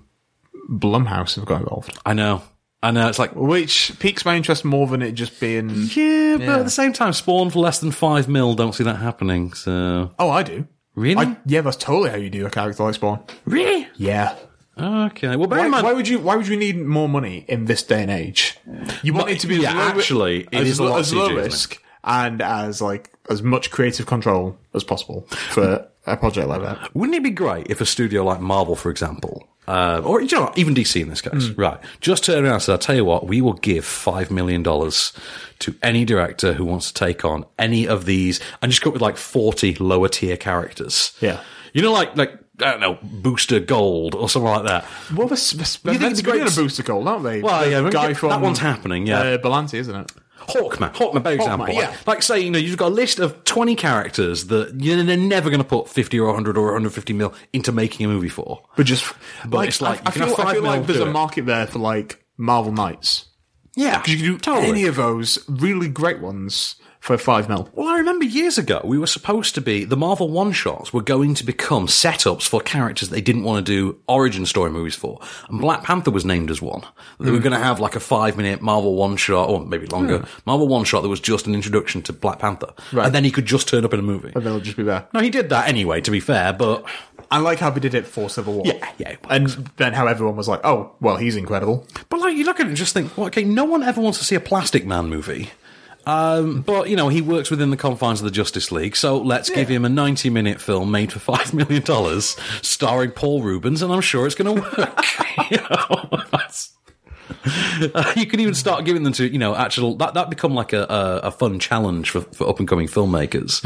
[SPEAKER 2] Blumhouse have got involved,
[SPEAKER 1] I know. I know. It's like,
[SPEAKER 2] which piques my interest more than it just being.
[SPEAKER 1] yeah, but at the same time, Spawn for less than five mil, don't see that happening. So,
[SPEAKER 2] Oh, I do.
[SPEAKER 1] really?
[SPEAKER 2] I, yeah, that's totally how you do a character like Spawn.
[SPEAKER 1] really?
[SPEAKER 2] Yeah.
[SPEAKER 1] Okay. Well, bear
[SPEAKER 2] Why,
[SPEAKER 1] in mind,
[SPEAKER 2] why would you? Why would you need more money in this day and age? You want
[SPEAKER 1] But-
[SPEAKER 2] it to be
[SPEAKER 1] yeah,
[SPEAKER 2] as low, ri-
[SPEAKER 1] actually, it
[SPEAKER 2] as,
[SPEAKER 1] is a
[SPEAKER 2] lo-
[SPEAKER 1] lot
[SPEAKER 2] as
[SPEAKER 1] CG,
[SPEAKER 2] low
[SPEAKER 1] isn't it?
[SPEAKER 2] risk and as like as much creative control as possible for a project like that.
[SPEAKER 1] wouldn't it be great if a studio like Marvel, for example, uh, or you know, what, even DC in this case,
[SPEAKER 2] Mm.
[SPEAKER 1] right? Just turn around and said, "I tell you what, we will give five million dollars to any director who wants to take on any of these, and just go up with like forty lower tier characters."
[SPEAKER 2] Yeah.
[SPEAKER 1] you know, like like I don't know, Booster Gold or something like that.
[SPEAKER 2] Well, this, this,
[SPEAKER 1] You
[SPEAKER 2] they're
[SPEAKER 1] think
[SPEAKER 2] meant
[SPEAKER 1] it's
[SPEAKER 2] to be in a
[SPEAKER 1] great-
[SPEAKER 2] booster goal, aren't they?
[SPEAKER 1] Well,
[SPEAKER 2] The
[SPEAKER 1] yeah, we
[SPEAKER 2] guy
[SPEAKER 1] get-
[SPEAKER 2] from
[SPEAKER 1] that one's happening, yeah.
[SPEAKER 2] uh, Belanti, isn't it?
[SPEAKER 1] Hawkman, Hawkman, by example.
[SPEAKER 2] yeah.
[SPEAKER 1] Like, like say, you know, you've got a list of 20 characters that you're they're never going to put 50 or 100 or 150 mil into making a movie for.
[SPEAKER 2] But just,
[SPEAKER 1] But it's like,
[SPEAKER 2] I, I
[SPEAKER 1] you can have
[SPEAKER 2] feel, I
[SPEAKER 1] five
[SPEAKER 2] feel
[SPEAKER 1] mil
[SPEAKER 2] like there's
[SPEAKER 1] do
[SPEAKER 2] a
[SPEAKER 1] it.
[SPEAKER 2] market there for like Marvel Knights.
[SPEAKER 1] Yeah,
[SPEAKER 2] because you can do
[SPEAKER 1] totally.
[SPEAKER 2] any of those really great ones for five mil.
[SPEAKER 1] Well, I remember years ago, we were supposed to be, the Marvel one shots were going to become setups for characters they didn't want to do origin story movies for. And Black Panther was named as one. They were
[SPEAKER 2] Hmm.
[SPEAKER 13] Mm.
[SPEAKER 1] going to have like a five minute Marvel one shot, or maybe longer,
[SPEAKER 13] Hmm.
[SPEAKER 1] Marvel one shot that was just an introduction to Black Panther.
[SPEAKER 2] Right.
[SPEAKER 1] And then he could just turn up in a movie.
[SPEAKER 2] And they'll just be there.
[SPEAKER 1] No, he did that anyway, to be fair, but.
[SPEAKER 2] I like how they did it for Civil War.
[SPEAKER 1] Yeah, yeah.
[SPEAKER 2] And then how everyone was like, oh, well, he's incredible.
[SPEAKER 1] But like you look at it and just think, well, okay, no one ever wants to see a Plastic Man movie. Um, but you know he works within the confines of the Justice League, so let's give him a ninety-minute film made for five million dollars, starring Paul Rubens, and I'm sure it's going to work. you, know, that's- Uh, you can even start giving them to you know actual that that become like a a, a fun challenge for, for up and coming filmmakers.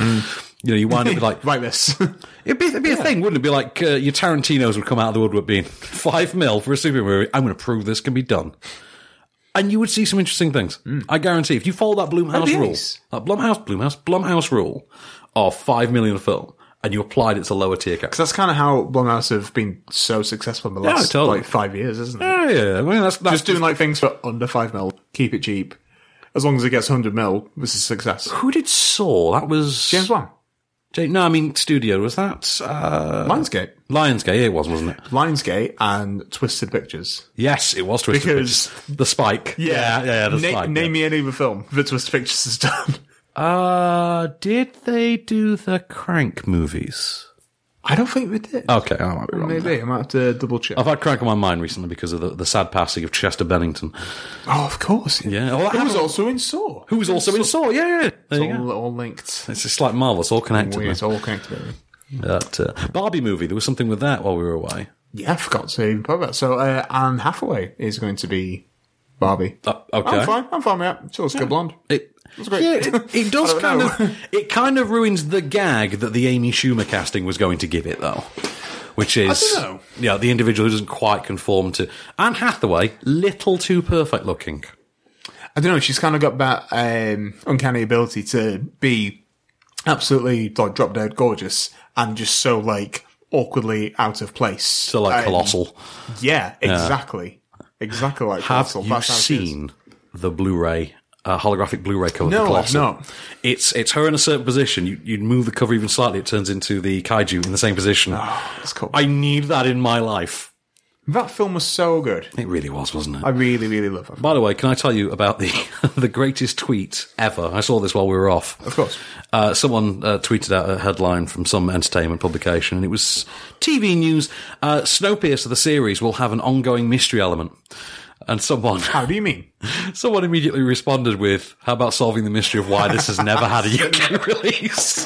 [SPEAKER 1] You know, you wind up with like
[SPEAKER 2] write this.
[SPEAKER 1] It'd be, it'd be a thing, wouldn't it? Be like uh, your Tarantino's would come out of the woodwork being five mil for a superhero movie. I'm going to prove this can be done, and you would see some interesting things. I guarantee. If you follow that
[SPEAKER 2] Hmm. That'd be
[SPEAKER 1] Bloomhouse rule,
[SPEAKER 2] nice.
[SPEAKER 1] that Blumhouse Bloomhouse Blumhouse rule of five million a film, and you applied it to lower tier characters.
[SPEAKER 2] Because that's kind of how Blumhouse have been so successful in the
[SPEAKER 1] Yeah,
[SPEAKER 2] last
[SPEAKER 1] totally.
[SPEAKER 2] like five years, isn't it?
[SPEAKER 1] Yeah, yeah. I mean, that's, that's
[SPEAKER 2] just doing like things for under five mil, keep it cheap. As long as it gets hundred mil, this is a success.
[SPEAKER 1] Who did Saw? That was
[SPEAKER 2] James Wan.
[SPEAKER 1] James, no, I mean studio was that uh,
[SPEAKER 2] Lionsgate.
[SPEAKER 1] Lionsgate, yeah, it was, wasn't it?
[SPEAKER 2] Lionsgate and Twisted Pictures.
[SPEAKER 1] Yes, it was Twisted
[SPEAKER 2] Because-
[SPEAKER 1] Pictures. the Spike. yeah, yeah, the
[SPEAKER 2] Na-
[SPEAKER 1] Spike. yeah.
[SPEAKER 2] name me any other film that Twisted Pictures has done.
[SPEAKER 1] Uh, did they do the Crank movies?
[SPEAKER 2] I don't think they did.
[SPEAKER 1] Okay, I might be wrong. Oh.
[SPEAKER 2] Maybe I might have to double check.
[SPEAKER 1] I've had Crank on my mind recently because of the, the sad passing of Chester Bennington.
[SPEAKER 2] Oh, of course.
[SPEAKER 1] Yeah, well, that
[SPEAKER 2] Who was
[SPEAKER 1] happened-
[SPEAKER 2] also in Saw?
[SPEAKER 1] who was also in Saw? Yeah, yeah. There you
[SPEAKER 2] it's all,
[SPEAKER 1] go.
[SPEAKER 2] all linked.
[SPEAKER 1] It's just like Marvel. It's all connected.
[SPEAKER 2] Weird,
[SPEAKER 1] man.
[SPEAKER 2] It's all connected. really.
[SPEAKER 1] That uh, Barbie movie. There was something with that while we were away.
[SPEAKER 2] Yeah, I forgot to even put that. So uh, Anne Hathaway is going to be Barbie.
[SPEAKER 1] Uh, okay.
[SPEAKER 2] I'm fine. I'm fine with that. She looks good blonde.
[SPEAKER 1] It,
[SPEAKER 2] That's great.
[SPEAKER 1] yeah, it, it
[SPEAKER 2] I
[SPEAKER 1] does
[SPEAKER 2] don't
[SPEAKER 1] kind
[SPEAKER 2] know.
[SPEAKER 1] of it kind of ruins the gag that the Amy Schumer casting was going to give it though, which is
[SPEAKER 2] don't know.
[SPEAKER 1] yeah the individual who doesn't quite conform to Anne Hathaway, little too perfect looking.
[SPEAKER 2] I don't know. She's kind of got that um, uncanny ability to be absolutely like drop dead gorgeous and just so like awkwardly out of place. So
[SPEAKER 1] like colossal.
[SPEAKER 2] Yeah,
[SPEAKER 1] Yeah.
[SPEAKER 2] exactly. Exactly like
[SPEAKER 1] Have
[SPEAKER 2] colossal.
[SPEAKER 1] you
[SPEAKER 2] That's how she is.
[SPEAKER 1] seen the Blu-ray? Uh, holographic Blu-ray cover. of
[SPEAKER 2] No,
[SPEAKER 1] the
[SPEAKER 2] I've
[SPEAKER 1] Colossal?
[SPEAKER 2] not.
[SPEAKER 1] It's it's her in a certain position. You you move the cover even slightly, it turns into the kaiju in the same position.
[SPEAKER 2] That's cool.
[SPEAKER 1] I need that in my life.
[SPEAKER 2] that film was so good.
[SPEAKER 1] It really was, wasn't it?
[SPEAKER 2] I really, really love it.
[SPEAKER 1] By the way, can I tell you about the the greatest tweet ever? I saw this while we were off.
[SPEAKER 2] Of course.
[SPEAKER 1] Uh, someone uh, tweeted out a headline from some entertainment publication, and it was TV news: uh, Snowpiercer the series will have an ongoing mystery element. And someone,
[SPEAKER 2] How do you mean?
[SPEAKER 1] someone immediately responded with, "How about solving the mystery of why this has never had a UK release?"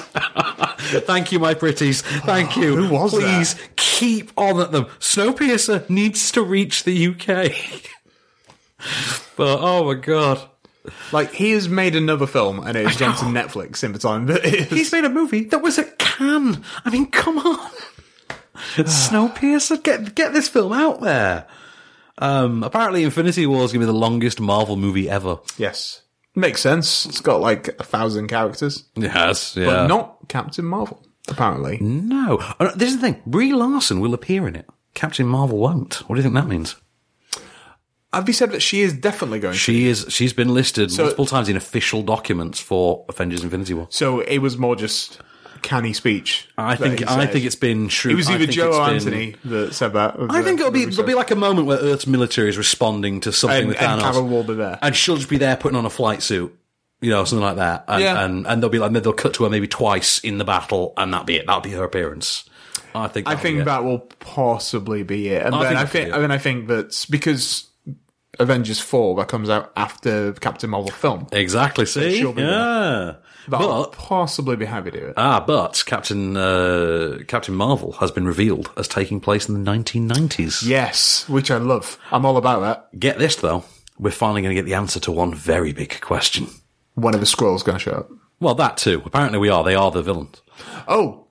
[SPEAKER 1] Thank you, my pretties. Thank you.
[SPEAKER 2] Who was that?
[SPEAKER 1] Please keep on at them. Snowpiercer needs to reach the UK. But oh my god,
[SPEAKER 2] Like he has made another film and it has gone to Netflix in the time that it is.
[SPEAKER 1] he's made a movie that was at Cannes. I mean, come on, Snowpiercer, get get this film out there. Um, apparently, Infinity War is going to be the longest Marvel movie ever.
[SPEAKER 2] Yes, makes sense. It's got like a thousand characters,
[SPEAKER 1] Yes, yeah.
[SPEAKER 2] but not Captain Marvel. Apparently,
[SPEAKER 1] no. Uh, This is the thing. Brie Larson will appear in it. Captain Marvel won't. What do you think that means?
[SPEAKER 2] have you said that she is definitely going? to?
[SPEAKER 1] She is. She's been listed
[SPEAKER 2] So-
[SPEAKER 1] multiple times in official documents for Avengers: Infinity War.
[SPEAKER 2] So it was more just canny speech.
[SPEAKER 1] I
[SPEAKER 2] that he
[SPEAKER 1] think. I
[SPEAKER 2] said.
[SPEAKER 1] think it's been true.
[SPEAKER 2] It was
[SPEAKER 1] I
[SPEAKER 2] either
[SPEAKER 1] think
[SPEAKER 2] Joe
[SPEAKER 1] it's
[SPEAKER 2] or
[SPEAKER 1] been-
[SPEAKER 2] Anthony that said that.
[SPEAKER 1] I think it'll be it'll be like a moment where Earth's military is responding to something
[SPEAKER 2] and,
[SPEAKER 1] with
[SPEAKER 2] and
[SPEAKER 1] Thanos,
[SPEAKER 2] Carol will be there.
[SPEAKER 1] and she'll just be there putting on a flight suit, you know, something like that. And,
[SPEAKER 2] Yeah.
[SPEAKER 1] and and they'll be like they'll cut to her maybe twice in the battle, and that'll be it. That'll be her appearance. I think.
[SPEAKER 2] I
[SPEAKER 1] that'll
[SPEAKER 2] think
[SPEAKER 1] be it.
[SPEAKER 2] that will possibly be it. And
[SPEAKER 1] Oh, I
[SPEAKER 2] then
[SPEAKER 1] think
[SPEAKER 2] I
[SPEAKER 1] that'll be
[SPEAKER 2] think,
[SPEAKER 1] it.
[SPEAKER 2] and then I think that because Avengers Four that comes out after Captain Marvel film.
[SPEAKER 1] exactly. See,
[SPEAKER 2] she'll be
[SPEAKER 1] yeah.
[SPEAKER 2] That will possibly be happy to it.
[SPEAKER 1] Ah, but Captain uh, Captain Marvel has been revealed as taking place in the 1990s.
[SPEAKER 2] Yes, which I love. I'm all about that.
[SPEAKER 1] Get this though, we're finally going to get the answer to one very big question.
[SPEAKER 2] One of the Squirrel's going to show up.
[SPEAKER 1] Well, that too. Apparently, we are. They are the villains.
[SPEAKER 2] Oh,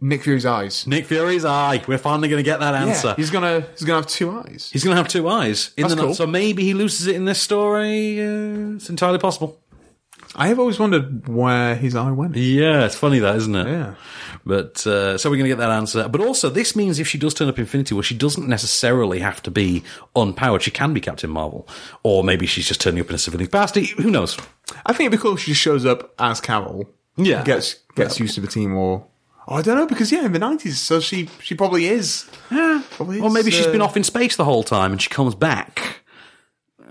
[SPEAKER 2] Nick Fury's eyes.
[SPEAKER 1] Nick Fury's eye. We're finally going to get that answer.
[SPEAKER 2] Yeah, he's gonna he's gonna have two eyes.
[SPEAKER 1] He's going to have two eyes in
[SPEAKER 2] That's
[SPEAKER 1] the night,
[SPEAKER 2] cool.
[SPEAKER 1] so maybe he loses it in this story. Uh, it's entirely possible.
[SPEAKER 2] I have always wondered where his eye went.
[SPEAKER 1] Yeah, it's funny that, isn't it?
[SPEAKER 2] Yeah.
[SPEAKER 1] But uh, so we're going to get that answer. But also, this means if she does turn up Infinity War, she doesn't necessarily have to be unpowered. She can be Captain Marvel, or maybe she's just turning up in a civilian capacity. Who knows?
[SPEAKER 2] I think it'd be cool if she just shows up as Carol.
[SPEAKER 1] Yeah.
[SPEAKER 2] Gets gets used to the team or oh, I don't know, because yeah, in the nineties, so she she probably is. Yeah. Probably
[SPEAKER 1] Or
[SPEAKER 2] is,
[SPEAKER 1] maybe she's
[SPEAKER 2] uh,
[SPEAKER 1] been off in space the whole time and she comes back.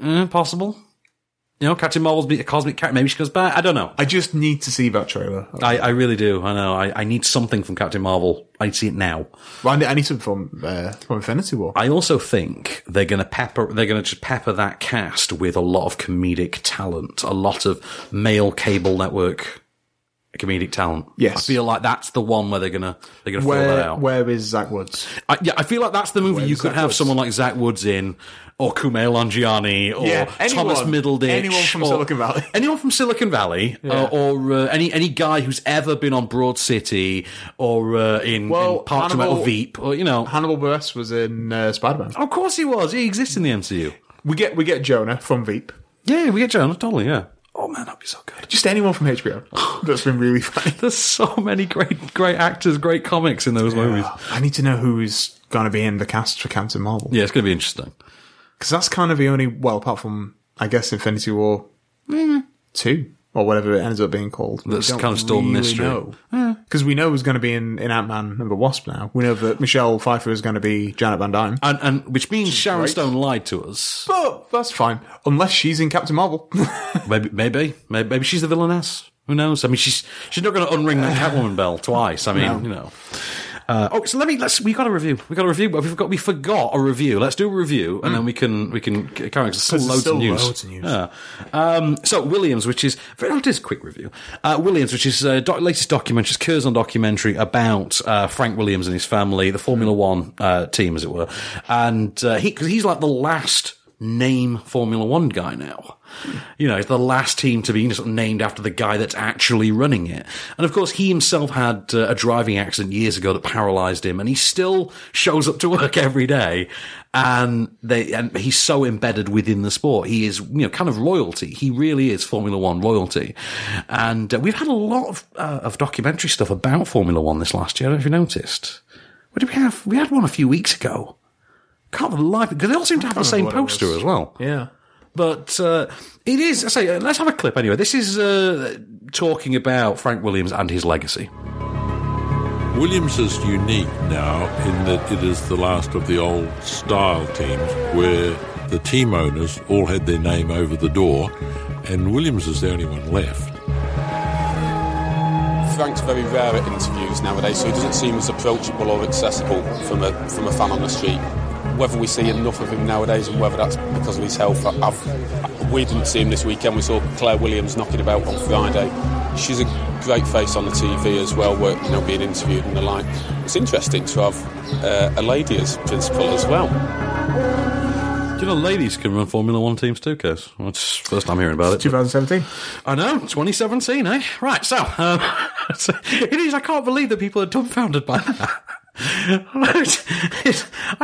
[SPEAKER 1] Uh, possible. You know, Captain Marvel's be a cosmic character. Maybe she comes back. I don't know.
[SPEAKER 2] I just need to see that trailer.
[SPEAKER 1] I, I really do. I know. I, I need something from Captain Marvel. I see it now.
[SPEAKER 2] Well, I need, I need something from uh, from Infinity War.
[SPEAKER 1] I also think they're going to pepper. They're going to just pepper that cast with a lot of comedic talent, a lot of male cable network comedic talent.
[SPEAKER 2] Yes.
[SPEAKER 1] I feel like that's the one where they're going to they're going to fill that
[SPEAKER 2] Where
[SPEAKER 1] out.
[SPEAKER 2] where is Zach Woods?
[SPEAKER 1] I, yeah, I feel like that's the movie you could
[SPEAKER 2] Zach
[SPEAKER 1] have
[SPEAKER 2] Woods?
[SPEAKER 1] someone like Zach Woods in, or Kumail Nanjiani, or
[SPEAKER 2] Yeah,
[SPEAKER 1] Thomas
[SPEAKER 2] anyone.
[SPEAKER 1] Middleditch,
[SPEAKER 2] Anyone from
[SPEAKER 1] or-
[SPEAKER 2] Silicon Valley.
[SPEAKER 1] anyone from Silicon Valley,
[SPEAKER 2] Yeah.
[SPEAKER 1] uh, or uh, any any guy who's ever been on Broad City or uh, in, in Park to Metal Veep, or you know,
[SPEAKER 2] Hannibal Buress was in uh, Spider Man.
[SPEAKER 1] of course he was. He exists in the MCU.
[SPEAKER 2] We get we get Jonah from Veep.
[SPEAKER 1] Yeah, we get Jonah totally. Yeah. Oh man, that'd be so good.
[SPEAKER 2] Just anyone from HBO. That's been really funny.
[SPEAKER 1] There's so many great great actors, great comics in those movies.
[SPEAKER 2] I need to know who is going to be in the cast for Captain Marvel
[SPEAKER 1] Yeah, it's going to be interesting.
[SPEAKER 2] because that's kind of the only well, apart from I guess Infinity War two or whatever it ends up being called. We
[SPEAKER 1] Mm. That's
[SPEAKER 2] don't
[SPEAKER 1] kind of still a
[SPEAKER 2] really
[SPEAKER 1] mystery. Mm.
[SPEAKER 2] know. Because we know who's going to be in, in Ant Man and the Wasp now. We know that Michelle Pfeiffer is going to be Janet Van Dyne.
[SPEAKER 1] And and which means Sharon Stone lied to us.
[SPEAKER 2] But that's fine, unless she's in Captain Marvel.
[SPEAKER 1] Maybe, maybe, maybe, maybe she's the villainess. Who knows? I mean, she's she's not going to unring that Catwoman bell twice. I mean, you know. Uh, oh, so let me. Let's. We got a review. We got a review. but We forgot. We forgot a review. Let's do a review, and then we can we can c- carry on. 'cause Hmm. There's
[SPEAKER 2] there's
[SPEAKER 1] still loads
[SPEAKER 2] still
[SPEAKER 1] of news.
[SPEAKER 2] loads of news.
[SPEAKER 1] Yeah. Um, so Williams, which is very well, it is a quick review. Uh, Williams, which is uh, doc, latest documentary, it's Curzon documentary about uh, Frank Williams and his family, the Formula One uh, team, as it were, and uh, he because he's like the last name Formula One guy now. You know, it's the last team to be you know, sort of named after the guy that's actually running it. And of course, he himself had uh, a driving accident years ago that paralyzed him, and he still shows up to work every day. And they and he's so embedded within the sport. He is, you know, kind of royalty. He really is Formula One royalty. And uh, we've had a lot of uh, of documentary stuff about Formula One this last year. I don't know if you noticed. What did we have? We had one a few weeks ago. Can't for the life because they all seem to have the same
[SPEAKER 2] remember what it
[SPEAKER 1] poster
[SPEAKER 2] was.
[SPEAKER 1] as well.
[SPEAKER 2] yeah.
[SPEAKER 1] But uh, it is. I say, uh, let's have a clip anyway. This is uh, talking about Frank Williams and his legacy.
[SPEAKER 13] Williams is unique now in that it is the last of the old style teams where the team owners all had their name over the door, and Williams is the only one left.
[SPEAKER 14] Frank's very rare at interviews nowadays, so he doesn't seem as approachable or accessible from a from a fan on the street. Whether we see enough of him nowadays, and whether that's because of his health, I- I've, we didn't see him this weekend. We saw Claire Williams knocking about on Friday. She's a great face on the TV as well, where, you know, being interviewed and the like. It's interesting to have uh, a lady as principal as well.
[SPEAKER 1] Do you know ladies can run Formula One teams too, Case? Well, it's first time hearing about it.
[SPEAKER 2] 2017.
[SPEAKER 1] I know, 2017, eh? Right, so, um, so it is. I can't believe that people are dumbfounded by that. I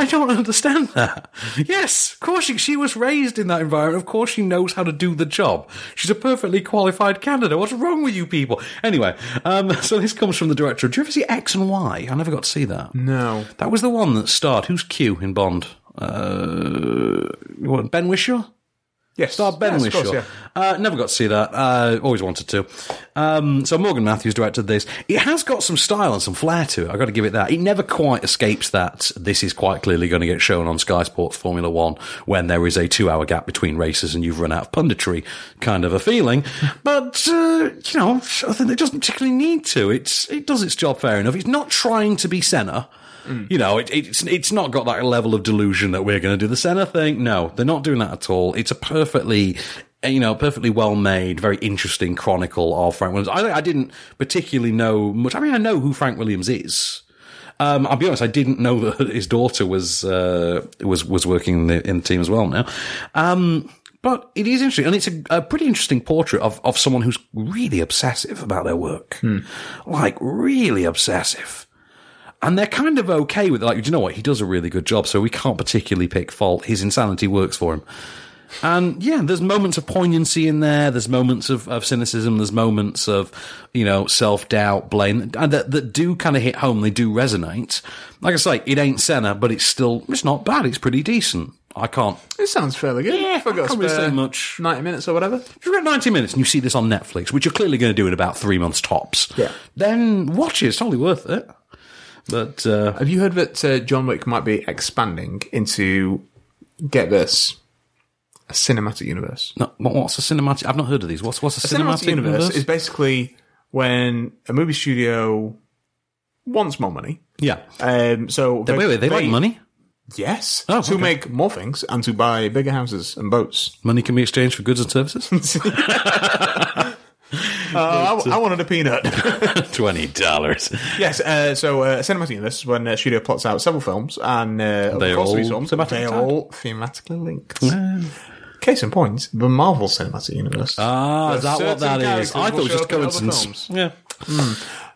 [SPEAKER 1] don't understand that. Yes, of course she, she was raised in that environment. Of course she knows how to do the job. She's a perfectly qualified candidate. What's wrong with you people? Anyway, um, so this comes from the director. Do you ever see X and Y? I never got to see that.
[SPEAKER 2] No.
[SPEAKER 1] That was the one that starred. Who's Q in Bond? Uh, what, ben Wishaw?
[SPEAKER 2] Yes.
[SPEAKER 1] Star Ben
[SPEAKER 2] Yes, of
[SPEAKER 1] Wishaw.
[SPEAKER 2] course, yeah.
[SPEAKER 1] Uh, never got to see that. Uh, always wanted to. Um, so Morgan Matthews directed this. It has got some style and some flair to it. I've got to give it that. It never quite escapes that this is quite clearly going to get shown on Sky Sports Formula One when there is a two-hour gap between races and you've run out of punditry, kind of a feeling. but uh, you know, I think it doesn't particularly need to. It's it does its job fair enough. It's not trying to be Senna. You know, it, it's it's not got that level of delusion that we're going to do the Senna thing. No, they're not doing that at all. It's a perfectly eh, you know, perfectly well made, very interesting chronicle of Frank Williams. I, I didn't particularly know much. I mean, I know who Frank Williams is. Um, I'll be honest, I didn't know that his daughter was uh, was was working in the, in the team as well now. Um, but it is interesting, and it's a, a pretty interesting portrait of, of someone who's really obsessive about their work, like really obsessive. And they're kind of okay with it. Like, do you know what? He does a really good job, so we can't particularly pick fault. His insanity works for him. And yeah, there's moments of poignancy in there. There's moments of, of cynicism. There's moments of, you know, self doubt, blame, and that, that do kind of hit home. They do resonate. Like I say, it ain't Senna, but it's still, it's not bad. It's pretty decent. I can't.
[SPEAKER 2] It sounds fairly good. Yeah, if I got
[SPEAKER 1] can't really
[SPEAKER 2] spare
[SPEAKER 1] say much.
[SPEAKER 2] 90 minutes or whatever.
[SPEAKER 1] If you're at 90 minutes and you see this on Netflix, which you're clearly going to do in about three months tops,
[SPEAKER 2] Yeah.
[SPEAKER 1] then watch it. It's totally worth it. But uh,
[SPEAKER 2] have you heard that uh, John Wick might be expanding into get this a cinematic universe?
[SPEAKER 1] No, what- what's a cinematic? I've not heard of these. What's what's a,
[SPEAKER 2] A cinematic, universe, is
[SPEAKER 1] universe?
[SPEAKER 2] basically when a movie studio wants more money.
[SPEAKER 1] Yeah.
[SPEAKER 2] Um, so
[SPEAKER 1] They- wait, wait, they like money?
[SPEAKER 2] Yes.
[SPEAKER 1] Oh,
[SPEAKER 2] to
[SPEAKER 1] okay.
[SPEAKER 2] make more things and to buy bigger houses and boats.
[SPEAKER 1] Money can be exchanged for goods and services.
[SPEAKER 2] Uh, I, I wanted a peanut.
[SPEAKER 1] Twenty dollars.
[SPEAKER 2] yes, uh, so uh, cinematic universe is when a studio plots out several films, and uh, over
[SPEAKER 1] They're
[SPEAKER 2] the course of these
[SPEAKER 1] all
[SPEAKER 2] films,
[SPEAKER 1] thematically
[SPEAKER 2] they're
[SPEAKER 1] tied.
[SPEAKER 2] all thematically linked. Case in point, the Marvel Cinematic Universe.
[SPEAKER 1] Ah, is that
[SPEAKER 2] Where
[SPEAKER 1] what
[SPEAKER 2] certain
[SPEAKER 1] that
[SPEAKER 2] characters
[SPEAKER 1] is? I
[SPEAKER 2] will
[SPEAKER 1] thought it was
[SPEAKER 2] show
[SPEAKER 1] just
[SPEAKER 2] up in other
[SPEAKER 1] coincidence.
[SPEAKER 2] films.
[SPEAKER 1] Yeah.
[SPEAKER 2] Hmm.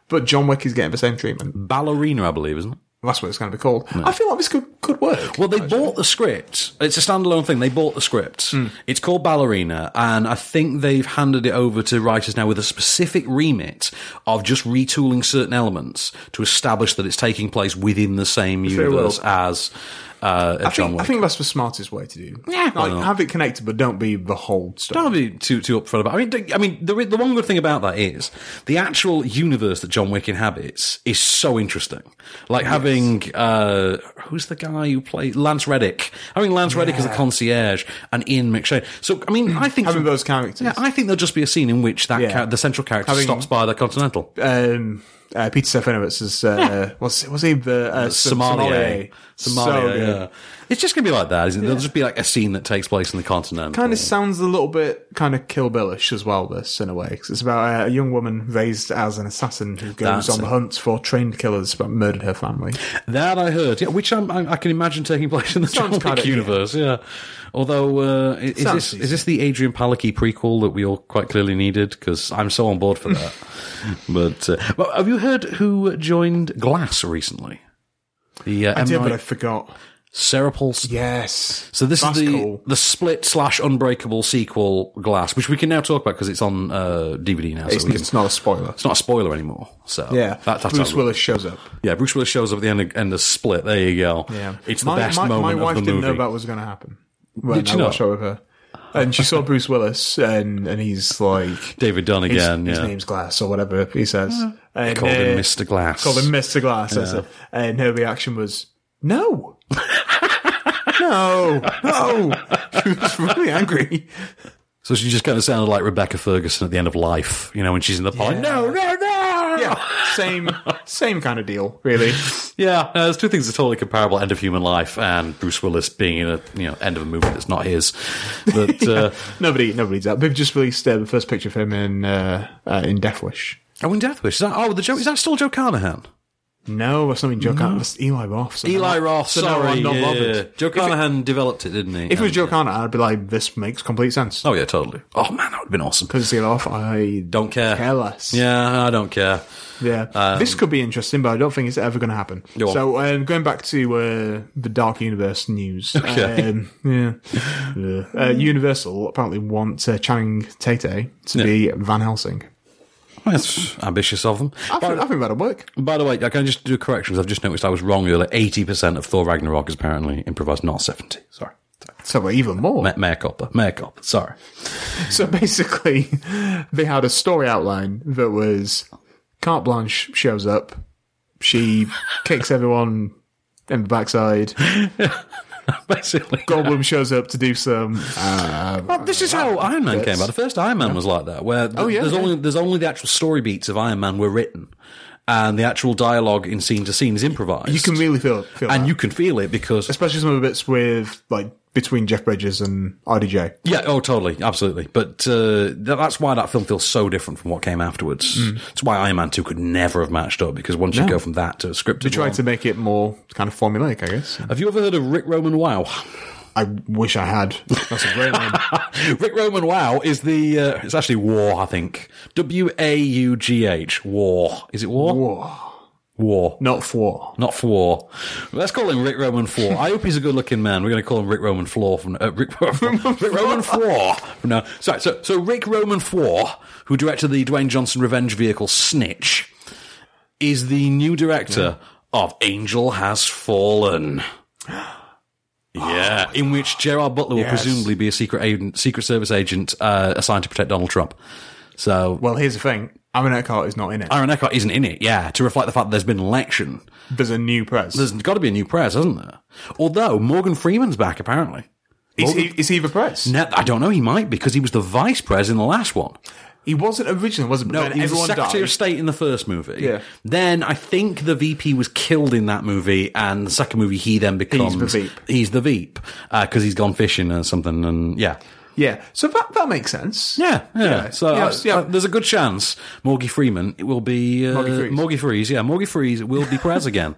[SPEAKER 2] But John Wick is getting the same treatment.
[SPEAKER 1] Ballerina, I believe, isn't it?
[SPEAKER 2] That's what it's going to be called. I feel like this could, could work.
[SPEAKER 1] Well, they bought the script. It's a standalone thing. They bought the script.
[SPEAKER 2] Hmm.
[SPEAKER 1] It's called Ballerina, and I think they've handed it over to writers now with a specific remit of just retooling certain elements to establish that it's taking place within the same
[SPEAKER 2] fair
[SPEAKER 1] universe
[SPEAKER 2] world.
[SPEAKER 1] as uh, John
[SPEAKER 2] I think,
[SPEAKER 1] Wick.
[SPEAKER 2] I think that's the smartest way to do.
[SPEAKER 1] Yeah. Why
[SPEAKER 2] like,
[SPEAKER 1] not?
[SPEAKER 2] have it connected, but don't be the whole story.
[SPEAKER 1] Don't be too too upfront about. I mean, d- I mean, the the one good thing about that is the actual universe that John Wick inhabits is so interesting. Like having uh, who's the guy who played Lance Reddick? Having Lance Reddick as a
[SPEAKER 2] Yeah.
[SPEAKER 1] concierge and Ian McShane. So I mean, I think
[SPEAKER 2] Having those characters.
[SPEAKER 1] Yeah, I think there'll just be a scene in which that
[SPEAKER 2] Yeah.
[SPEAKER 1] cha- the central character
[SPEAKER 2] Having-
[SPEAKER 1] stops by the Continental.
[SPEAKER 2] um, uh, Peter Stefanowitz is uh, was was he the uh,
[SPEAKER 1] Somalia, Somalia,
[SPEAKER 2] So good.
[SPEAKER 1] yeah. It's just gonna be like that, isn't it? There'll just be like a scene that takes place in the Continental.
[SPEAKER 2] Kind of sounds a little bit kind of Kill Billish as well. This in a way, 'cause it's about uh, a young woman raised as an assassin who goes
[SPEAKER 1] That's
[SPEAKER 2] on the
[SPEAKER 1] it.
[SPEAKER 2] hunt for trained killers but murdered her family.
[SPEAKER 1] That I heard, yeah, which I'm, I, I can imagine taking place in the John
[SPEAKER 2] Sounds
[SPEAKER 1] Wick
[SPEAKER 2] kinda-
[SPEAKER 1] universe, yeah. Although, uh, i- is,
[SPEAKER 2] Sounds
[SPEAKER 1] this, is this the Adrian Palicki prequel that we all quite clearly needed? Because I'm so on board for that. but, uh, well, have you heard who joined Glass recently? The uh,
[SPEAKER 2] I
[SPEAKER 1] M.
[SPEAKER 2] did, but
[SPEAKER 1] Night
[SPEAKER 2] I forgot.
[SPEAKER 1] Serapulse.
[SPEAKER 2] Yes.
[SPEAKER 1] So this
[SPEAKER 2] That's
[SPEAKER 1] is the
[SPEAKER 2] cool.
[SPEAKER 1] the split slash unbreakable sequel Glass, which we can now talk about because it's on uh, DVD now.
[SPEAKER 2] It's,
[SPEAKER 1] so we can,
[SPEAKER 2] it's not a spoiler.
[SPEAKER 1] it's not a spoiler anymore. So
[SPEAKER 2] Yeah,
[SPEAKER 1] that, that's
[SPEAKER 2] Bruce
[SPEAKER 1] how-
[SPEAKER 2] Willis shows up.
[SPEAKER 1] yeah, Bruce Willis shows up at the end of, end of Split. There you go.
[SPEAKER 2] Yeah,
[SPEAKER 1] It's the
[SPEAKER 2] my,
[SPEAKER 1] best
[SPEAKER 2] my,
[SPEAKER 1] moment
[SPEAKER 2] My
[SPEAKER 1] of
[SPEAKER 2] wife
[SPEAKER 1] the
[SPEAKER 2] didn't
[SPEAKER 1] movie.
[SPEAKER 2] know that was going to happen. When
[SPEAKER 1] Did she
[SPEAKER 2] I
[SPEAKER 1] not?
[SPEAKER 2] watched it with her, and she saw Bruce Willis, and and he's like
[SPEAKER 1] David Dunn
[SPEAKER 2] his-
[SPEAKER 1] again.
[SPEAKER 2] His,
[SPEAKER 1] yeah. Mm.
[SPEAKER 2] name's Glass or whatever he says.
[SPEAKER 1] They
[SPEAKER 2] And,
[SPEAKER 1] called him
[SPEAKER 2] uh,
[SPEAKER 1] Mr. Glass.
[SPEAKER 2] Called him Mr. Glass. that's
[SPEAKER 1] Yeah.
[SPEAKER 2] it. And her reaction was no. No, no! She was really angry.
[SPEAKER 1] So she just kind of sounded like Rebecca Ferguson at the end of Life, you know, when she's in the pond. No, no, no!
[SPEAKER 2] Yeah, same, same kind of deal, really.
[SPEAKER 1] Yeah, no, there's two things that are totally comparable: end of human life and Bruce Willis being in a you know end of a movie that's not his. But uh,
[SPEAKER 2] Nobody, nobody's out. They've just released uh, the first picture of him in uh, uh, in Death Wish.
[SPEAKER 1] oh, in Death Wish, is that oh the Joe is that still Joe Carnahan?
[SPEAKER 2] No, that's not in Joe Carnahan. That's Eli Roth. So
[SPEAKER 1] Eli
[SPEAKER 2] no-
[SPEAKER 1] Roth,
[SPEAKER 2] so no,
[SPEAKER 1] sorry,
[SPEAKER 2] I'm not
[SPEAKER 1] yeah.
[SPEAKER 2] bothered.
[SPEAKER 1] Joe
[SPEAKER 2] If it-
[SPEAKER 1] Carnahan developed it, didn't he?
[SPEAKER 2] If it was
[SPEAKER 1] And-
[SPEAKER 2] Joe Carnahan, I'd be like, this makes complete sense.
[SPEAKER 1] oh yeah, totally. Oh man, that would have been awesome.
[SPEAKER 2] Because Eli Roth, I
[SPEAKER 1] Don't care.
[SPEAKER 2] care less.
[SPEAKER 1] Yeah, I don't care.
[SPEAKER 2] Yeah.
[SPEAKER 1] Um,
[SPEAKER 2] this could be interesting, but I don't think it's ever going to happen.
[SPEAKER 1] Go on.
[SPEAKER 2] So, um, going back to uh, the Dark Universe news.
[SPEAKER 1] Okay.
[SPEAKER 2] Um, yeah. Yeah. Uh, Universal apparently wants uh, Channing Tate to
[SPEAKER 1] Yeah.
[SPEAKER 2] be Van Helsing.
[SPEAKER 1] Well, that's ambitious of them.
[SPEAKER 2] I think, I think that'll work.
[SPEAKER 1] By the way, I can just do corrections. I've just noticed I was wrong earlier. Eighty percent of Thor Ragnarok is apparently improvised, not seventy. Sorry,
[SPEAKER 2] So, but even more.
[SPEAKER 1] Ma- Mayor Copper, Mayor Copper. Sorry.
[SPEAKER 2] So basically, they had a story outline that was carte blanche shows up, she kicks everyone in the backside.
[SPEAKER 1] Basically,
[SPEAKER 2] Goldblum shows up to do some. Uh,
[SPEAKER 1] Well, this is how Iron Man came about. The first Iron Man was like that, where th-
[SPEAKER 2] Oh, yeah,
[SPEAKER 1] there's
[SPEAKER 2] yeah.
[SPEAKER 1] only there's only the actual story beats of Iron Man were written, and the actual dialogue in scene to scene is improvised.
[SPEAKER 2] you can really feel feel
[SPEAKER 1] and
[SPEAKER 2] that.
[SPEAKER 1] you can feel it because
[SPEAKER 2] especially some of the bits with like between Jeff Bridges and RDJ.
[SPEAKER 1] Yeah, oh, totally, absolutely. But uh, th- that's why that film feels so different from what came afterwards.
[SPEAKER 2] Mm.
[SPEAKER 1] It's why Iron Man 2 could never have matched up, because once you
[SPEAKER 2] No.
[SPEAKER 1] go from that to a scripted
[SPEAKER 2] They tried
[SPEAKER 1] one-
[SPEAKER 2] to make it more kind of formulaic, I guess. Have
[SPEAKER 1] you ever heard of Rick Roman Wow?
[SPEAKER 2] I wish I had. That's a great name.
[SPEAKER 1] Rick Roman Wow is the. Uh, it's actually War, I think. W A U G H. War. Is it War?
[SPEAKER 2] War.
[SPEAKER 1] War.
[SPEAKER 2] Not Four.
[SPEAKER 1] Not Four. Let's call him Rick Roman Four. I hope he's a good looking man. We're going to call him Rick Roman Floor from. Uh, Rick, Rick Roman Four. From now. Sorry, so, so Rick Roman Four, who directed the Dwayne Johnson revenge vehicle Snitch, is the new director of Angel Has Fallen. Yeah, in which Gerard Butler will
[SPEAKER 2] Yes.
[SPEAKER 1] presumably be a secret agent, secret service agent uh, assigned to protect Donald Trump. So,
[SPEAKER 2] well, here's the thing: Aaron Eckhart is not in it.
[SPEAKER 1] Aaron Eckhart isn't in it. Yeah, to reflect the fact that there's been an election.
[SPEAKER 2] There's a new press.
[SPEAKER 1] There's got to be a new press, hasn't there? Although Morgan Freeman's back apparently.
[SPEAKER 2] Is he- is he the press?
[SPEAKER 1] No, I don't know. He might because he was the vice pres in the last one.
[SPEAKER 2] He wasn't originally, wasn't.
[SPEAKER 1] No,
[SPEAKER 2] but then
[SPEAKER 1] he was
[SPEAKER 2] everyone
[SPEAKER 1] Secretary of
[SPEAKER 2] died.
[SPEAKER 1] State in the first movie.
[SPEAKER 2] Yeah.
[SPEAKER 1] Then I think the VP was killed in that movie, and the second movie he then becomes
[SPEAKER 2] the Veep.
[SPEAKER 1] He's the Veep because he's gone fishing or something, and yeah.
[SPEAKER 2] Yeah, so that that makes sense.
[SPEAKER 1] Yeah, yeah.
[SPEAKER 2] Yeah,
[SPEAKER 1] So
[SPEAKER 2] yeah,
[SPEAKER 1] uh,
[SPEAKER 2] yeah.
[SPEAKER 1] uh, there's a good chance Morgie Freeman it will be uh,
[SPEAKER 2] Morgie
[SPEAKER 1] Morgie,
[SPEAKER 2] Frees.
[SPEAKER 1] Freeze. Yeah, Morgie Freeze will be Perez again.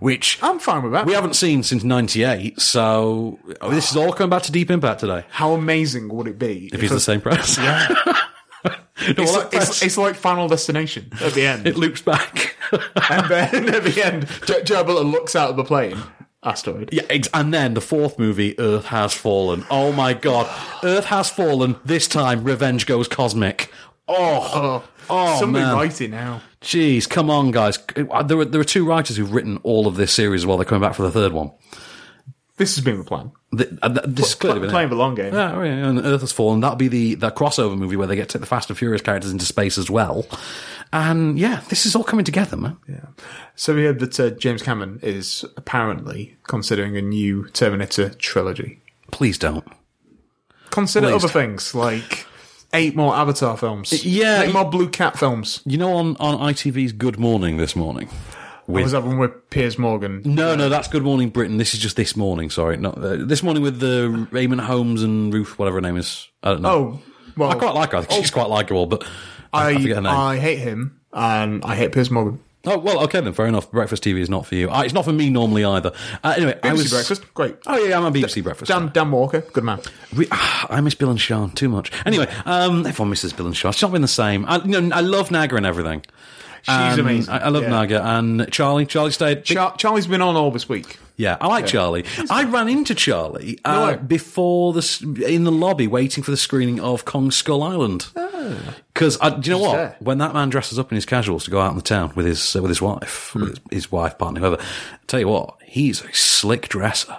[SPEAKER 1] Which
[SPEAKER 2] I'm fine with that.
[SPEAKER 1] we haven't seen since '98, so oh, this is all coming back to Deep Impact today.
[SPEAKER 2] How amazing would it be
[SPEAKER 1] If he's the same press,
[SPEAKER 2] Yeah.
[SPEAKER 1] that
[SPEAKER 2] it's, like, it's, it's like Final Destination at the end.
[SPEAKER 1] it loops back.
[SPEAKER 2] and then at the end, Jet Butler looks out of the plane. Asteroid.
[SPEAKER 1] Yeah, ex- and then the fourth movie, Earth Has Fallen. Oh my god, Earth Has Fallen. This time, revenge goes cosmic. Oh, oh,
[SPEAKER 2] Somebody
[SPEAKER 1] man.
[SPEAKER 2] write it now.
[SPEAKER 1] Jeez, come on, guys. Uh, There are, there are two writers who've written all of this series while they're coming back for the third one.
[SPEAKER 2] This has been the plan.
[SPEAKER 1] The, uh, th- this is
[SPEAKER 2] Pl-
[SPEAKER 1] clearly been it.
[SPEAKER 2] playing the long game.
[SPEAKER 1] Yeah, oh yeah, and Earth Has Fallen. That'll be the, the crossover movie where they get to take the Fast and Furious characters into space as well. And yeah, this is all coming together, man.
[SPEAKER 2] So we heard that uh, James Cameron is apparently considering a new Terminator trilogy.
[SPEAKER 1] Please don't.
[SPEAKER 2] Consider
[SPEAKER 1] Please. Uh,
[SPEAKER 2] other things like eight more Avatar films.
[SPEAKER 1] yeah,
[SPEAKER 2] eight more Blue Cat films.
[SPEAKER 1] You know, on, on ITV's Good Morning this morning.
[SPEAKER 2] What
[SPEAKER 1] with- Mm.
[SPEAKER 2] was that one with Piers Morgan?
[SPEAKER 1] No, no, that's Good Morning Britain. This is just this morning. Sorry, not uh, this morning with the Raymond Holmes and Ruth, whatever her name is. I don't know.
[SPEAKER 2] Oh, well,
[SPEAKER 1] I quite like her. I think she's quite likable, but I, I forget her
[SPEAKER 2] I,
[SPEAKER 1] name.
[SPEAKER 2] I hate him and I hate Piers Morgan.
[SPEAKER 1] oh well, okay then. Fair enough. Breakfast TV is not for you. Uh, it's not for me normally either. Uh, anyway,
[SPEAKER 2] BBC
[SPEAKER 1] I was
[SPEAKER 2] Breakfast, great.
[SPEAKER 1] Oh yeah, yeah, I'm a BBC Breakfast.
[SPEAKER 2] Dan, Dan Walker, good man.
[SPEAKER 1] We, ah, I miss Bill and Sean too much. Anyway, um, everyone misses Bill and Sean. It's not been the same. I, you know, I love Naga and everything.
[SPEAKER 2] She's
[SPEAKER 1] And
[SPEAKER 2] amazing,
[SPEAKER 1] I, I love
[SPEAKER 2] Um, yeah.
[SPEAKER 1] Naga and Charlie. Charlie stayed.
[SPEAKER 2] Char- Charlie's been on all this week.
[SPEAKER 1] Yeah, I like
[SPEAKER 2] Yeah.
[SPEAKER 1] Charlie. I ran into Charlie
[SPEAKER 2] No
[SPEAKER 1] uh,
[SPEAKER 2] way.
[SPEAKER 1] before the s- in the lobby waiting for the screening of Kong Skull Island. Because do you know what?
[SPEAKER 2] Oh. there.
[SPEAKER 1] When that man dresses up in his casuals to go out in the town with his uh, with his wife,
[SPEAKER 2] Hmm.
[SPEAKER 1] with his, his wife partner, whoever, tell you what, he's a slick dresser.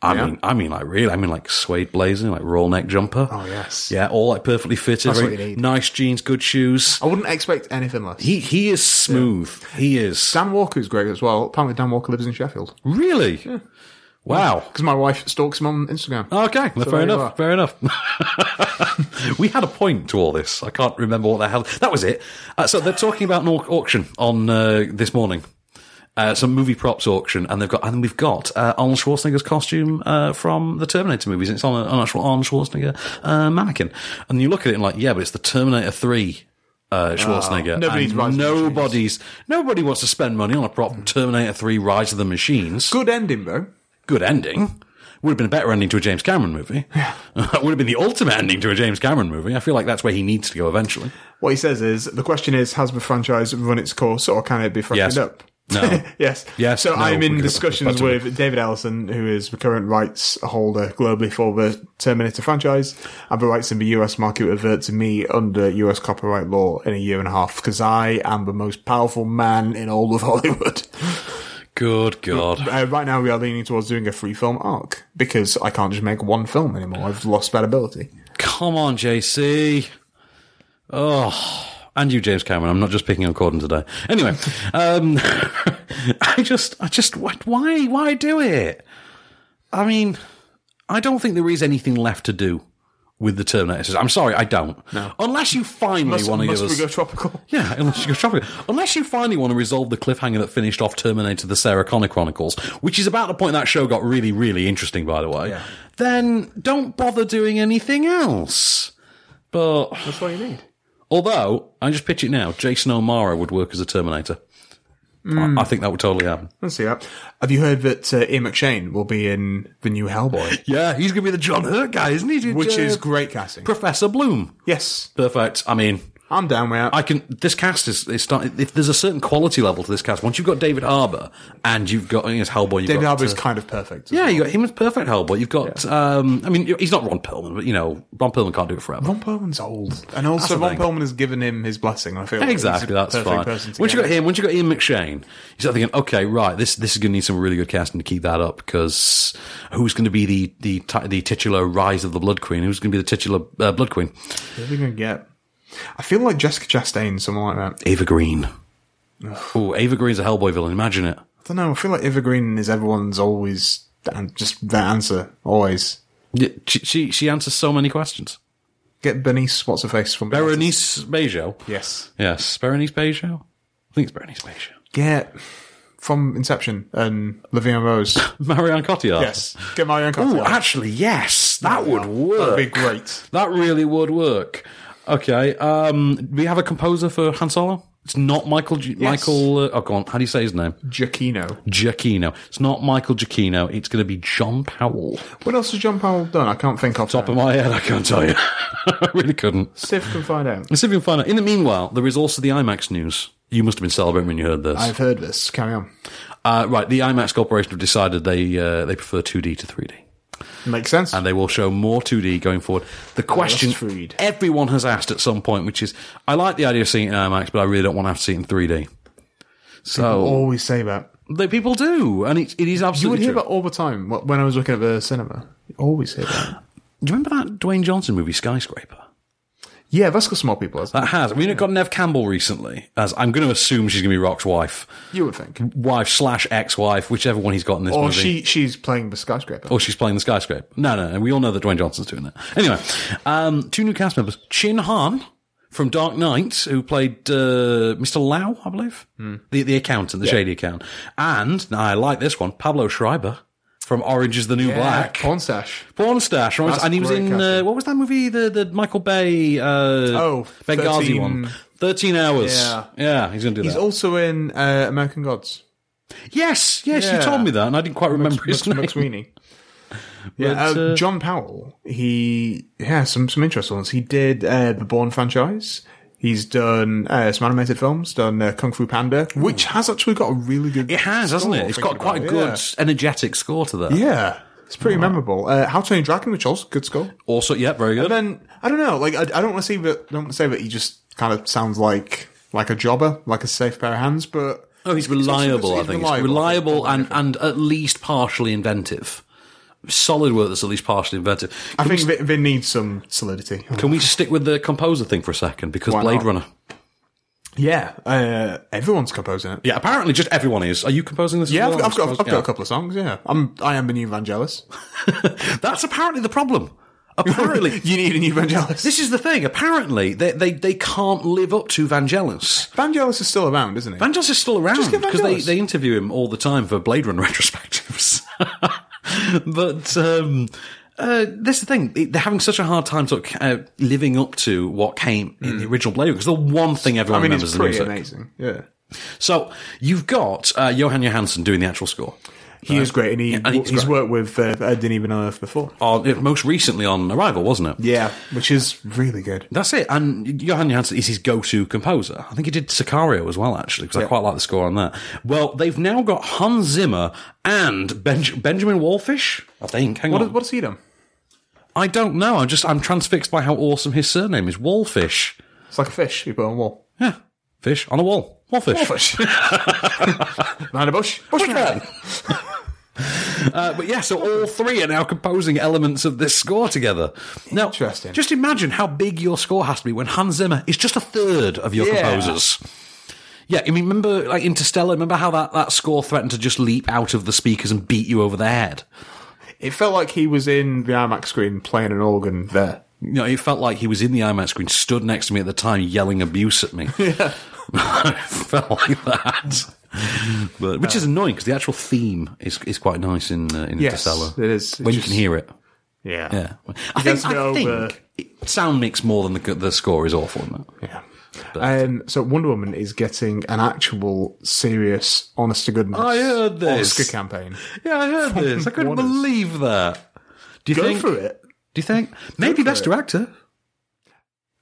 [SPEAKER 1] I
[SPEAKER 2] Yeah.
[SPEAKER 1] mean, I mean, like really, I mean, like suede blazer, like roll neck jumper.
[SPEAKER 2] Oh, yes.
[SPEAKER 1] yeah, all like perfectly fitted,
[SPEAKER 2] That's what
[SPEAKER 1] very
[SPEAKER 2] you need. Oh.
[SPEAKER 1] nice jeans, good shoes.
[SPEAKER 2] I wouldn't expect anything less.
[SPEAKER 1] He he is smooth. He is
[SPEAKER 2] Dan Walker's great as well. Apparently, Dan Walker lives in Sheffield.
[SPEAKER 1] really wow.
[SPEAKER 2] Because my wife stalks him on Instagram.
[SPEAKER 1] Okay, well,
[SPEAKER 2] So
[SPEAKER 1] fair
[SPEAKER 2] there you
[SPEAKER 1] enough. Fair enough. we had a point to all this. I can't remember what the hell that was. It. Uh, so they're talking about an au- auction on uh, this morning. Uh, some movie props auction, and they've got, and we've got uh, Arnold Schwarzenegger's costume uh, from the Terminator movies. It's on a- on an actual Arnold Schwarzenegger uh, mannequin, and you look at it and like, yeah, but it's the Terminator Three uh, Schwarzenegger.
[SPEAKER 2] Ah, nobody's
[SPEAKER 1] and
[SPEAKER 2] Rise of the Machines.
[SPEAKER 1] nobody's nobody wants to spend money on a prop from Terminator Three: Rise of the Machines
[SPEAKER 2] Good ending, though.
[SPEAKER 1] good ending. Would have been a better ending to a James Cameron movie. That would have been the ultimate ending to a James Cameron movie. I feel like that's where he needs to go eventually.
[SPEAKER 2] What he says is the question is has the franchise run its course or can it be freshened
[SPEAKER 1] Yes.
[SPEAKER 2] up?
[SPEAKER 1] No.
[SPEAKER 2] yes.
[SPEAKER 1] Yes,
[SPEAKER 2] So
[SPEAKER 1] no,
[SPEAKER 2] I'm
[SPEAKER 1] we
[SPEAKER 2] in
[SPEAKER 1] could-
[SPEAKER 2] discussions
[SPEAKER 1] that's-
[SPEAKER 2] with David Ellison, who is the current rights holder globally for the Terminator franchise, and the rights in the US market will revert to me under US copyright law in a year and a half because I am the most powerful man in all of Hollywood.
[SPEAKER 1] Good God.
[SPEAKER 2] Uh, right now, we are leaning towards doing a free film arc because I can't just make one film anymore. I've lost that ability.
[SPEAKER 1] Come on, JC. Oh. And you, James Cameron. I'm not just picking on Corden today. Anyway, um, I just, I just, what- why, why do it? I mean, I don't think there is anything left to do with the Terminator says, I'm sorry, I don't. No. Unless you finally
[SPEAKER 2] Must-
[SPEAKER 1] want to
[SPEAKER 2] must
[SPEAKER 1] give
[SPEAKER 2] we
[SPEAKER 1] us.
[SPEAKER 2] go tropical?
[SPEAKER 1] Yeah, unless you go tropical. Unless you finally want to resolve the cliffhanger that finished off Terminator the Sarah Connor Chronicles, which is about the point that show got really, really interesting, by the way, then don't bother doing anything else. But.
[SPEAKER 2] That's what you need.
[SPEAKER 1] Although, I just pitch it now Jason O'Mara would work as a Terminator. I, I think that would totally happen.
[SPEAKER 2] Let's see that. Have you heard that uh, Ian McShane will be in the new Hellboy?
[SPEAKER 1] Yeah, he's going to be the John Hurt guy, isn't he?
[SPEAKER 2] Which
[SPEAKER 1] Uh,
[SPEAKER 2] is great casting.
[SPEAKER 1] Professor Bloom.
[SPEAKER 2] Yes.
[SPEAKER 1] Perfect. I mean,
[SPEAKER 2] I'm down with it.
[SPEAKER 1] I can. This cast is, is starting. If there's a certain quality level to this cast, once you've got David Harbour and you've got you know, Hellboy, you've
[SPEAKER 2] David
[SPEAKER 1] got,
[SPEAKER 2] Harbour is
[SPEAKER 1] uh,
[SPEAKER 2] kind of perfect.
[SPEAKER 1] Yeah, you got him as perfect Hellboy. You've got. Um, I mean, he's not Ron Perlman, but you know, Ron Perlman can't do it forever.
[SPEAKER 2] Ron Perlman's old, and also
[SPEAKER 1] the
[SPEAKER 2] Ron
[SPEAKER 1] thing.
[SPEAKER 2] Perlman has given him his blessing. I feel
[SPEAKER 1] Exactly,
[SPEAKER 2] He's a
[SPEAKER 1] that's
[SPEAKER 2] perfect
[SPEAKER 1] fine.
[SPEAKER 2] person to
[SPEAKER 1] Once you
[SPEAKER 2] get
[SPEAKER 1] got him, once you got Ian McShane, you start thinking, okay, right, this this is going to need some really good casting to keep that up because who's going to be the the ti- the titular Rise of the Blood Queen? Who's going to be the titular uh, Blood Queen?
[SPEAKER 2] Who are we going to get? I feel like Jessica Chastain, someone like that.
[SPEAKER 1] Ava Green. Oh, Ava Green's a Hellboy villain. Imagine it.
[SPEAKER 2] I don't know. I feel like Evergreen is everyone's always and just the answer always.
[SPEAKER 1] Yeah, she, she she answers so many questions.
[SPEAKER 2] Get Bernice what's her face from
[SPEAKER 1] Berenice Bejo.
[SPEAKER 2] Yes.
[SPEAKER 1] Yes, Berenice Bejo. I think it's Berenice Bejo.
[SPEAKER 2] Get from Inception and Livia Rose.
[SPEAKER 1] Marianne Cotillard.
[SPEAKER 2] yes. Get Marion
[SPEAKER 1] Oh,
[SPEAKER 2] Cotillard.
[SPEAKER 1] actually, yes, that would work.
[SPEAKER 2] That'd be great.
[SPEAKER 1] That really would work. Okay. Um, we have a composer for Han Solo. It's not Michael. G- Michael. Uh, oh, go on. How do you say his name?
[SPEAKER 2] Giacchino.
[SPEAKER 1] Giacchino. It's not Michael Giacchino. It's going to be John Powell.
[SPEAKER 2] What else has John Powell done? I can't think off.
[SPEAKER 1] Top of my head, I can't tell you. I really couldn't.
[SPEAKER 2] Siv can find out.
[SPEAKER 1] Let's see if we can find out. In the meanwhile, there is also the IMAX news. You must have been celebrating when you heard this.
[SPEAKER 2] I've heard this. Carry on.
[SPEAKER 1] Uh, right, the IMAX Corporation have decided they uh, they prefer 2D to 3D.
[SPEAKER 2] Makes sense.
[SPEAKER 1] And they will show more 2D going forward. The question
[SPEAKER 2] that's freed.
[SPEAKER 1] everyone has asked at some point, which is, I like the idea of seeing it in IMAX, but I really don't want to have to see it in 3D. So
[SPEAKER 2] People always say that.
[SPEAKER 1] they, people do, and it, it is
[SPEAKER 2] You would
[SPEAKER 1] absolutely
[SPEAKER 2] hear
[SPEAKER 1] true.
[SPEAKER 2] that all the time wh- when I was looking at the cinema. You always hear that.
[SPEAKER 1] Do you remember that Dwayne Johnson movie, Skyscraper?
[SPEAKER 2] Yeah, that's got small people. hasn't it?
[SPEAKER 1] That has. We've got Nev Campbell recently, as I'm going to assume she's going to be Rock's wife,
[SPEAKER 2] You would think.
[SPEAKER 1] wife slash ex-wife, whichever one he's got in this
[SPEAKER 2] Or
[SPEAKER 1] movie.
[SPEAKER 2] she she's playing the skyscraper.
[SPEAKER 1] Or Oh, she's playing the skyscraper. No, no, no. We all know that Dwayne Johnson's doing that. Anyway, um, two new cast members. Chin Han from Dark Knight, who played uh, Mr. Lau, I believe.
[SPEAKER 2] Hmm.
[SPEAKER 1] The, the accountant, the shady accountant. And, now I like this one, Pablo Schreiber from Orange is the New Black.
[SPEAKER 2] Porn stash.
[SPEAKER 1] Porn stash. right?
[SPEAKER 2] That's
[SPEAKER 1] And he was
[SPEAKER 2] great
[SPEAKER 1] in, uh,
[SPEAKER 2] casting.
[SPEAKER 1] what was that movie? The, the Michael Bay uh,
[SPEAKER 2] Oh,
[SPEAKER 1] Benghazi
[SPEAKER 2] 13
[SPEAKER 1] one. 13 hours.
[SPEAKER 2] Yeah.
[SPEAKER 1] he's going to do
[SPEAKER 2] He's
[SPEAKER 1] that.
[SPEAKER 2] also in uh, American Gods.
[SPEAKER 1] yes, yes, you
[SPEAKER 2] Yeah.
[SPEAKER 1] told me that, and I didn't quite remember
[SPEAKER 2] Mc-
[SPEAKER 1] his
[SPEAKER 2] Mc-
[SPEAKER 1] name.
[SPEAKER 2] McSweeney. Yeah,
[SPEAKER 1] But,
[SPEAKER 2] uh,
[SPEAKER 1] uh,
[SPEAKER 2] John Powell. He yeah, some some interesting ones. He did uh, the Bourne franchise. He's done uh, some animated films. Done uh, Kung Fu Panda, which has actually got a really good.
[SPEAKER 1] It has, hasn't
[SPEAKER 2] score,
[SPEAKER 1] it? It's
[SPEAKER 2] thinking
[SPEAKER 1] got quite a Oh.
[SPEAKER 2] about it.
[SPEAKER 1] good, energetic score to that.
[SPEAKER 2] Yeah. Yeah, it's pretty memorable. Uh, How to Train Your Dragon, which also good score.
[SPEAKER 1] Also, yeah, very good.
[SPEAKER 2] And then I don't know. Like I, I don't want to say that. I don't want to say that he just kind of sounds like like a jobber, like a safe pair of hands. But
[SPEAKER 1] oh, he's
[SPEAKER 2] also
[SPEAKER 1] reliable.
[SPEAKER 2] just-
[SPEAKER 1] I
[SPEAKER 2] he's
[SPEAKER 1] think he's
[SPEAKER 2] reliable.
[SPEAKER 1] reliable and, and at least partially inventive. Solid work that's at least partially inventive.
[SPEAKER 2] I
[SPEAKER 1] Can,
[SPEAKER 2] think
[SPEAKER 1] we,
[SPEAKER 2] they, they need some solidity.
[SPEAKER 1] can we stick with the composer thing for a second? Because
[SPEAKER 2] Why
[SPEAKER 1] Blade
[SPEAKER 2] not?
[SPEAKER 1] Runner.
[SPEAKER 2] Yeah, uh, everyone's composing it.
[SPEAKER 1] Yeah, apparently just everyone is. Are you composing this? as
[SPEAKER 2] Yeah,
[SPEAKER 1] well?
[SPEAKER 2] I've, I've got I've
[SPEAKER 1] Suppose-
[SPEAKER 2] got
[SPEAKER 1] yeah.
[SPEAKER 2] a couple of songs. Yeah, I'm I am the new Vangelis.
[SPEAKER 1] That's apparently the problem. Apparently,
[SPEAKER 2] you need a new Vangelis.
[SPEAKER 1] this is the thing. Apparently, they, they, they can't live up to Vangelis.
[SPEAKER 2] Vangelis is still around, isn't he?
[SPEAKER 1] Vangelis is still around
[SPEAKER 2] Just get
[SPEAKER 1] because they,
[SPEAKER 2] Vangelis.
[SPEAKER 1] they interview him all the time for Blade Runner retrospectives. but um, uh, that's the thing; It- they're having such a hard time sort of uh, living up to what came in the original Blade Runner because the one thing
[SPEAKER 2] Mm. I
[SPEAKER 1] everyone
[SPEAKER 2] mean,
[SPEAKER 1] remembers
[SPEAKER 2] it's
[SPEAKER 1] is the
[SPEAKER 2] pretty
[SPEAKER 1] music.
[SPEAKER 2] amazing. Yeah,
[SPEAKER 1] So you've got uh, Johan Johansson doing the actual score.
[SPEAKER 2] he is great, and he
[SPEAKER 1] Yeah, and he's
[SPEAKER 2] he's,
[SPEAKER 1] great.
[SPEAKER 2] worked with uh, I didn't even know Earth before.
[SPEAKER 1] On, it- uh, most recently on Arrival, wasn't it?
[SPEAKER 2] Yeah, which is really good.
[SPEAKER 1] That's it. And Johan Johansson is his go-to composer. I think he did Sicario as well, actually, because I quite like the score on that. Well, they've now got Hans Zimmer and ben- Benjamin Wallfish. I think. Hang
[SPEAKER 2] What
[SPEAKER 1] on.
[SPEAKER 2] has- what has he done?
[SPEAKER 1] I don't know. I'm just I'm transfixed by how awesome his surname is. Wallfish.
[SPEAKER 2] It's like a fish you put on a wall.
[SPEAKER 1] Yeah, fish on a wall. Wallfish.
[SPEAKER 2] Behind a bush. Bushman.
[SPEAKER 1] Uh, but yeah, so all three are now composing elements of this score together. Now,
[SPEAKER 2] Interesting.
[SPEAKER 1] just imagine how big your score has to be when Hans Zimmer is just a third of your
[SPEAKER 2] Yeah.
[SPEAKER 1] composers. Yeah, I mean, remember like Interstellar? Remember how that, that score threatened to just leap out of the speakers and beat you over the head?
[SPEAKER 2] It felt like he was in the IMAX screen playing an organ there.
[SPEAKER 1] You know, it felt like he was in the IMAX screen, stood next to me at the time, yelling abuse at me. Yeah. felt like that. But, which is annoying because the actual theme is is quite nice in uh, in
[SPEAKER 2] Yes,
[SPEAKER 1] Interstellar.
[SPEAKER 2] it is. It
[SPEAKER 1] when
[SPEAKER 2] just-
[SPEAKER 1] you can hear it.
[SPEAKER 2] Yeah,
[SPEAKER 1] yeah. I
[SPEAKER 2] It
[SPEAKER 1] think,
[SPEAKER 2] does
[SPEAKER 1] I
[SPEAKER 2] go,
[SPEAKER 1] think
[SPEAKER 2] uh,
[SPEAKER 1] it- sound mix more than the the score is awful in that.
[SPEAKER 2] Yeah. Um, so Wonder Woman is getting an actual serious, honest to goodness
[SPEAKER 1] I heard this.
[SPEAKER 2] Oscar campaign.
[SPEAKER 1] Yeah, I heard this. I couldn't
[SPEAKER 2] Warner's.
[SPEAKER 1] believe that. Do you
[SPEAKER 2] Go
[SPEAKER 1] think?
[SPEAKER 2] for it.
[SPEAKER 1] Do you think maybe best director?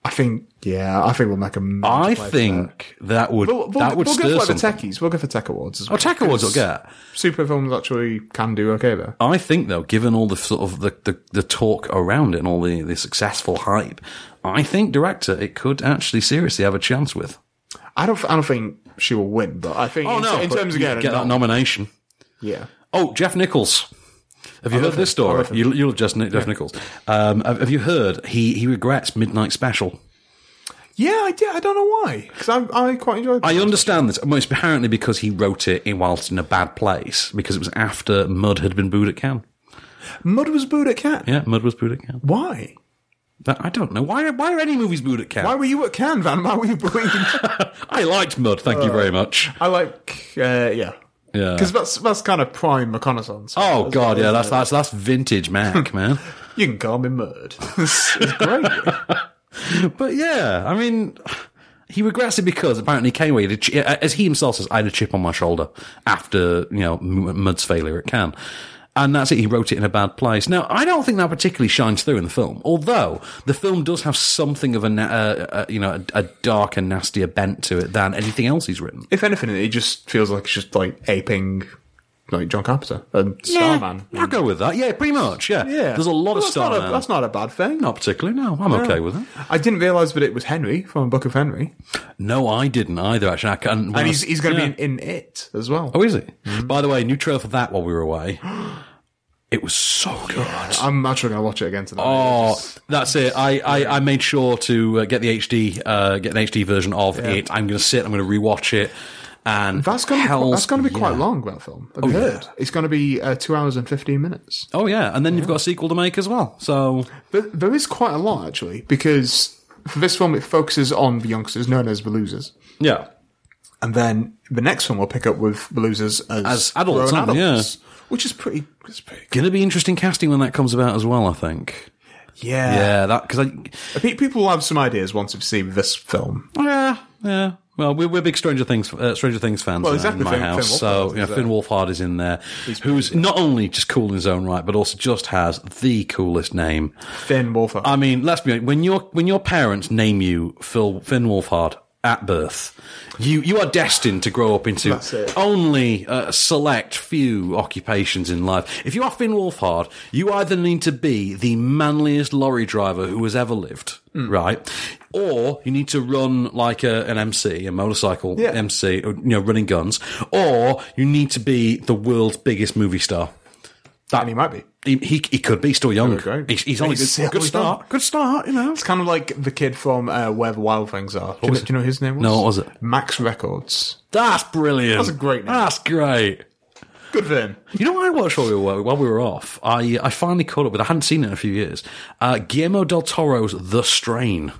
[SPEAKER 2] I think yeah, I think we'll make a major
[SPEAKER 1] I
[SPEAKER 2] play for
[SPEAKER 1] think that would
[SPEAKER 2] that. We'll, we'll,
[SPEAKER 1] that would
[SPEAKER 2] we'll
[SPEAKER 1] stir
[SPEAKER 2] go for like
[SPEAKER 1] something.
[SPEAKER 2] the techies. We'll go for tech awards as
[SPEAKER 1] Oh,
[SPEAKER 2] well.
[SPEAKER 1] tech awards will
[SPEAKER 2] 'cause
[SPEAKER 1] get.
[SPEAKER 2] super films actually can do okay there.
[SPEAKER 1] I think though, given all the sort of the, the, the talk around it and all the, the successful hype, I think director it could actually seriously have a chance with.
[SPEAKER 2] I don't. I don't think she will win, but I
[SPEAKER 1] Oh,
[SPEAKER 2] think in, in terms of
[SPEAKER 1] get,
[SPEAKER 2] getting
[SPEAKER 1] get that nomination.
[SPEAKER 2] yeah.
[SPEAKER 1] Oh, Jeff Nichols. Have you
[SPEAKER 2] I
[SPEAKER 1] heard
[SPEAKER 2] love him.
[SPEAKER 1] this
[SPEAKER 2] I
[SPEAKER 1] story?
[SPEAKER 2] love him.
[SPEAKER 1] You, you'll just Jeff Nichols. Um, have, have you heard? He he regrets Midnight Special.
[SPEAKER 2] Yeah, I did. I don't know why because I quite enjoyed.
[SPEAKER 1] I understand this. Well, it's apparently because he wrote it in, whilst in a bad place because it was after Mud had been booed at Cannes.
[SPEAKER 2] Mud was booed at Cannes.
[SPEAKER 1] Yeah, Mud was booed at Cannes.
[SPEAKER 2] Why?
[SPEAKER 1] That- I don't know. Why why are any movies booed at Cannes?
[SPEAKER 2] Why were you at Cannes, Van? Why were you booing?
[SPEAKER 1] I liked Mud. Thank you very much.
[SPEAKER 2] I like. Uh, yeah.
[SPEAKER 1] Yeah.
[SPEAKER 2] Uh, Because that's that's kind of prime reconnaissance.
[SPEAKER 1] Oh god, yeah, that's
[SPEAKER 2] that.
[SPEAKER 1] that's that's vintage Mac, man.
[SPEAKER 2] You can call me Murd. it's great.
[SPEAKER 1] But yeah, I mean, he regrets it because apparently Kane Wade, had a chi- uh, as he himself says, I had a chip on my shoulder after you know M- Mud's failure at Cannes. And that's it. He wrote it in a bad place. Now, I don't think that particularly shines through in the film, although the film does have something of a, na- uh, uh, you know, a, a darker, nastier bent to it than anything else he's written.
[SPEAKER 2] If anything, it just feels like it's just like aping like John Carpenter and
[SPEAKER 1] Yeah,
[SPEAKER 2] Starman.
[SPEAKER 1] I'll go with that. Yeah, pretty much. Yeah,
[SPEAKER 2] Yeah.
[SPEAKER 1] There's a lot
[SPEAKER 2] Well,
[SPEAKER 1] of
[SPEAKER 2] that's not
[SPEAKER 1] Starman.
[SPEAKER 2] a- that's not a bad thing.
[SPEAKER 1] Not particularly. No, I'm
[SPEAKER 2] No.
[SPEAKER 1] okay with it.
[SPEAKER 2] I didn't realise that it was Henry from Book of Henry.
[SPEAKER 1] No, I didn't either. Actually, I can
[SPEAKER 2] And he's, he's going to
[SPEAKER 1] Yeah.
[SPEAKER 2] be in, in it as well.
[SPEAKER 1] Oh, is he?
[SPEAKER 2] Mm-hmm.
[SPEAKER 1] By the way, new trailer for that while we were away. It was so good.
[SPEAKER 2] I'm actually going to watch it again tonight.
[SPEAKER 1] Oh, that's it. I, I, I made sure to uh, get the HD, uh, get an HD version of
[SPEAKER 2] Yeah.
[SPEAKER 1] it. I'm going to sit. I'm going to rewatch it. And
[SPEAKER 2] that's going to
[SPEAKER 1] hell-
[SPEAKER 2] be, that's going to be quite
[SPEAKER 1] yeah.
[SPEAKER 2] long. That film. Have
[SPEAKER 1] Oh,
[SPEAKER 2] you
[SPEAKER 1] yeah.
[SPEAKER 2] heard? It's going to be uh, two hours and fifteen minutes.
[SPEAKER 1] Oh yeah, and then you've got a sequel to make as well. So
[SPEAKER 2] But there is quite a lot actually, because for this film it focuses on the youngsters known as the losers,
[SPEAKER 1] yeah,
[SPEAKER 2] and then the next one will pick up with the losers as,
[SPEAKER 1] As adults,
[SPEAKER 2] grown
[SPEAKER 1] aren't they?
[SPEAKER 2] adults, which is pretty. It's pretty
[SPEAKER 1] going to be interesting casting when that comes about as well. I think.
[SPEAKER 2] yeah,
[SPEAKER 1] Yeah, that because I
[SPEAKER 2] I think people will have some ideas once they've seen this film.
[SPEAKER 1] yeah yeah. Well, we're, we're big Stranger Things uh, Stranger Things fans
[SPEAKER 2] Well,
[SPEAKER 1] in-
[SPEAKER 2] exactly,
[SPEAKER 1] in my
[SPEAKER 2] Finn-
[SPEAKER 1] house.
[SPEAKER 2] Finn Wolfhard
[SPEAKER 1] so
[SPEAKER 2] is
[SPEAKER 1] yeah,
[SPEAKER 2] there.
[SPEAKER 1] Finn Wolfhard is in there, who's not only just cool in his own right, but also just has the coolest name.
[SPEAKER 2] Finn Wolfhard.
[SPEAKER 1] I mean, let's be honest. When your when your parents name you Phil Finn Wolfhard at birth, you you are destined to grow up into
[SPEAKER 2] That's it.
[SPEAKER 1] only a select few occupations in life. If you are Finn Wolfhard, you either need to be the manliest lorry driver who has ever lived,
[SPEAKER 2] Mm.
[SPEAKER 1] right? Or you need to run like a, an MC, a motorcycle
[SPEAKER 2] Yeah.
[SPEAKER 1] MC, or, you know, running guns. Or you need to be the world's biggest movie star. That
[SPEAKER 2] and he might be.
[SPEAKER 1] he, he, he could be still young.
[SPEAKER 2] great.
[SPEAKER 1] He's, he's on a
[SPEAKER 2] He's
[SPEAKER 1] good, good
[SPEAKER 2] still
[SPEAKER 1] start.
[SPEAKER 2] young.
[SPEAKER 1] Good start, you know.
[SPEAKER 2] It's kind of like the kid from uh, Where the Wild Things Are. Do you, know,
[SPEAKER 1] was it?
[SPEAKER 2] do you know his name was?
[SPEAKER 1] No, what was it?
[SPEAKER 2] Max Records.
[SPEAKER 1] That's brilliant.
[SPEAKER 2] That's a great name.
[SPEAKER 1] That's great.
[SPEAKER 2] Good for him.
[SPEAKER 1] You know what I watched while we were while we were off? I I finally caught up with. I hadn't seen it in a few years. Uh, Guillermo del Toro's The Strain,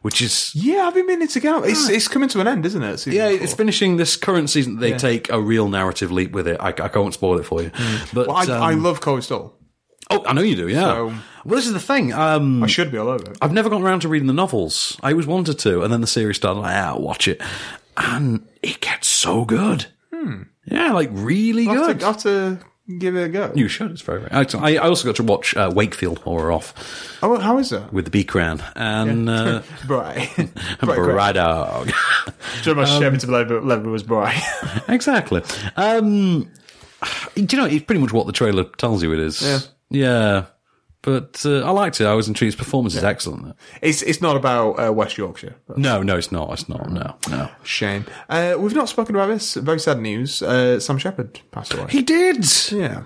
[SPEAKER 1] which is
[SPEAKER 2] Yeah, I've been meaning to get out. It's, it's coming to an end, isn't it? Season
[SPEAKER 1] yeah,
[SPEAKER 2] four.
[SPEAKER 1] it's finishing this current season. They
[SPEAKER 2] Yeah.
[SPEAKER 1] take a real narrative leap with it. I, I can't spoil it for you, but
[SPEAKER 2] Well, I, I
[SPEAKER 1] um,
[SPEAKER 2] love Corey Stoll.
[SPEAKER 1] Oh, I know you do. Yeah.
[SPEAKER 2] So-
[SPEAKER 1] well, this is the thing. Um,
[SPEAKER 2] I should be all over it.
[SPEAKER 1] I've never gotten around to reading the novels. I always wanted to, and then the series started. Like, ah, watch it, and it gets so good. Hmm. Yeah, like really
[SPEAKER 2] I'll
[SPEAKER 1] good.
[SPEAKER 2] have, to, I'll have to give it a go.
[SPEAKER 1] you should. It's very. very I, I also got to watch uh, Wakefield while we we're off
[SPEAKER 2] Oh, how is that?
[SPEAKER 1] with the B Crown and uh,
[SPEAKER 2] Bry. Bry.
[SPEAKER 1] Bry Dog.
[SPEAKER 2] During my shame to level, level was Bry.
[SPEAKER 1] exactly. Um, do you know? It's pretty much what the trailer tells you. It is.
[SPEAKER 2] Yeah.
[SPEAKER 1] Yeah. But uh, I liked it. I was intrigued. His performance is excellent.
[SPEAKER 2] it's it's not about uh, West Yorkshire.
[SPEAKER 1] No, no, it's not. It's not. No, no.
[SPEAKER 2] Shame. Uh, we've not spoken about this. Very sad news. Uh, Sam Shepard passed away.
[SPEAKER 1] He did.
[SPEAKER 2] yeah.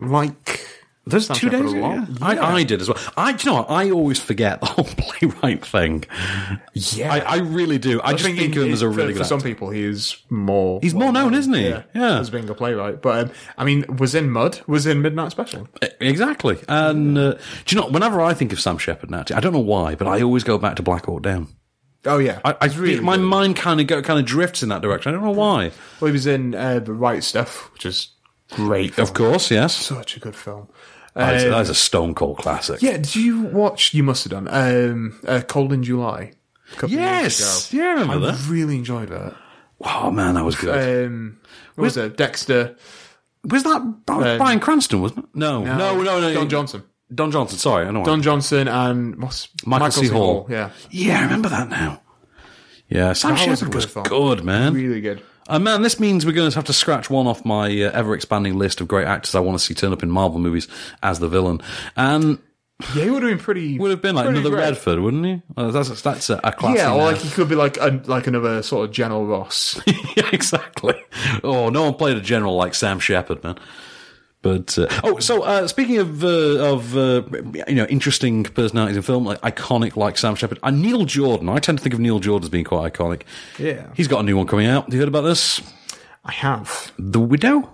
[SPEAKER 2] Like
[SPEAKER 1] There's
[SPEAKER 2] Sounds
[SPEAKER 1] two
[SPEAKER 2] like
[SPEAKER 1] days.
[SPEAKER 2] a
[SPEAKER 1] ago,
[SPEAKER 2] lot.
[SPEAKER 1] yeah. I, I did as well. I, do you know, what? I always forget the whole playwright thing. Yeah, I, I really do. I, just think, of him as a
[SPEAKER 2] for-
[SPEAKER 1] really
[SPEAKER 2] for
[SPEAKER 1] good.
[SPEAKER 2] some
[SPEAKER 1] actor.
[SPEAKER 2] people, he is more.
[SPEAKER 1] He's more known, isn't he?
[SPEAKER 2] Yeah, as being a playwright. But um, I mean, was in Mud, was in Midnight Special.
[SPEAKER 1] E, Exactly. And uh, do you know, whenever I think of Sam Shepard now, I don't know why, but I always go back to Black Hawk Down.
[SPEAKER 2] Oh yeah,
[SPEAKER 1] I, I my mind kind of go, kind of drifts in that direction. I don't know why.
[SPEAKER 2] Well, he was in uh, the Right Stuff, which is great.
[SPEAKER 1] Of course, yes.
[SPEAKER 2] Such a good film.
[SPEAKER 1] That is-
[SPEAKER 2] Um,
[SPEAKER 1] that is a stone cold classic.
[SPEAKER 2] Yeah, did you watch? You must have done. Um, uh, Cold in July. a couple of years
[SPEAKER 1] Yes,
[SPEAKER 2] ago.
[SPEAKER 1] yeah, I remember
[SPEAKER 2] I
[SPEAKER 1] that.
[SPEAKER 2] Really enjoyed that.
[SPEAKER 1] Oh man, that was good.
[SPEAKER 2] Um, what was, it? Dexter.
[SPEAKER 1] Was that Brian Cranston? Wasn't it? No, no, no, no.
[SPEAKER 2] uh, Don
[SPEAKER 1] you-
[SPEAKER 2] uh, Johnson.
[SPEAKER 1] Don Johnson. Sorry, I know.
[SPEAKER 2] Don Johnson and what's
[SPEAKER 1] Michael C. Hall.
[SPEAKER 2] Yeah,
[SPEAKER 1] yeah, I remember that now. Yeah, Sam
[SPEAKER 2] That was a
[SPEAKER 1] Shepard
[SPEAKER 2] good
[SPEAKER 1] was
[SPEAKER 2] film.
[SPEAKER 1] good, man.
[SPEAKER 2] Really good.
[SPEAKER 1] Uh, man, this means we're going to have to scratch one off my uh, ever expanding list of great actors I want to see turn up in Marvel movies as the villain. And
[SPEAKER 2] Yeah, he would have been pretty. Would
[SPEAKER 1] have been like another Redford, wouldn't he? Uh, That's that's a, a classic.
[SPEAKER 2] Yeah, or
[SPEAKER 1] now.
[SPEAKER 2] like he could be like a, like another sort of General Ross.
[SPEAKER 1] yeah, exactly. Oh, no one played a general like Sam Shepard, man. But uh, oh, so uh, speaking of uh, of uh, you know interesting personalities in film, like iconic like Sam Shepard and Neil Jordan. I tend to think of Neil Jordan as being quite iconic.
[SPEAKER 2] Yeah.
[SPEAKER 1] he's got a new one coming out. Have you heard about this?
[SPEAKER 2] I have.
[SPEAKER 1] The Widow.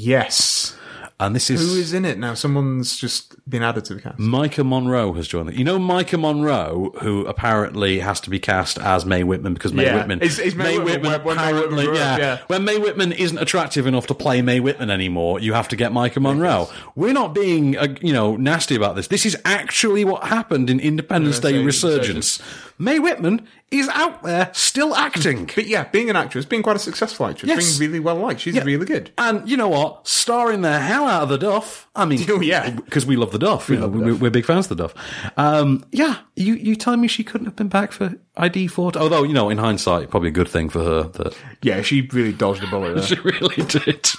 [SPEAKER 2] Yes.
[SPEAKER 1] And this
[SPEAKER 2] Who
[SPEAKER 1] is
[SPEAKER 2] is in it now? Someone's just been added to the cast.
[SPEAKER 1] Micah Monroe has joined it. You know Micah Monroe, who apparently has to be cast as May Whitman because May
[SPEAKER 2] Yeah.
[SPEAKER 1] Whitman
[SPEAKER 2] Is- is May Whitman- when- when May
[SPEAKER 1] apparently
[SPEAKER 2] Whitman grew
[SPEAKER 1] yeah,
[SPEAKER 2] up, yeah.
[SPEAKER 1] when May Whitman isn't attractive enough to play May Whitman anymore, you have to get Micah Monroe. We're not being uh, you know nasty about this. This is actually what happened in Independence Day
[SPEAKER 2] Day
[SPEAKER 1] Resurgence. May Whitman is out there still acting.
[SPEAKER 2] But yeah, being an actress, being quite a successful actress,
[SPEAKER 1] Yes.
[SPEAKER 2] being really well liked. She's
[SPEAKER 1] Yeah.
[SPEAKER 2] really good.
[SPEAKER 1] And you know what? Starring the hell out of the Duff. I mean,
[SPEAKER 2] Oh, yeah.
[SPEAKER 1] because we love the Duff. We are big fans of the Duff. Um, yeah, you you telling me she couldn't have been back for ID four? Although you know, in hindsight, probably a good thing for her that
[SPEAKER 2] Yeah, she really dodged a bullet. There.
[SPEAKER 1] she really did.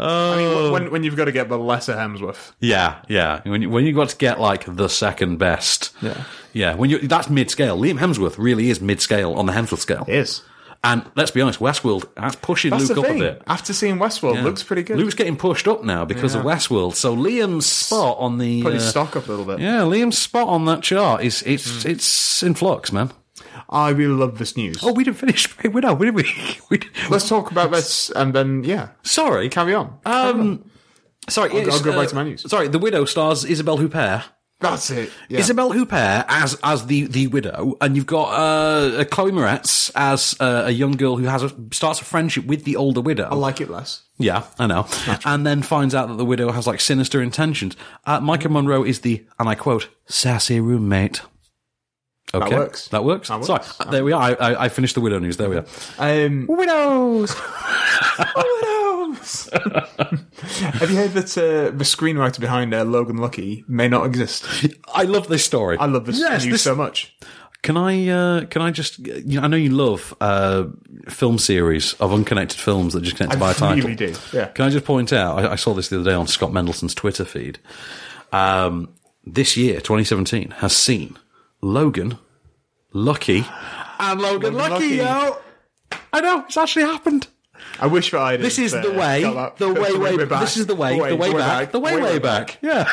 [SPEAKER 2] I mean, when, when you've got to get the lesser Hemsworth,
[SPEAKER 1] Uh, yeah, yeah. When you, when you got to get like the second best,
[SPEAKER 2] Yeah.
[SPEAKER 1] yeah. When you that's mid scale. Liam Hemsworth really is mid scale on the Hemsworth scale.
[SPEAKER 2] Is
[SPEAKER 1] And let's be honest, Westworld that's pushing
[SPEAKER 2] that's
[SPEAKER 1] Luke
[SPEAKER 2] the
[SPEAKER 1] up
[SPEAKER 2] thing.
[SPEAKER 1] a bit.
[SPEAKER 2] After seeing Westworld,
[SPEAKER 1] Yeah.
[SPEAKER 2] looks pretty good.
[SPEAKER 1] Luke's getting pushed up now because of
[SPEAKER 2] Yeah.
[SPEAKER 1] Westworld. So Liam's spot on the
[SPEAKER 2] Put his
[SPEAKER 1] uh,
[SPEAKER 2] stock up a little bit.
[SPEAKER 1] yeah, Liam's spot on that chart is it's
[SPEAKER 2] Hmm.
[SPEAKER 1] it's in flux, man.
[SPEAKER 2] I really love this news.
[SPEAKER 1] Oh, we didn't finish Grey Widow, did we? we
[SPEAKER 2] Let's talk about this and then yeah,
[SPEAKER 1] sorry,
[SPEAKER 2] carry on.
[SPEAKER 1] um, sorry,
[SPEAKER 2] I'll-
[SPEAKER 1] it's,
[SPEAKER 2] I'll go back
[SPEAKER 1] uh,
[SPEAKER 2] to my news.
[SPEAKER 1] Sorry, the Widow stars Isabel Huppert.
[SPEAKER 2] That's it. Yeah.
[SPEAKER 1] Isabelle Isabel Huppert as as the the widow, and you've got uh, Chloe Moretz as uh, a young girl who has a, starts a friendship with the older widow.
[SPEAKER 2] I like it less.
[SPEAKER 1] Yeah, I know. And then finds out that the widow has like sinister intentions. Uh, Micah Monroe is the, and I quote, sassy roommate.
[SPEAKER 2] That
[SPEAKER 1] Okay.
[SPEAKER 2] works.
[SPEAKER 1] That works.
[SPEAKER 2] That works.
[SPEAKER 1] Sorry. Uh, There we are. I, I, I finished the widow news. There we are.
[SPEAKER 2] Um,
[SPEAKER 1] Widows!
[SPEAKER 2] Widows! have you heard that uh, the screenwriter behind uh, Logan Lucky may not exist?
[SPEAKER 1] I love this story.
[SPEAKER 2] I love this
[SPEAKER 1] Yes,
[SPEAKER 2] news
[SPEAKER 1] this-
[SPEAKER 2] so much.
[SPEAKER 1] Can I? Uh, can I just? You know, I know you love uh, film series of unconnected films that just connect by a
[SPEAKER 2] I
[SPEAKER 1] title.
[SPEAKER 2] really do. Yeah.
[SPEAKER 1] Can I just point out? I, I saw this the other day on Scott Mendelson's Twitter feed. Um, this year, 2017, has seen Logan, Lucky, and Logan,
[SPEAKER 2] Logan
[SPEAKER 1] Lucky.
[SPEAKER 2] Lucky.
[SPEAKER 1] Yo, I know it's actually happened.
[SPEAKER 2] I wish I did.
[SPEAKER 1] This is
[SPEAKER 2] uh,
[SPEAKER 1] the way,
[SPEAKER 2] got that-
[SPEAKER 1] the way, way,
[SPEAKER 2] back.
[SPEAKER 1] This is the way, the way, back, the way, way, back. Yeah,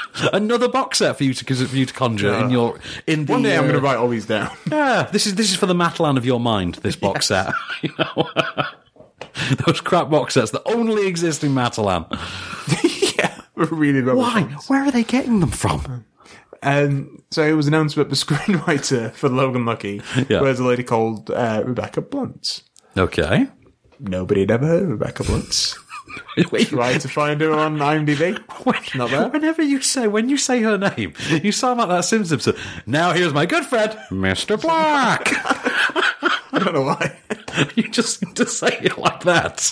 [SPEAKER 1] another box set for you to 'cause for you to conjure in
[SPEAKER 2] Yeah.
[SPEAKER 1] your in the.
[SPEAKER 2] One day I'm going
[SPEAKER 1] uh,
[SPEAKER 2] to write all these down.
[SPEAKER 1] yeah, this is this is for the Matalan of your mind. This box set, you know, those crap box sets that only exist in Matalan.
[SPEAKER 2] really rubbish
[SPEAKER 1] Why?
[SPEAKER 2] ones.
[SPEAKER 1] Where are they getting them from?
[SPEAKER 2] Um, so it was announced that the screenwriter for Logan Lucky
[SPEAKER 1] Yeah.
[SPEAKER 2] was a lady called uh, Rebecca Blunt.
[SPEAKER 1] Okay.
[SPEAKER 2] Nobody had ever heard of Rebecca Blunt. Try to find her on IMDb. Not there.
[SPEAKER 1] Whenever you say when you say her name, you sound like that Sims episode. Now here's my good friend, Mr. Black.
[SPEAKER 2] I don't know why.
[SPEAKER 1] you just seem to say it like that.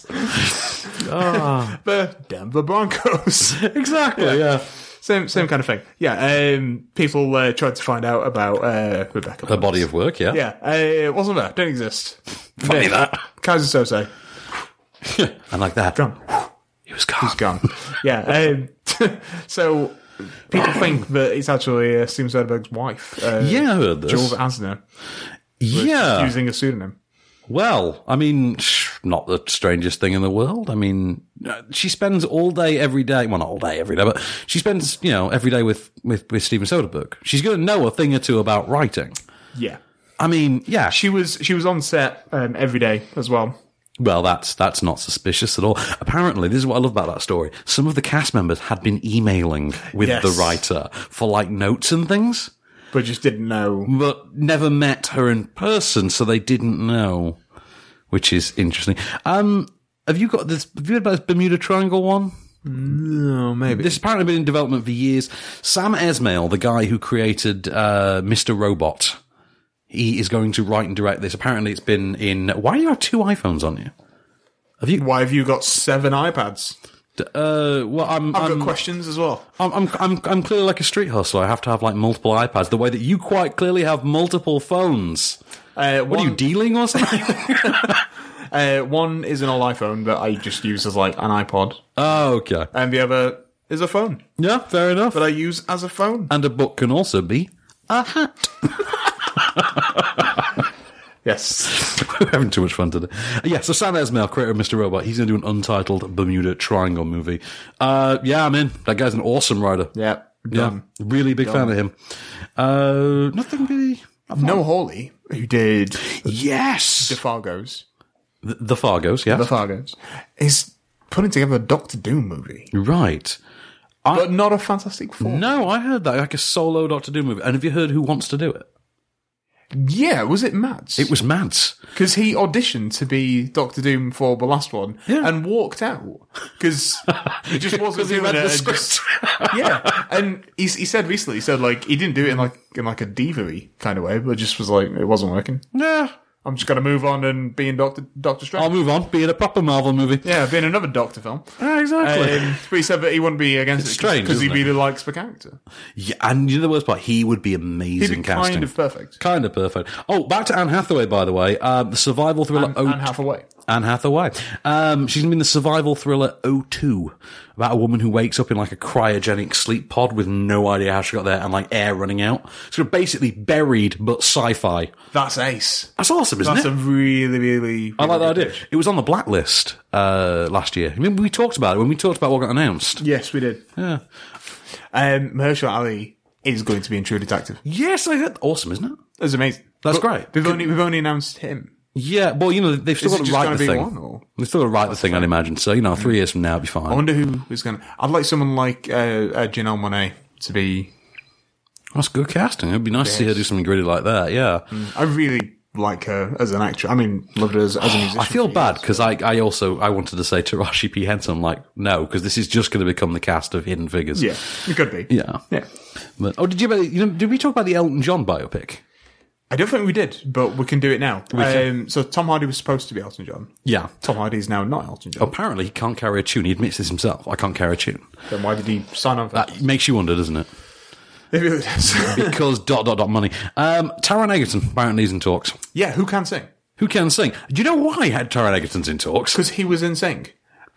[SPEAKER 2] the Denver Broncos.
[SPEAKER 1] Exactly. Yeah.
[SPEAKER 2] same same kind of thing. Yeah. Um, people uh, tried to find out about uh, Rebecca.
[SPEAKER 1] Her
[SPEAKER 2] Blunt.
[SPEAKER 1] body of work. Yeah.
[SPEAKER 2] Yeah. Uh, it wasn't there. Don't exist.
[SPEAKER 1] Funny that.
[SPEAKER 2] Kaiser Sose.
[SPEAKER 1] And like that,
[SPEAKER 2] Gone.
[SPEAKER 1] he was gone.
[SPEAKER 2] He's gone. yeah. Um, so people think that it's actually uh, Steven Soderbergh's wife. Uh,
[SPEAKER 1] Yeah, I heard this.
[SPEAKER 2] Jules Asner.
[SPEAKER 1] yeah.
[SPEAKER 2] Using a pseudonym.
[SPEAKER 1] Well, I mean, not the strangest thing in the world. I mean, uh, she spends all day every day. Well, not all day every day, but she spends you know every day with with, with Steven Soderbergh. She's going to know a thing or two about writing.
[SPEAKER 2] Yeah.
[SPEAKER 1] I mean, yeah.
[SPEAKER 2] She was she was on set um, every day as well.
[SPEAKER 1] Well, that's that's not suspicious at all. Apparently, this is what I love about that story. Some of the cast members had been emailing with
[SPEAKER 2] Yes.
[SPEAKER 1] the writer for like notes and things,
[SPEAKER 2] but just didn't know.
[SPEAKER 1] But never met her in person, so they didn't know, which is interesting. Um, have you got this? Have you heard about this Bermuda Triangle one?
[SPEAKER 2] No, maybe.
[SPEAKER 1] This has apparently been in development for years. Sam Esmail, the guy who created uh, Mr. Robot, he is going to write and direct this. Apparently, it's been in. Why do you have two iPhones on you? Have you?
[SPEAKER 2] Why have you got seven iPads?
[SPEAKER 1] Uh, well, I'm.
[SPEAKER 2] I've
[SPEAKER 1] I'm-
[SPEAKER 2] got questions as well.
[SPEAKER 1] I'm, I'm, I'm, I'm clearly like a street hustler. I have to have like multiple iPads, the way that you quite clearly have multiple phones.
[SPEAKER 2] Uh,
[SPEAKER 1] what are you dealing or something?
[SPEAKER 2] Uh, one is an old iPhone that I just use as like an iPod.
[SPEAKER 1] Oh, okay.
[SPEAKER 2] And the other is a phone.
[SPEAKER 1] Yeah, fair enough.
[SPEAKER 2] That I use as a phone.
[SPEAKER 1] and a book can also be a hat.
[SPEAKER 2] yes.
[SPEAKER 1] We're having too much fun today. Uh, Yeah, so Sam Esmail, creator of Mr. Robot, he's going to do an untitled Bermuda Triangle movie. Uh, yeah, I'm in. That guy's an awesome writer.
[SPEAKER 2] Yeah.
[SPEAKER 1] Yeah.
[SPEAKER 2] done.
[SPEAKER 1] Really big fan
[SPEAKER 2] Done.
[SPEAKER 1] of him. Uh, nothing really.
[SPEAKER 2] No Hawley, who did
[SPEAKER 1] Yes
[SPEAKER 2] DeFargo's.
[SPEAKER 1] The, the Fargos, yeah.
[SPEAKER 2] The Fargos. Is putting together a Doctor Doom movie.
[SPEAKER 1] Right.
[SPEAKER 2] but not a Fantastic Four.
[SPEAKER 1] No, I heard that. Like a solo Doctor Doom movie. And have you heard who wants to do it?
[SPEAKER 2] Yeah, was it Mads? It
[SPEAKER 1] was Mads.
[SPEAKER 2] Because he auditioned to be Doctor Doom for the last one and walked out. Because he just wasn't
[SPEAKER 1] 'Cause he
[SPEAKER 2] doing
[SPEAKER 1] read
[SPEAKER 2] it
[SPEAKER 1] the
[SPEAKER 2] and just- yeah. And he, he said recently, he said, like, he didn't do it in, like, in like a diva kind of way, but just was like, it wasn't working.
[SPEAKER 1] Nah.
[SPEAKER 2] I'm just going to move on and be in Doctor, Doctor Strange.
[SPEAKER 1] I'll move on. Be in a proper Marvel movie.
[SPEAKER 2] Yeah, be in another Doctor film.
[SPEAKER 1] Yeah, exactly.
[SPEAKER 2] Um, but he said that he wouldn't be against
[SPEAKER 1] It's
[SPEAKER 2] it
[SPEAKER 1] strange,
[SPEAKER 2] because he
[SPEAKER 1] isn't it?
[SPEAKER 2] really likes the character.
[SPEAKER 1] Yeah, and you know the worst part? He would be amazing
[SPEAKER 2] He'd be
[SPEAKER 1] casting.
[SPEAKER 2] kind of perfect.
[SPEAKER 1] Kind of perfect. Oh, back to Anne Hathaway, by the way. Um, the survival thriller.
[SPEAKER 2] And Anne Hathaway.
[SPEAKER 1] Anne Hathaway. Um, she's in the survival thriller O2 about a woman who wakes up in like a cryogenic sleep pod with no idea how she got there and like air running out. So basically buried, but sci-fi.
[SPEAKER 2] That's ace.
[SPEAKER 1] That's awesome, isn't
[SPEAKER 2] That's
[SPEAKER 1] it?
[SPEAKER 2] a really, really.
[SPEAKER 1] I like that idea. It was on the blacklist uh, last year. Remember we talked about it when we talked about what got announced.
[SPEAKER 2] Yes, we did.
[SPEAKER 1] Yeah.
[SPEAKER 2] Um, Mahershala Ali is going to be in True Detective.
[SPEAKER 1] Yes, I heard. Awesome, isn't it?
[SPEAKER 2] That's amazing.
[SPEAKER 1] That's
[SPEAKER 2] But
[SPEAKER 1] great.
[SPEAKER 2] We've only we've only announced him.
[SPEAKER 1] Yeah, well, you know they've still
[SPEAKER 2] Is
[SPEAKER 1] got
[SPEAKER 2] it
[SPEAKER 1] to
[SPEAKER 2] just
[SPEAKER 1] write
[SPEAKER 2] gonna
[SPEAKER 1] the
[SPEAKER 2] be
[SPEAKER 1] thing.
[SPEAKER 2] one, or-
[SPEAKER 1] They've still got to write the thing, I'd imagine. So you know, three years from now, it'll be fine.
[SPEAKER 2] I wonder who is going to. I'd like someone like uh, uh, Janelle Monet to be.
[SPEAKER 1] That's good casting. It'd be nice to see her do something gritty like that. Yeah,
[SPEAKER 2] I really like her as an actress. I mean, loved her as, as a musician.
[SPEAKER 1] I feel bad because I, I also I wanted to say Tarashi P Henson, I'm like no, because this is just going to become the cast of Hidden Figures.
[SPEAKER 2] Yeah, it could be.
[SPEAKER 1] yeah,
[SPEAKER 2] Yeah.
[SPEAKER 1] But, oh, did you? You know, did we talk about the Elton John biopic?
[SPEAKER 2] I don't think we did, but we can do it now.
[SPEAKER 1] We can.
[SPEAKER 2] Um, so Tom Hardy was supposed to be Elton John.
[SPEAKER 1] Yeah.
[SPEAKER 2] Tom Hardy is now not Elton John.
[SPEAKER 1] Apparently, he can't carry a tune. He admits this himself. I can't carry a tune.
[SPEAKER 2] Then why did he sign on for that?
[SPEAKER 1] That makes you wonder, doesn't it?
[SPEAKER 2] It really does.
[SPEAKER 1] Because dot dot dot money. Um, Taron Egerton apparently is in talks.
[SPEAKER 2] yeah, who can sing?
[SPEAKER 1] Who can sing? Do you know why had Taron Egerton's in talks?
[SPEAKER 2] Because he was in Sing.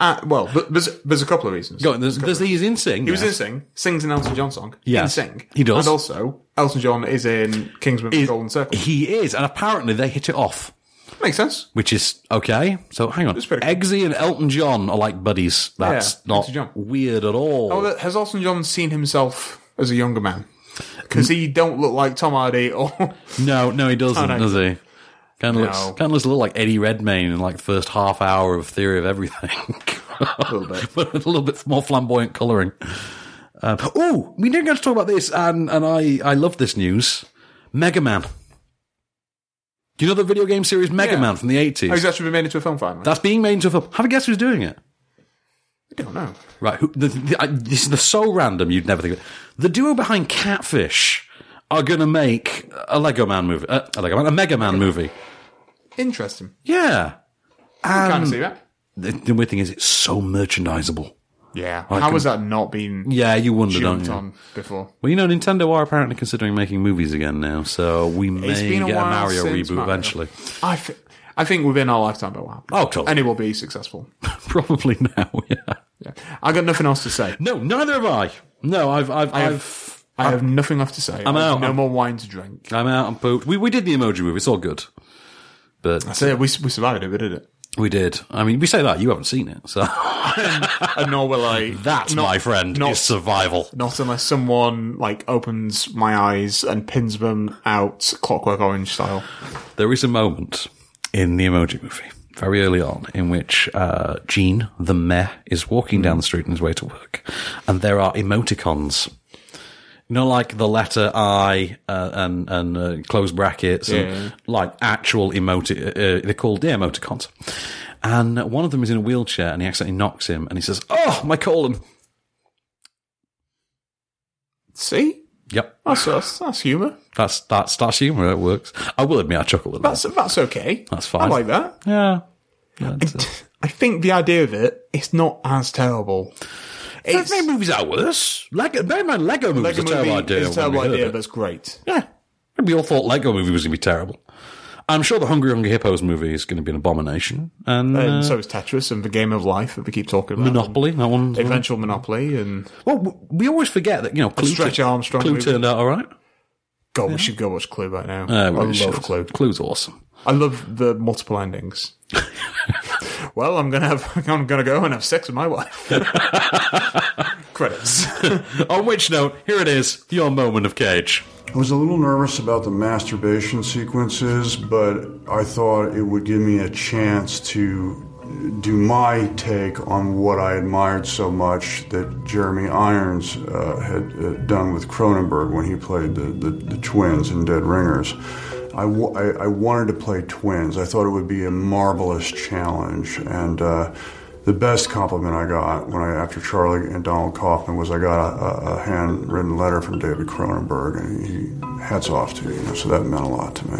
[SPEAKER 2] Uh, well, th- there's, there's a couple of reasons.
[SPEAKER 1] Go on, there's, there's he's in sing.
[SPEAKER 2] He was in
[SPEAKER 1] yes.
[SPEAKER 2] Sing, sings an Elton John song.
[SPEAKER 1] Yeah.
[SPEAKER 2] In Sing.
[SPEAKER 1] He does.
[SPEAKER 2] And also, Elton John is in Kingsman's
[SPEAKER 1] Is-
[SPEAKER 2] Golden Circle.
[SPEAKER 1] He is, and apparently they hit it off,
[SPEAKER 2] Makes sense.
[SPEAKER 1] which is okay. So hang on,
[SPEAKER 2] pretty
[SPEAKER 1] Eggsy and Elton John are like buddies. That's
[SPEAKER 2] Yeah,
[SPEAKER 1] not
[SPEAKER 2] Elton John.
[SPEAKER 1] weird at all.
[SPEAKER 2] Oh, that- has Elton John seen himself as a younger man? Because he don't look like Tom Hardy or...
[SPEAKER 1] no, no, he doesn't,
[SPEAKER 2] Oh, no.
[SPEAKER 1] does he? Kind of
[SPEAKER 2] No.
[SPEAKER 1] looks kind of looks a little like Eddie Redmayne in like the first half hour of Theory of Everything, a
[SPEAKER 2] little bit,
[SPEAKER 1] but with a little bit more flamboyant coloring. Um, oh, we didn't get to talk about this, and and I I love this news. Mega Man. Do you know the video game series Mega
[SPEAKER 2] Yeah.
[SPEAKER 1] Man from the
[SPEAKER 2] Oh, he's
[SPEAKER 1] eighties?
[SPEAKER 2] actually been made into a film finally.
[SPEAKER 1] That's being made into a film. Have a guess who's doing it.
[SPEAKER 2] I don't know.
[SPEAKER 1] Right, who, the, the, I, this is the so random you'd never think of it. The duo behind Catfish are going to make a Lego Man movie, uh, a Lego Man, a Mega Man movie.
[SPEAKER 2] Interesting.
[SPEAKER 1] Yeah,
[SPEAKER 2] I can kind
[SPEAKER 1] Um,
[SPEAKER 2] of see that.
[SPEAKER 1] the, the weird thing is it's so merchandisable.
[SPEAKER 2] Yeah.
[SPEAKER 1] I
[SPEAKER 2] How
[SPEAKER 1] can-
[SPEAKER 2] has that not been
[SPEAKER 1] Yeah, you wonder, don't
[SPEAKER 2] jumped
[SPEAKER 1] you?
[SPEAKER 2] on before?
[SPEAKER 1] Well, you know, Nintendo are apparently considering making movies again now, so we may
[SPEAKER 2] It's been a
[SPEAKER 1] get a
[SPEAKER 2] while
[SPEAKER 1] Mario
[SPEAKER 2] since
[SPEAKER 1] reboot
[SPEAKER 2] Mario.
[SPEAKER 1] eventually.
[SPEAKER 2] I, th- I think within our lifetime it will happen.
[SPEAKER 1] Oh, totally.
[SPEAKER 2] And it will be successful.
[SPEAKER 1] Probably now. Yeah.
[SPEAKER 2] I got nothing else to say.
[SPEAKER 1] No, neither have I. No, I've, I've,
[SPEAKER 2] I have,
[SPEAKER 1] I've
[SPEAKER 2] I have nothing left to say.
[SPEAKER 1] I'm
[SPEAKER 2] I have
[SPEAKER 1] out.
[SPEAKER 2] No
[SPEAKER 1] I'm-
[SPEAKER 2] more wine to drink.
[SPEAKER 1] I'm out. I'm pooped. We we did the emoji move. It's all good. But
[SPEAKER 2] I say we we survived it, but did it?
[SPEAKER 1] We did. I mean, we say that you haven't seen it, so
[SPEAKER 2] and nor will I.
[SPEAKER 1] That, my friend, is survival.
[SPEAKER 2] Not unless someone like opens my eyes and pins them out Clockwork Orange style.
[SPEAKER 1] there is a moment in the Emoji Movie very early on in which uh, Gene the Meh is walking down the street on his way to work, and there are emoticons. You know, like the letter I uh, and and uh, close brackets,
[SPEAKER 2] Yeah.
[SPEAKER 1] and like actual emoti. Uh, they're called yeah, emoticons. And one of them is in a wheelchair, and he accidentally knocks him, and he says, "Oh, my colon."
[SPEAKER 2] See,
[SPEAKER 1] Yep,
[SPEAKER 2] that's that's, that's humour.
[SPEAKER 1] that's that's that's humor. That works. I will admit, I chuckled at that.
[SPEAKER 2] That's that's okay.
[SPEAKER 1] That's fine.
[SPEAKER 2] I like that.
[SPEAKER 1] Yeah.
[SPEAKER 2] I think the idea of it, it's not as terrible.
[SPEAKER 1] It's, made movies out worse. Lego, bear in mind, Lego movies
[SPEAKER 2] Lego
[SPEAKER 1] a terrible
[SPEAKER 2] movie
[SPEAKER 1] idea.
[SPEAKER 2] is a
[SPEAKER 1] when
[SPEAKER 2] terrible
[SPEAKER 1] we heard
[SPEAKER 2] idea,
[SPEAKER 1] it.
[SPEAKER 2] but it's great.
[SPEAKER 1] Yeah. We all thought Lego movie was going to be terrible. I'm sure the Hungry Hungry Hippos movie is going to be an abomination. And, uh,
[SPEAKER 2] And so is Tetris and the Game of Life that we keep talking about.
[SPEAKER 1] Monopoly, that one.
[SPEAKER 2] Eventual Monopoly and
[SPEAKER 1] Well, w- we always forget that, you know,
[SPEAKER 2] And
[SPEAKER 1] Clue,
[SPEAKER 2] Stretch
[SPEAKER 1] tur-
[SPEAKER 2] Armstrong
[SPEAKER 1] Clue
[SPEAKER 2] movie.
[SPEAKER 1] turned out all right.
[SPEAKER 2] God, we should go watch Clue right now.
[SPEAKER 1] Uh, we
[SPEAKER 2] I
[SPEAKER 1] should.
[SPEAKER 2] love Clue.
[SPEAKER 1] Clue's awesome.
[SPEAKER 2] I love the multiple endings. well, I'm gonna have I'm gonna go and have sex with my wife. Credits.
[SPEAKER 1] On which note, here it is, your moment of cage.
[SPEAKER 15] I was a little nervous about the masturbation sequences, but I thought it would give me a chance to do my take on what I admired so much that Jeremy Irons uh, had uh, done with Cronenberg when he played the, the, the twins in Dead Ringers. I wa- I- I wanted to play twins. I thought it would be a marvelous challenge, and uh, the best compliment I got when I after Charlie and Donald Kaufman was I got a, a handwritten letter from David Cronenberg, and he hats off to you. you know, so that meant a lot to me.